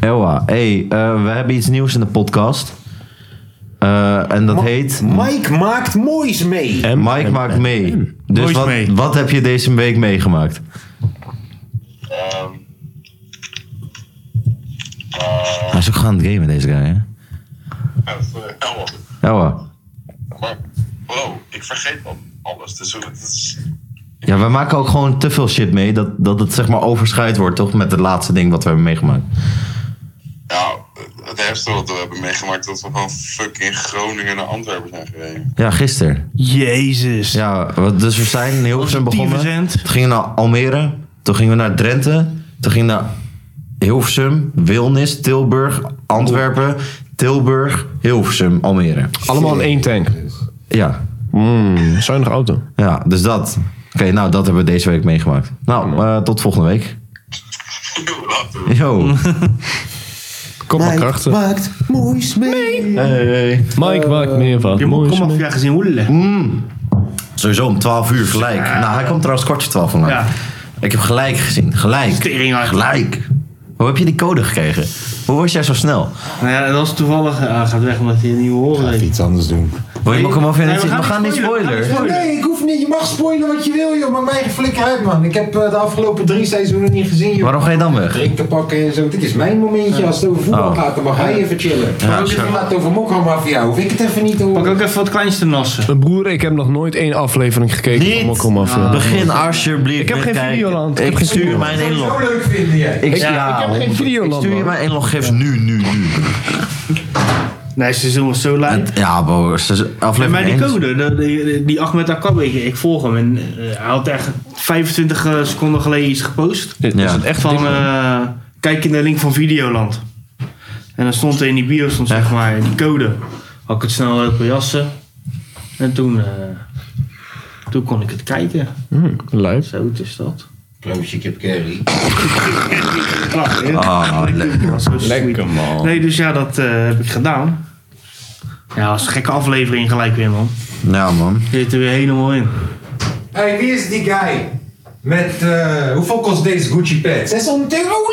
Speaker 4: Ewa, hey, eh, we hebben iets nieuws in de podcast. Eh, en dat heet...
Speaker 1: Mike maakt moois mee.
Speaker 4: Mike maakt mee. Dus
Speaker 2: Moois
Speaker 4: wat,
Speaker 2: mee.
Speaker 4: wat heb je deze week meegemaakt? Hij is ook gaan aan het gamen deze guy, hè?
Speaker 8: eh,
Speaker 4: Ewa.
Speaker 8: Wow, ik vergeet al- alles. Dus het is...
Speaker 4: Ja, we maken ook gewoon te veel shit mee dat, dat het zeg maar overschrijd wordt, toch? Met het laatste ding wat we hebben meegemaakt.
Speaker 8: Ja, het ergste wat we hebben meegemaakt... dat we van fucking Groningen naar Antwerpen zijn gereden.
Speaker 4: Ja, gisteren.
Speaker 2: Jezus.
Speaker 4: Ja, wat- dus we zijn in Hilversum begonnen. Toen
Speaker 2: 10%.
Speaker 4: gingen we naar Almere. Toen gingen we naar Drenthe. Toen gingen we naar Hilversum, Wilnis, Tilburg, Antwerpen, Tilburg, Hilversum, Almere.
Speaker 3: Allemaal in één tank.
Speaker 4: Ja,
Speaker 3: Mm, zuinige auto.
Speaker 4: ja dus dat. Oké, nou dat hebben we deze week meegemaakt. Nou, eh, tot volgende week.
Speaker 8: Laten we-
Speaker 4: Yo.
Speaker 3: Kom maar krachten.
Speaker 1: maakt moois mee.
Speaker 4: Hey.
Speaker 3: Mike maakt meer van.
Speaker 2: Je moet kom op, ja, gezien hoelen.
Speaker 4: Mm. Sowieso om 12 uur gelijk. Nou, hij komt trouwens kwartje 12 vandaag.
Speaker 2: Ja.
Speaker 4: Ik heb gelijk gezien. Gelijk.
Speaker 2: Teringhard.
Speaker 4: Gelijk. Hoe heb je die code gekregen? Hoe was jij zo snel?
Speaker 2: Nou ja, dat is toevallig. Ah, gaat weg omdat hij een nieuwe horen heeft.
Speaker 1: Iets anders doen.
Speaker 4: Wil je me komen over?
Speaker 2: Nee,
Speaker 4: we gaan niet
Speaker 2: we gaan
Speaker 4: spoiler.
Speaker 2: niet spoileren.
Speaker 1: Nee, ik hoef niet. Je mag spoilen wat je wil, joh. Maar mij geflikker uit, man. Ik heb eh, de afgelopen drie seizoenen niet gezien, joh.
Speaker 4: Waarom ga je dan weg?
Speaker 1: Drinken pakken en zo. Dit is mijn momentje. Als het over voetbal
Speaker 4: Oh.
Speaker 1: gaat, dan mag hij even chillen.
Speaker 4: Ja,
Speaker 1: Maar als
Speaker 4: zo.
Speaker 1: het gaat over mokkermafia, hoef ik het even niet te
Speaker 2: Pak
Speaker 1: horen.
Speaker 2: ook even wat kleins te nassen.
Speaker 3: Mijn broer, ik heb nog nooit één aflevering gekeken
Speaker 4: Niet?
Speaker 3: van Mokko
Speaker 2: Ah.
Speaker 3: Mafia.
Speaker 4: Begin alsjeblieft.
Speaker 3: Ik heb
Speaker 4: met
Speaker 3: geen
Speaker 4: kijken.
Speaker 3: Videoland. Ik
Speaker 4: Ik,
Speaker 3: heb geen
Speaker 4: stuur
Speaker 3: Videoland.
Speaker 4: mijn inlog.
Speaker 1: leuk vinden jij.
Speaker 4: Ik, ja,
Speaker 3: ik heb geen
Speaker 4: honderd.
Speaker 3: Videoland,
Speaker 4: Ik stuur je
Speaker 3: man.
Speaker 4: mijn inloggifts nu, nu, nu.
Speaker 2: Nee, seizoen was zo laat.
Speaker 4: Ja, bro. ze- ze-
Speaker 2: En maar
Speaker 4: Aflevering
Speaker 2: die
Speaker 4: 1.
Speaker 2: code, de- de- die Ahmed Akkab, ik, ik volg hem. En eh, hij had echt 25 seconden geleden iets gepost.
Speaker 4: Ja.
Speaker 3: echt
Speaker 2: Van, eh, kijk in de link van Videoland. En dan stond er in die bio, stond, zeg maar, die code. Had ik het snel uit mijn jassen. En toen, eh, toen kon ik het kijken.
Speaker 4: Hmm,
Speaker 3: Lijf.
Speaker 2: Zo, het is dat.
Speaker 1: Kloosje kipkerry.
Speaker 2: Klaar, hè?
Speaker 4: Ah, lekker.
Speaker 2: Dat was zo sweet.
Speaker 3: man.
Speaker 2: Nee, dus ja, dat eh, heb ik gedaan. Ja, dat was een gekke aflevering gelijk weer, man.
Speaker 4: Ja, man.
Speaker 2: Je zit er weer helemaal in.
Speaker 1: Hé, hey, wie is die guy? Met, eh, hoeveel kost deze Gucci pad? 600 euro!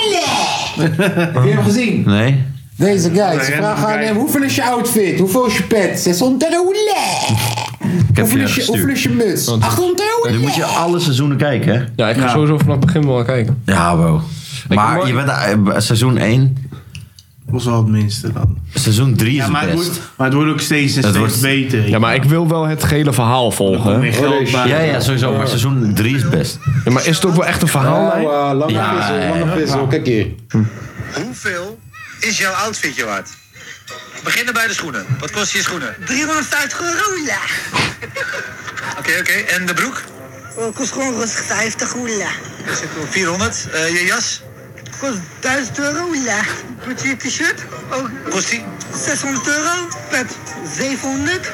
Speaker 1: Heb je hem gezien?
Speaker 4: Nee?
Speaker 1: Deze guy, ze
Speaker 2: random
Speaker 1: vragen aan
Speaker 2: guy.
Speaker 1: hem, hoeveel is je outfit? Hoeveel is je pet? 600 euro!
Speaker 4: Ik heb
Speaker 1: Hoeveel
Speaker 4: je
Speaker 1: is je- hoeveel
Speaker 4: gestuurd.
Speaker 1: is je muts?
Speaker 3: Want-
Speaker 1: 800
Speaker 4: Nu
Speaker 1: euro!
Speaker 4: moet je alle seizoenen kijken, hè?
Speaker 3: Ja, ik ga
Speaker 2: Ja.
Speaker 3: sowieso vanaf het begin wel kijken.
Speaker 4: Ja, bro. Maar
Speaker 3: hoor-
Speaker 4: je bent eh, seizoen 1,
Speaker 2: was wel het minste dan.
Speaker 4: seizoen 3
Speaker 2: Ja,
Speaker 4: is
Speaker 2: maar
Speaker 4: het
Speaker 2: het,
Speaker 4: best.
Speaker 2: wordt, maar het wordt ook steeds en
Speaker 4: Het
Speaker 2: steeds
Speaker 4: wordt-
Speaker 2: beter.
Speaker 3: Ja, maar ik wil wel het hele verhaal volgen. hè.
Speaker 2: Meer geld bij.
Speaker 4: Ja, ja, sowieso. Maar seizoen 3 is het best.
Speaker 3: Ja, maar is het ook wel echt een verhaal?
Speaker 1: Nou, eh, lange
Speaker 4: Ja,
Speaker 1: vissel,
Speaker 4: ja.
Speaker 1: lange vissel. Kijk hier.
Speaker 9: Hoeveel is jouw outfitje waard? We beginnen bij de schoenen. Wat kost je schoenen? 350 euro, ja. Oké, oké. En de broek? Oh, kost gewoon rustig 50 euro. 400. Eh, je jas? Kost 1000 euro, ja. Met je t-shirt? Kost die? 600 euro. Pet? 700.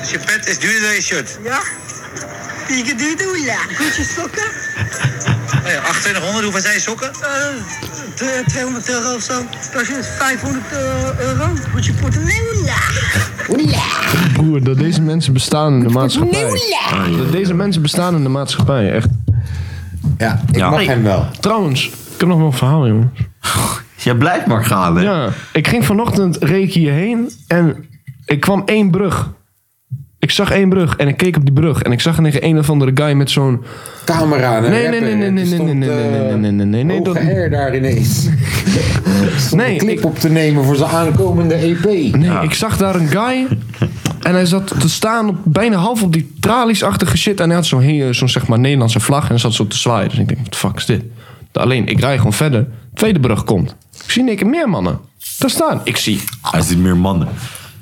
Speaker 9: Dus je pet is duurder dan je shirt? Ja. Vier keer duurder, ja. Goed je sokken? Nou ja, 2800, hoeveel zijn je sokken? 200 Eh, euro of zo. Dat is 500 euro. Moet je portemonnee
Speaker 3: Broer, dat deze mensen bestaan in de maatschappij.
Speaker 4: Ah,
Speaker 3: Dat deze mensen bestaan in de maatschappij, echt.
Speaker 1: Ja, ik
Speaker 4: Ja.
Speaker 1: mag hem wel.
Speaker 3: Trouwens, ik heb nog wel een verhaal, jongen.
Speaker 4: Jij blijft maar gaan, hè?
Speaker 3: Ja, ik ging vanochtend reed ik hierheen en ik kwam één brug. Ik zag één brug en ik keek op die brug en ik zag ineens een of andere guy met zo'n...
Speaker 1: camera aan het
Speaker 3: Nee,
Speaker 1: rappen.
Speaker 3: nee, nee,
Speaker 1: En
Speaker 3: nee,
Speaker 1: er
Speaker 3: nee,
Speaker 1: stond,
Speaker 3: nee, nee,
Speaker 1: eh,
Speaker 3: nee, nee, nee, nee, nee, nee,
Speaker 1: Hoge
Speaker 3: dat-
Speaker 1: R daar ineens. Stond
Speaker 3: Nee,
Speaker 1: een clip
Speaker 3: ik-
Speaker 1: op te nemen voor zijn aankomende E EP.
Speaker 3: Nee, ik zag daar een guy en hij zat te staan op, bijna half op die traliesachtige shit. En hij had zo'n hele- zo'n zeg maar Nederlandse vlag en hij zat zo te zwaaien. Dus ik denk, wat de fuck is dit? Alleen, ik rij gewoon verder. Tweede brug komt. Ik zie in één keer meer mannen. Daar staan. Ik zie
Speaker 4: Hij ziet meer mannen.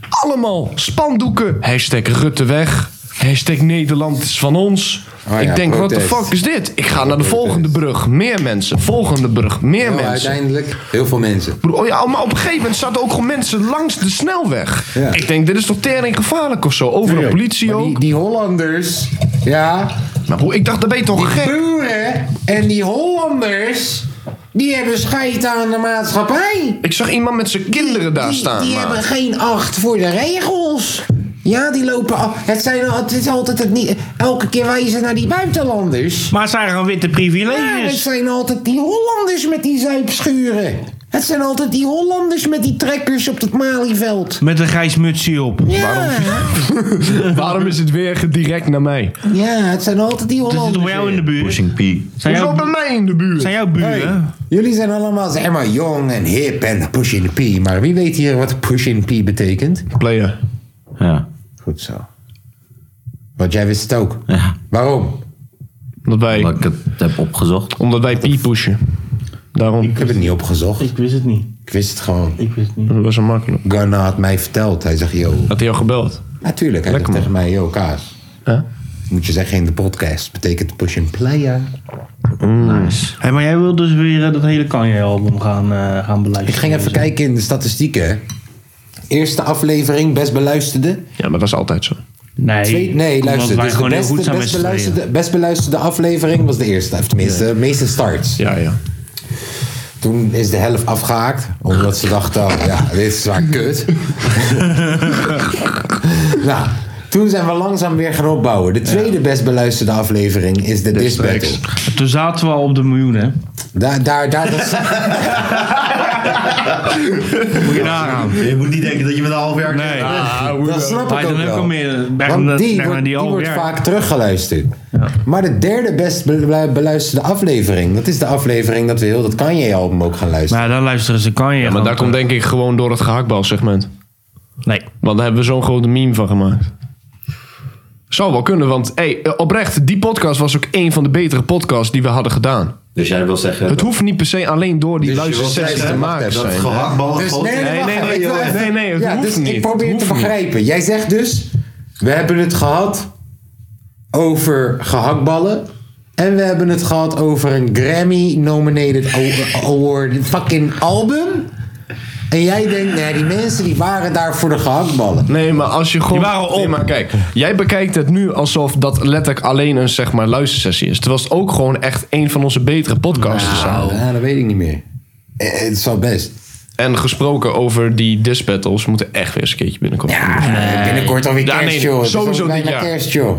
Speaker 3: allemaal spandoeken. Hashtag Rutte weg. Hashtag Nederland is van ons.
Speaker 1: Oh ja,
Speaker 3: ik denk, wat de
Speaker 1: protest.
Speaker 3: fuck is dit? Ik ga naar de volgende brug. Meer mensen. Volgende brug. Meer
Speaker 1: Nou,
Speaker 3: mensen.
Speaker 1: uiteindelijk heel veel mensen.
Speaker 3: Broer, oh ja, maar op een gegeven moment zaten ook gewoon mensen langs de snelweg.
Speaker 1: Ja.
Speaker 3: Ik denk, dit is toch tering gevaarlijk of zo? Overal politie
Speaker 1: Maar Die,
Speaker 3: ook.
Speaker 1: die Hollanders, ja,
Speaker 3: Maar broer, ik dacht, dat ben je toch gek?
Speaker 1: buren en die Hollanders, die hebben scheid aan de maatschappij.
Speaker 3: Ik zag iemand met zijn kinderen daar
Speaker 1: Die,
Speaker 3: staan.
Speaker 1: die
Speaker 3: maar-
Speaker 1: hebben geen acht voor de regels. Ja, die lopen af. Het, zijn, al- het is altijd het niet. Elke keer wijzen naar die buitenlanders.
Speaker 2: Maar het zijn gewoon witte
Speaker 1: Ja, dat
Speaker 2: privileges.
Speaker 1: zijn altijd die Hollanders met die zuipschuren. Het zijn altijd die Hollanders met die trekkers op dat Malieveld.
Speaker 2: Met een grijs mutsje op.
Speaker 1: Ja,
Speaker 3: Waarom is het weer direct naar mij?
Speaker 1: ja, het zijn altijd die
Speaker 2: Dat Dus is
Speaker 1: Hollanders.
Speaker 2: bij jou in de buurt.
Speaker 4: Pushing P.
Speaker 2: Zijn
Speaker 3: Hoezo
Speaker 2: jouw,
Speaker 3: bij mij in de buurt?
Speaker 2: zijn jouw buren?
Speaker 1: Jullie zijn allemaal zeg maar jong en hip en push in the P. Maar wie weet hier wat push in the P betekent?
Speaker 3: Player.
Speaker 4: Ja.
Speaker 1: Goed zo. Want jij wist het ook.
Speaker 4: Ja.
Speaker 1: Waarom?
Speaker 3: Omdat wij,
Speaker 4: Omdat ik het heb opgezocht.
Speaker 3: omdat wij P pushen. Daarom.
Speaker 1: Ik heb het niet opgezocht.
Speaker 2: Ik wist het niet.
Speaker 1: Ik wist het gewoon.
Speaker 2: Ik wist het niet.
Speaker 3: Dat was hem makkelijk.
Speaker 1: Gunnar had mij verteld. Hij zegt, yo.
Speaker 3: Had hij jou gebeld?
Speaker 1: Natuurlijk, hij zegt
Speaker 3: Lekker,
Speaker 1: tegen mij, yo, Kaas. Moet je zeggen in de podcast. Betekent push in player.
Speaker 2: Hey, maar jij wil dus weer eh, dat hele Kanye-album gaan, eh, gaan beluisteren.
Speaker 1: Ik ging even kijken in de statistieken. hè. Eerste aflevering, best beluisterde.
Speaker 3: Ja, maar dat is altijd zo.
Speaker 2: Nee,
Speaker 1: Twee, nee,
Speaker 2: omdat
Speaker 1: luister.
Speaker 2: wij
Speaker 1: Dus de
Speaker 2: gewoon heel
Speaker 1: beste,
Speaker 2: goed zijn met
Speaker 1: best,
Speaker 2: z'n tweeën.
Speaker 1: beluisterde, best beluisterde aflevering was de eerste. Of tenminste, de meeste starts.
Speaker 3: Ja, ja.
Speaker 1: Toen is de helft afgehaakt. Omdat ze dachten, oh, ja, dit is zwaar kut. nou, toen zijn we langzaam weer gaan opbouwen. De tweede best beluisterde aflevering is de Diss Battle.
Speaker 2: Toen zaten we al op de miljoen, hè?
Speaker 1: Daar, daar, daar, dat
Speaker 2: Moet je daaraan?
Speaker 4: Je moet niet denken dat je met een half jaar...
Speaker 2: Nee.
Speaker 3: Ah,
Speaker 1: Dat snap
Speaker 2: Maar
Speaker 1: ik
Speaker 2: dan
Speaker 1: ook
Speaker 2: heb ik al
Speaker 1: wel.
Speaker 2: meer. Back
Speaker 1: Want
Speaker 2: naar-
Speaker 1: die,
Speaker 2: naar
Speaker 1: wordt,
Speaker 2: die
Speaker 1: die
Speaker 2: half
Speaker 1: wordt
Speaker 2: jaar.
Speaker 1: vaak teruggeluisterd. Maar de derde best be- beluisterde aflevering... dat is de aflevering dat we heel dat Kanye-album ook gaan luisteren.
Speaker 2: Nou, dan luisteren ze Kanye.
Speaker 3: Ja, maar daar komt denk ik gewoon door het gehaktbalsegment.
Speaker 2: Nee.
Speaker 3: Want daar hebben we zo'n grote meme van gemaakt. Zou wel kunnen, want hey, eh, oprecht, die podcast was ook een van de betere podcasts die we hadden gedaan.
Speaker 4: Dus jij wil zeggen...
Speaker 3: Het hoeft niet per se alleen door die
Speaker 1: Dus je wilt
Speaker 3: luistersessies
Speaker 1: zeggen
Speaker 3: te
Speaker 1: dat-
Speaker 3: maken
Speaker 4: dat
Speaker 3: zijn.
Speaker 4: gehaktbal
Speaker 1: Dus
Speaker 4: gewoon-
Speaker 1: nee, nee,
Speaker 3: nee,
Speaker 1: wacht,
Speaker 3: nee,
Speaker 1: ik wil
Speaker 3: joh,
Speaker 1: even-
Speaker 3: nee, nee, het
Speaker 1: ja,
Speaker 3: hoeft
Speaker 1: dus
Speaker 3: niet,
Speaker 1: Ik
Speaker 3: het
Speaker 1: probeer
Speaker 3: hoeft
Speaker 1: te
Speaker 3: niet.
Speaker 1: begrijpen. Jij zegt dus, we hebben het gehad over gehaktballen. En we hebben het gehad over een Grammy-nominated o- award fucking album. En jij denkt, nee, die mensen die waren daar voor de gehaktballen.
Speaker 3: Nee, maar als je gewoon...
Speaker 2: Die waren op.
Speaker 3: Nee, maar kijk, jij bekijkt het nu alsof dat letterlijk alleen een zeg maar, luistersessie is. Terwijl het ook gewoon echt een van onze betere podcasts zijn.
Speaker 1: Nou, Ja, dat weet ik niet meer. Eh, Het zou best.
Speaker 3: En gesproken over die disbattles, we moeten echt weer eens een keertje binnenkomen.
Speaker 1: Ja, binnenkort alweer
Speaker 3: Ja,
Speaker 1: kerst,
Speaker 3: nee,
Speaker 1: joh. Het is
Speaker 3: sowieso
Speaker 1: alweer
Speaker 3: dit
Speaker 1: bijna
Speaker 3: jaar.
Speaker 1: kerst, joh.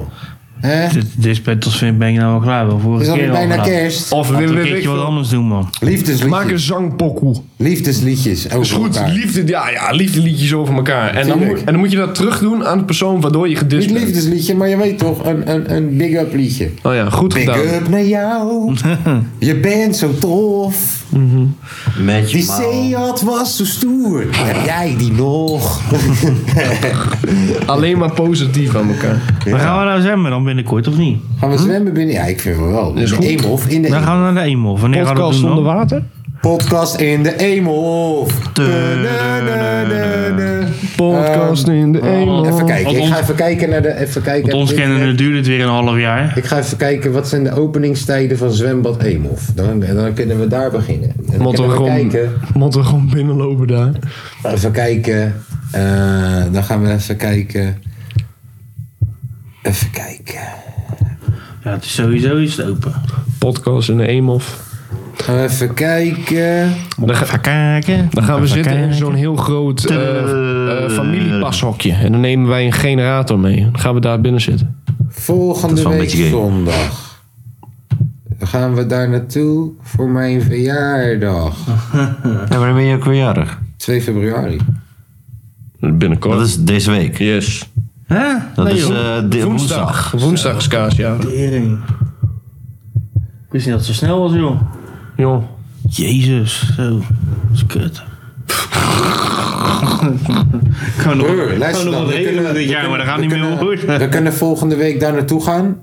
Speaker 1: Hè? Het
Speaker 2: Dit, dit Peters vind ben ik nou wel klaar. wel. Vorige
Speaker 1: is
Speaker 2: keer
Speaker 1: alweer
Speaker 2: al
Speaker 1: bijna
Speaker 2: gedaan.
Speaker 1: kerst.
Speaker 3: Of
Speaker 2: Laten
Speaker 3: wil
Speaker 2: we een
Speaker 3: wil ik
Speaker 2: keertje wat
Speaker 3: veel-
Speaker 2: anders doen, man.
Speaker 3: Maak een
Speaker 1: Liefdesliedjes.
Speaker 3: zangpokoe.
Speaker 1: Liefdesliedjes. over
Speaker 3: Is goed,
Speaker 1: elkaar.
Speaker 3: liefde, ja, ja, liefdeliedjes over elkaar. En dan,
Speaker 1: Tuurlijk.
Speaker 3: moet, en dan moet je dat terugdoen aan de persoon waardoor je gedist
Speaker 1: Niet
Speaker 3: bent.
Speaker 1: liefdesliedje, maar je weet toch, een, een, een big up liedje.
Speaker 3: Oh ja, goed
Speaker 1: Big
Speaker 3: gedaan.
Speaker 1: up naar jou, je bent zo tof.
Speaker 3: Mhm.
Speaker 4: Met
Speaker 1: Die
Speaker 4: je mouw.
Speaker 1: Seat was zo stoer, heb jij die nog?
Speaker 3: Alleen maar positief aan elkaar.
Speaker 2: Maar gaan we nou zwemmen dan binnenkort, of niet? Hm?
Speaker 1: Gaan we zwemmen binnen? Ja, ik vind het wel. In
Speaker 3: Is
Speaker 1: de
Speaker 3: goed.
Speaker 1: Eemhof, in de
Speaker 2: Dan
Speaker 1: Eemhof.
Speaker 2: gaan we naar de Emo. Wanneer gaan we dat
Speaker 3: Podcast
Speaker 2: doen dan?
Speaker 3: zonder water?
Speaker 1: Podcast in de Eemhof.
Speaker 3: eh, Podcast in de ene.
Speaker 1: Ehm, oh. Even
Speaker 2: Oh. Want
Speaker 1: kijken, ik ga
Speaker 2: ons-
Speaker 1: even kijken naar de... Even kijken.
Speaker 2: Want ons kennen duurt het weer een half jaar.
Speaker 1: Ik ga even kijken, wat zijn de openingstijden van zwembad Eemhof? Dan, dan kunnen we daar beginnen. En dan
Speaker 3: Moeten we
Speaker 1: kunnen
Speaker 3: gewoon,
Speaker 1: we kijken...
Speaker 3: moeten we gewoon binnenlopen daar.
Speaker 1: Even kijken. Eh, dan gaan we even kijken. Even kijken.
Speaker 2: Ja, het is sowieso iets open.
Speaker 3: Podcast in de Eemhof.
Speaker 1: Gaan we even kijken.
Speaker 3: Dan, ga-
Speaker 2: Even kijken.
Speaker 3: dan gaan we
Speaker 2: Even
Speaker 3: zitten in
Speaker 2: kijken.
Speaker 3: zo'n heel groot eh, eh, familiepashokje. En dan nemen wij een generator mee. Dan gaan we daar binnen zitten.
Speaker 1: Volgende
Speaker 4: wel een
Speaker 1: week
Speaker 4: beetje gay.
Speaker 1: zondag. Dan gaan we daar naartoe voor mijn verjaardag.
Speaker 4: En wanneer ben je ook weer jarig?
Speaker 1: 2 februari.
Speaker 3: Binnenkort.
Speaker 4: Dat is deze week.
Speaker 3: yes.
Speaker 2: Hè?
Speaker 4: Dat
Speaker 2: Nee,
Speaker 4: is
Speaker 2: joh.
Speaker 4: eh, di- woensdag.
Speaker 3: Woensdag. Woensdag is kaas, ja.
Speaker 2: Tering. Ik wist niet dat het zo snel was, joh.
Speaker 3: Joh.
Speaker 2: Jezus, zo. Dat is kut. kan nog,
Speaker 1: Broer,
Speaker 2: kan nog
Speaker 1: luister dan,
Speaker 2: wat
Speaker 1: we
Speaker 2: regelen
Speaker 1: kunnen-
Speaker 2: dit
Speaker 1: we
Speaker 2: jaar, maar
Speaker 1: kunnen-
Speaker 2: dat gaat
Speaker 1: we
Speaker 2: niet meer
Speaker 1: kunnen-
Speaker 2: worden.
Speaker 1: We kunnen volgende week daar naartoe gaan.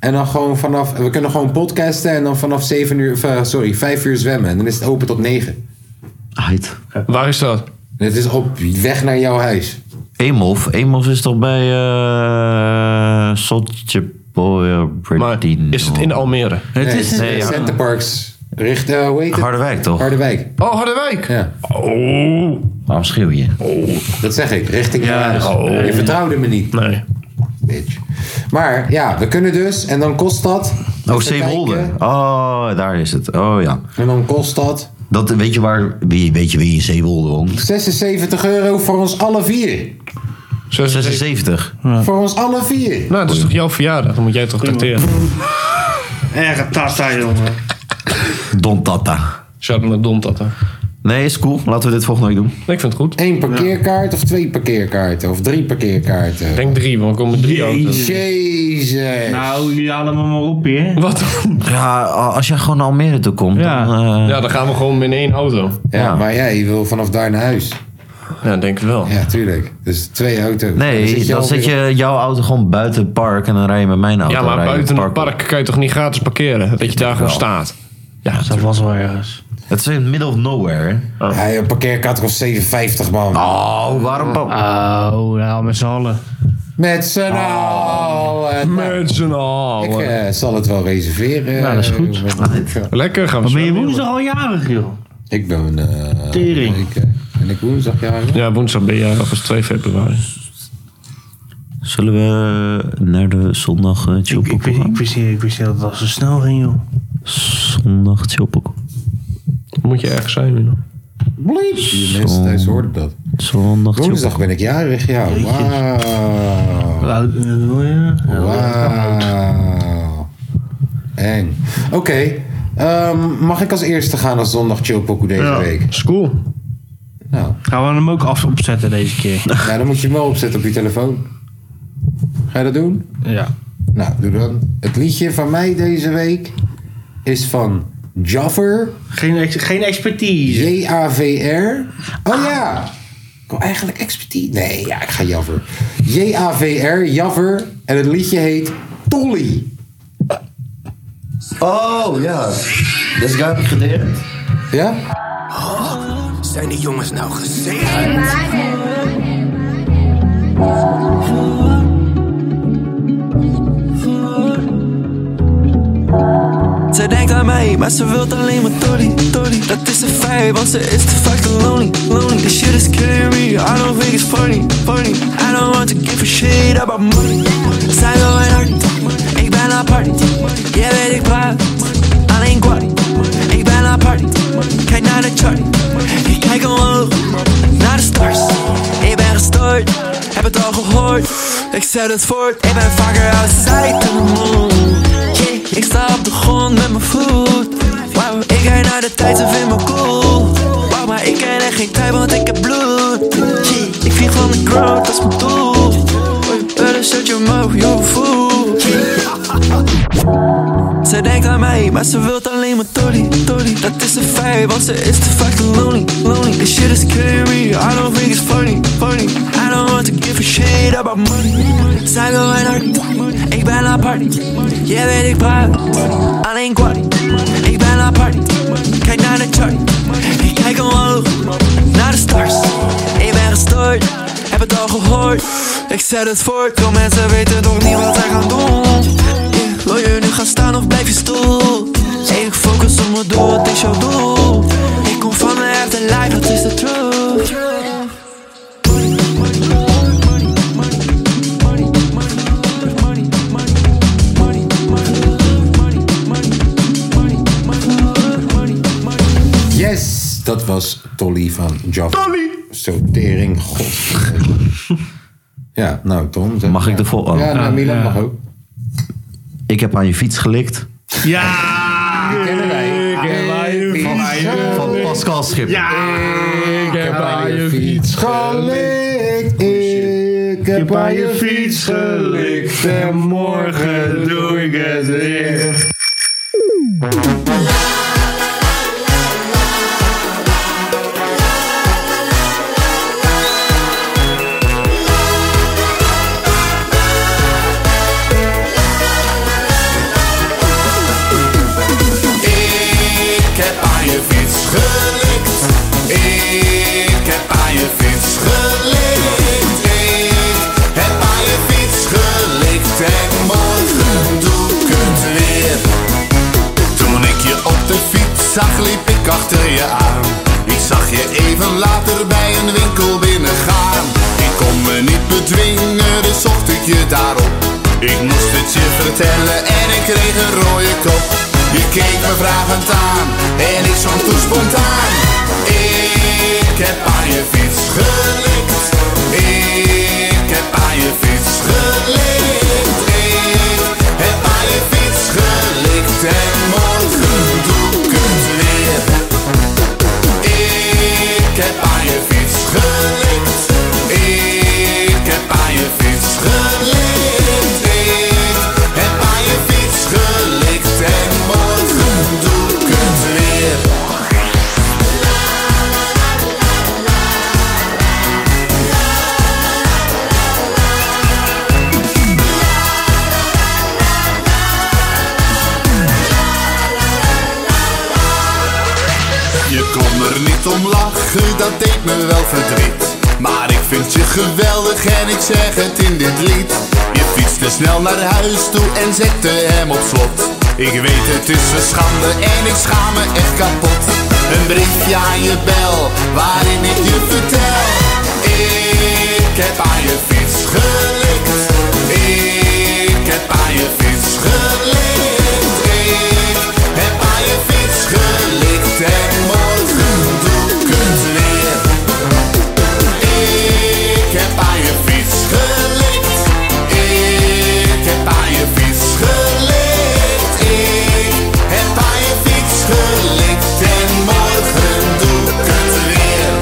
Speaker 1: En dan gewoon vanaf. We kunnen gewoon podcasten en dan vanaf 7 uur. of, eh, sorry, 5 uur zwemmen. En dan is het open tot 9.
Speaker 4: Heid.
Speaker 3: Waar is dat?
Speaker 1: En het is op weg naar jouw huis.
Speaker 4: Emolf. Emolf is toch bij eh Soltje Boyer
Speaker 3: Maar is het in Almere?
Speaker 2: Het
Speaker 1: Nee,
Speaker 2: is een
Speaker 4: Nee, ja.
Speaker 1: Centerparks. Richt, eh, hoe heet het?
Speaker 4: Harderwijk toch?
Speaker 1: Harderwijk.
Speaker 3: Oh, Harderwijk!
Speaker 1: Ja,
Speaker 3: Oh.
Speaker 4: Waarom schreeuw je?
Speaker 2: Oh.
Speaker 1: dat zeg ik. Richting
Speaker 2: Ja,
Speaker 1: ja,
Speaker 3: oh.
Speaker 1: Ah, dus Je vertrouwde me niet,
Speaker 3: Nee.
Speaker 1: bitch. Maar ja, we kunnen dus. En dan kost dat...
Speaker 4: Oh,
Speaker 1: Even
Speaker 4: Zeewolde.
Speaker 1: kijken.
Speaker 4: Oh, daar is het. Oh ja.
Speaker 1: En dan kost dat
Speaker 4: Dat, weet, je waar, wie, weet je wie in Zeewolde woont?
Speaker 1: 76 euro voor ons alle vier.
Speaker 3: 76.
Speaker 4: 76.
Speaker 1: Voor ons alle vier.
Speaker 3: Nou, dat is toch jouw verjaardag? Dan moet jij toch tracteren.
Speaker 2: erge tata, jongen.
Speaker 4: Don Tata.
Speaker 3: Shout out naar Don Tata.
Speaker 4: Nee, is cool. Laten we dit volgende week doen.
Speaker 3: Nee, ik vind het goed.
Speaker 1: Eén parkeerkaart of twee parkeerkaarten? Of drie parkeerkaarten?
Speaker 3: Ik denk drie, want er komen drie auto's.
Speaker 1: Jezus.
Speaker 2: Nou, jullie halen me maar op hier.
Speaker 3: Wat?
Speaker 4: Ja, a- als jij gewoon naar Almere toe komt,
Speaker 2: Ja.
Speaker 4: dan... eh,
Speaker 3: Ja, dan gaan we gewoon in één auto.
Speaker 1: ja,
Speaker 4: ja.
Speaker 1: maar jij wil vanaf daar naar huis.
Speaker 3: Ja, denk ik wel.
Speaker 1: Ja, tuurlijk. Dus twee auto's.
Speaker 4: Nee, dan,
Speaker 1: alweer
Speaker 4: zet je jouw auto gewoon buiten het park en dan rij je met mijn auto.
Speaker 3: Ja, maar
Speaker 4: Rij je
Speaker 3: buiten het
Speaker 4: op.
Speaker 3: park kan je toch niet gratis parkeren? Dat je daar gewoon staat.
Speaker 2: Ja, dat was wel ergens.
Speaker 4: Het is in het middle of nowhere. hè?
Speaker 3: Oh.
Speaker 1: op. Ja, je parkeerkaart kost 57, man.
Speaker 4: Oh, waarom... pa-
Speaker 2: Oh, nou, met z'n allen.
Speaker 1: Met z'n allen.
Speaker 3: Oh.
Speaker 1: Nou,
Speaker 3: Met z'n
Speaker 1: Ik
Speaker 3: allen.
Speaker 1: eh, zal het wel reserveren.
Speaker 2: Nou, dat is
Speaker 1: eh,
Speaker 2: goed.
Speaker 1: met-
Speaker 3: Lekker, gaan we
Speaker 2: Maar ben je
Speaker 3: zwemmen,
Speaker 2: woensdag al jarig, joh?
Speaker 1: Ik ben... eh
Speaker 2: Tering.
Speaker 1: Ik, eh, ben ik woensdag jarig?
Speaker 3: jongen. Ja, woensdag ben je of is het 2 februari.
Speaker 4: Zullen we eh, naar de zondag uh,
Speaker 2: Ik, ik, wist- ik, wist niet, ik wist niet dat het al zo snel ging, joh.
Speaker 4: Zondag chillpokoe.
Speaker 3: Moet je ergens zijn, Mino?
Speaker 1: Bliep. Die mensen thuis hoorden dat.
Speaker 4: Zondag
Speaker 1: Woensdag ben ik jarig, ja. Wauw.
Speaker 2: Hoe oud eh, wil je?
Speaker 1: Wauw. Eng. Oké. ehm, mag ik als eerste gaan als zondag chillpokoe deze
Speaker 2: Ja.
Speaker 1: week?
Speaker 3: School.
Speaker 1: Nou,
Speaker 2: Gaan we hem ook af opzetten deze keer?
Speaker 1: nou, dan moet je hem wel opzetten op je telefoon. Ga je dat doen?
Speaker 2: ja.
Speaker 1: Nou, doe dan. Het liedje van mij deze week is van Jaffer.
Speaker 2: Geen, ex- geen expertise.
Speaker 1: J-A-V-R. Oh ja. Ik wil eigenlijk expertise. Nee, ja, ik ga Jaffer. J-A-V-R, Jaffer. En het liedje heet Tolly.
Speaker 4: Oh, ja. Deze guy heb ik gedeerd.
Speaker 1: Ja?
Speaker 6: Zijn die jongens nou gezien?
Speaker 10: Ze denkt aan mij, maar ze wilt alleen maar Tolly, Tolly Dat is een feit, want ze is te fucking lonely, lonely This shit is killing me, I don't think it's funny, funny I don't want to give a shit about money Zij wil mijn hart, ik ben haar party Jij weet ik praat, alleen kwart Ik ben haar party, kijk naar de chart Ik kijk omhoog, naar de stars Ik ben gestoord, heb het al gehoord Ik zet het voort, ik ben vaker outside the moon Yeah, ik sta op de grond met mijn voet. Wauw, ik rijd naar de tijd en vind me cool. Wauw, maar ik ken echt geen tijd, want ik heb bloed. Yeah, ik vlieg van de ground, dat is mijn doel. Hoi, better shut your mouth, you fool. Yeah. Ze denkt aan mij, maar ze wilt alleen maar Tolly, Tolly Dat is een feit, want ze is te fucking lonely, lonely This shit is killing me, I don't think it's funny, funny I don't want to give a shit about money Zij wil mijn hart, ik ben haar party Jij weet ik praat, alleen kwart Ik ben haar party, kijk naar de chart Ik kijk omhoog, naar de stars Ik ben gestoord, heb het al gehoord Ik zet het voort, veel mensen weten nog niet wat zij gaan doen Yeah, Wil je nu gaan staan of blijf je stoel? Ik focus op mijn doel, het is jouw doel Ik kom van de afterlife, dat is de truth
Speaker 1: Yes, dat was Tolly van Jaffer. Tolly! Sotering, god. ja, nou Tom. zeg
Speaker 4: Mag ik
Speaker 1: maar.
Speaker 4: de vol- oh.
Speaker 1: Ja, nou, Milan mag ook.
Speaker 4: Ik heb aan je fiets gelikt.
Speaker 2: Ja!
Speaker 1: Kennen wij.
Speaker 4: Van Pascal Schip.
Speaker 3: Ik heb aan je fiets
Speaker 1: gelikt. Ik heb aan je fiets gelikt. En morgen doe ik het weer.
Speaker 6: Ik heb aan je fiets gelikt. Ik heb aan je fiets gelikt. Ik heb aan je fiets gelikt. En morgen doe ik het weer. Toen ik je op de fiets zag, liep ik achter je aan. Ik zag je even later bij een winkel binnengaan. Ik kon me niet bedwingen, dus zocht ik je daarop. Ik moest het je vertellen en ik kreeg een rode kop. Je keek me vragend aan en ik zong toen spontaan. Ik heb aan je fiets gelikt. Ik heb aan je fiets gelikt. Ik heb aan je fiets gelikt en morgen doe ik het weer.
Speaker 11: er niet om lachen, dat deed me wel verdriet. Maar ik vind je geweldig en ik zeg het in dit lied. Je fietste snel naar huis toe en zette hem op slot. Ik weet het is een schande en ik schaam me echt kapot. Een briefje aan je bel, waarin ik je vertel. Ik heb aan je fiets gelikt. Ik heb aan je fiets gelikt. Ik heb aan je fiets gelikt. En morgen doe ik het weer. Ik heb aan je fiets gelikt. Ik heb aan je fiets gelikt. Ik heb aan je fiets gelikt. En morgen doe ik het weer.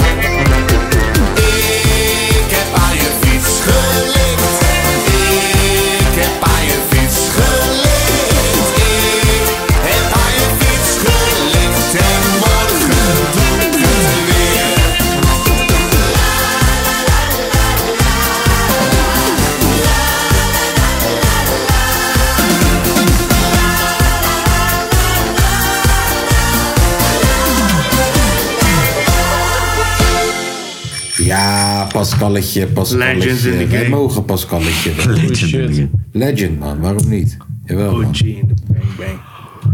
Speaker 11: Ik heb aan je fiets gelikt. Ik heb aan je fiets gelikt. Ik heb aan je fiets gelikt. En morgen doe ik het weer.
Speaker 1: Ja, Pascalletje, Pascalletje.
Speaker 2: Legends in the
Speaker 1: Wij
Speaker 2: game.
Speaker 1: mogen Pascalletje. Legend, Legend man, waarom niet? Jawel man.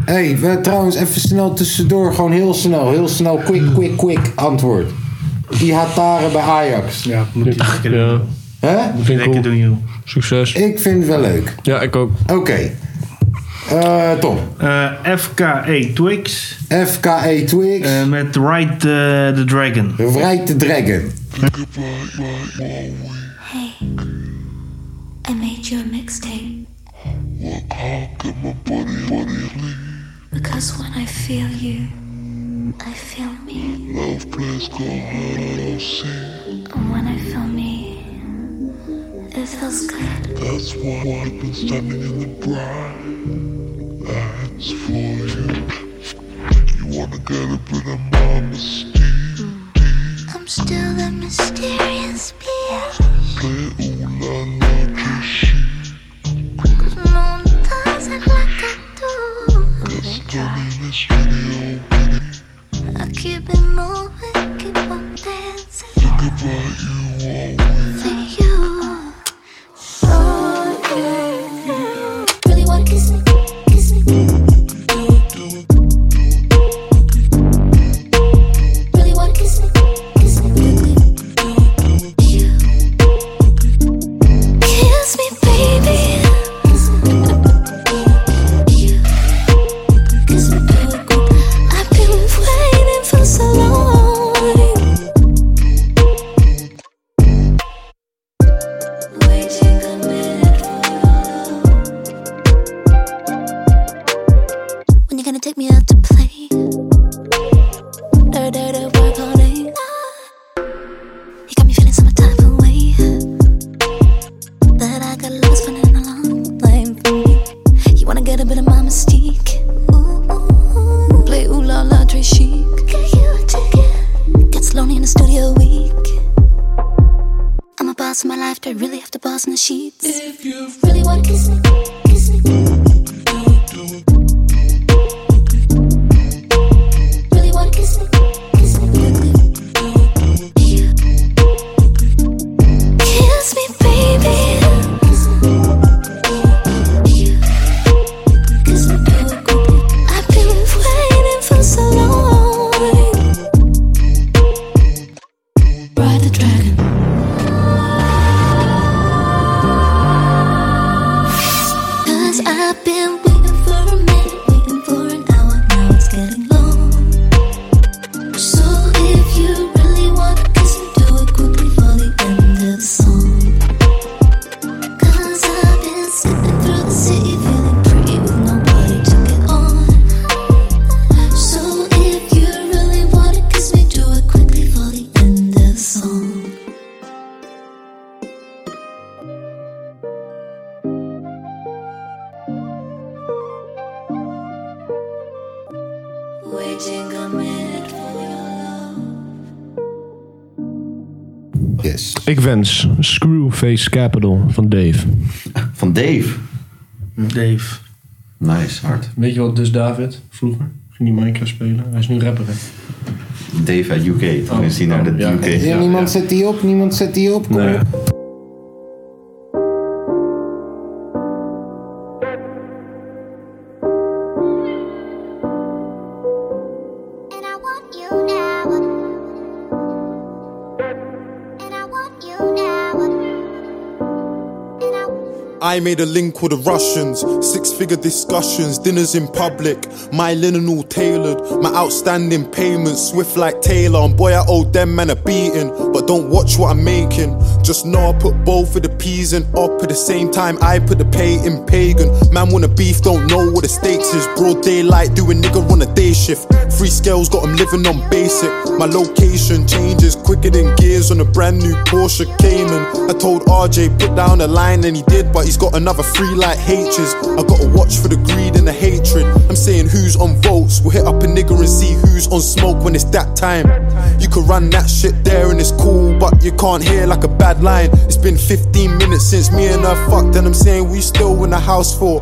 Speaker 1: Hé, hey, trouwens, even snel tussendoor. Gewoon heel snel, heel snel. Quick, quick, quick antwoord. Die Hataren bij Ajax. Ja, moet ik lekker doen. Hè? Moet ik lekker doen, joh. Succes. Ik vind het wel leuk. Ja, ik ook. Oké. Eh, Tom.
Speaker 2: FKE E Twix. Eh,
Speaker 1: FKE E Twix.
Speaker 2: met Ride the, the Dragon.
Speaker 1: Ride the Dragon.
Speaker 12: I made you a mixtape. Because when I feel you, I feel me. Love, please go And when I feel me, it feels good. That's why I've been standing in the bright lights for you. You wanna get a bit of my mystique? I'm still the mysterious being. Moon doesn't like I do. I keep it moving, keep on dancing. For you. Oh, yeah. Really wanna kiss me, kiss me. Really wanna kiss me, kiss me. Kiss me, baby. I've been waiting for so long. When you gonna take me out to play? Da, da, da, work all day. You got me feeling some type of way. But I got lost running along, blame for me. You wanna get a bit of my mystique? Ooh, play ooh la la, très chic. Gets lonely in the studio week. I'm a boss in my life, do I really have to boss in the sheets? If you really wanna kiss me, kiss me. Really wanna kiss me, kiss me. Kiss me, baby. I've been waiting for so long. Ride the dragon. Cause I've been waiting for a minute, waiting for an hour. Now it's getting long. So if you really want to kiss me, do it quickly for the end of the song. Cause I've been slipping through the city, feeling pretty with nobody to get on. So if you really wanna kiss me, do it quickly for the end of the song. Waiting a minute for your love.
Speaker 1: Yes.
Speaker 3: Ik wens Screwface Capital van Dave.
Speaker 4: Van Dave?
Speaker 2: Dave.
Speaker 4: Nice, hard.
Speaker 7: Weet je wat dus David vroeger? Ging die Minecraft spelen? Hij is nu rapper, hè?
Speaker 4: Dave uit UK. Dan is hij naar de UK.
Speaker 1: Ja, niemand zet die op, niemand zet die op. Kom op.
Speaker 7: I made a link with the Russians, six figure discussions, dinners in public, my linen all tailored, my outstanding payments, swift like Taylor. And boy, I owe them man a beating, but don't watch what I'm making. Just know I put both of the peas in up at the same time I put the pay in pagan. Man, wanna beef, don't know what the stakes is. Broad daylight, doing nigga on a day shift. Three scales got 'em living on basic. My location changes quicker than gears on a brand new Porsche Cayman. I told RJ, put down a line, and he did, but he's got another three like H's. I gotta watch for the greed and the hatred. I'm saying who's on votes. We'll hit up a nigga and see who's on smoke when it's that time. You can run that shit there and it's cool, but you can't hear like a bad line. It's been 15 minutes since me and her fucked, and I'm saying we still in the house for.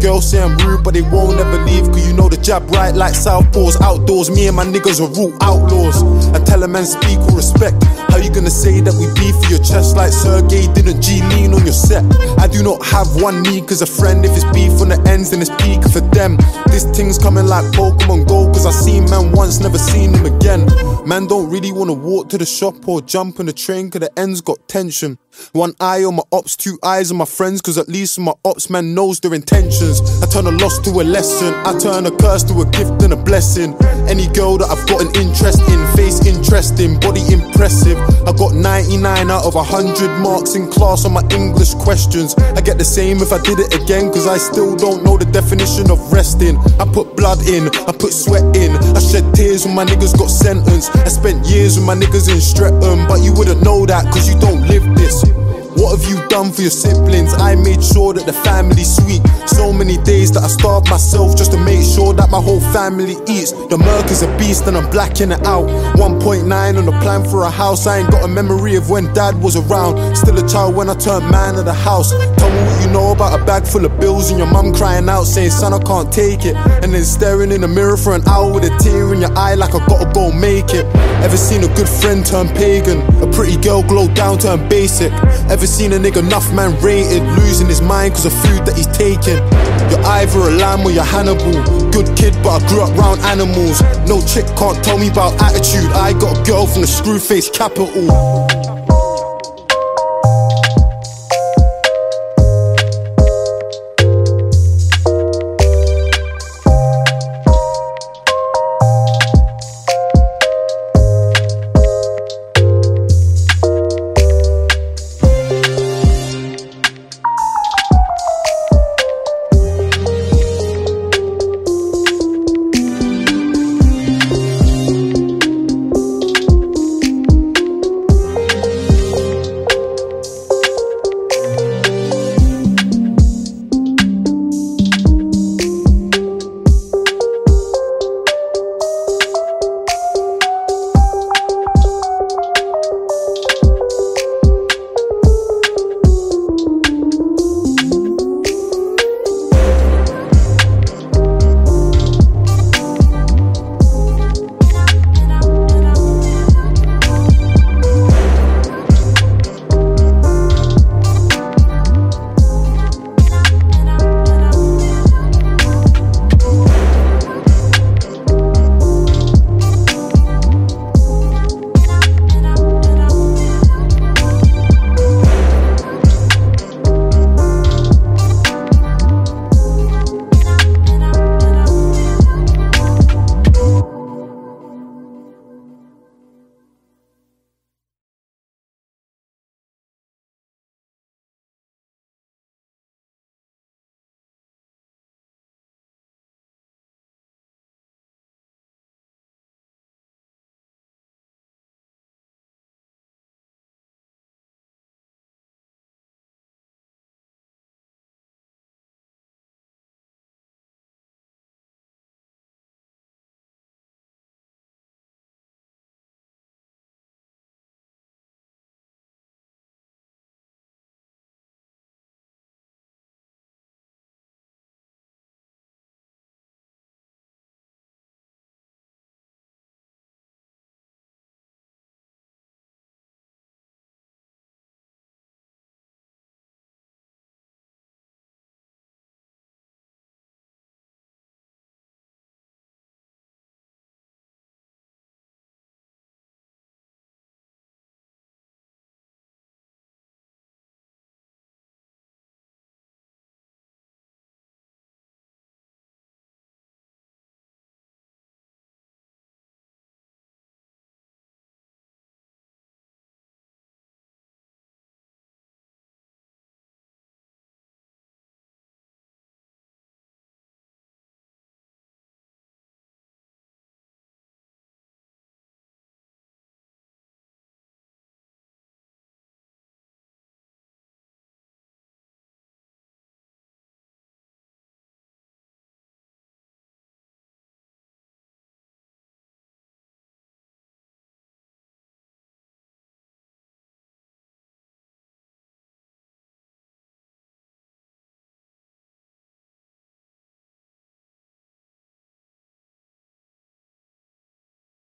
Speaker 7: Girls say I'm rude, but they won't ever leave, cause you know the jab right like Southpaws outdoors. Me and my niggas are root outlaws. I tell a man speak with respect. How you gonna say that we beef for your chest like Sergey didn't G lean on your set? I do not have one knee cause a friend if it's beef on the ends then it's peak for them. This thing's coming like Pokemon Go cause I seen man once, never seen him again. Man don't really wanna walk to the shop or jump on the train cause the ends got tension. One eye on my ops, two eyes on my friends cause at least my ops man knows their intentions. I turn a loss to a lesson, I turn a curse to a gift and a blessing. Any girl that I've got an interest in, face interesting, body impressive. I got 99 out of 100 marks in class on my English questions. I get the same if I did it again, cause I still don't know the definition of resting. I put blood in, I put sweat in, I shed tears when my niggas got sentenced. I spent years with my niggas in Streatham, but you wouldn't know that cause you don't live this. What have you done for your siblings? I made sure that the family's sweet. So many days that I starved myself just to make sure that my whole family eats. The murk is a beast and I'm blacking it out. 1.9 on the plan for a house. I ain't got a memory of when dad was around. Still a child when I turned man of the house. Tell me what you know about a bag full of bills and your mum crying out saying, son, I can't take it. And then staring in the mirror for an hour with a tear in your eye like I gotta go make it. Ever seen a good friend turn pagan? A pretty girl glow down turn basic? Ever seen a nigga enough man rated, losing his mind cause of food that he's taking? You're either a lamb or you're Hannibal. Good kid, but I grew up round animals. No chick can't tell me about attitude. I got a girl from the Screwface capital.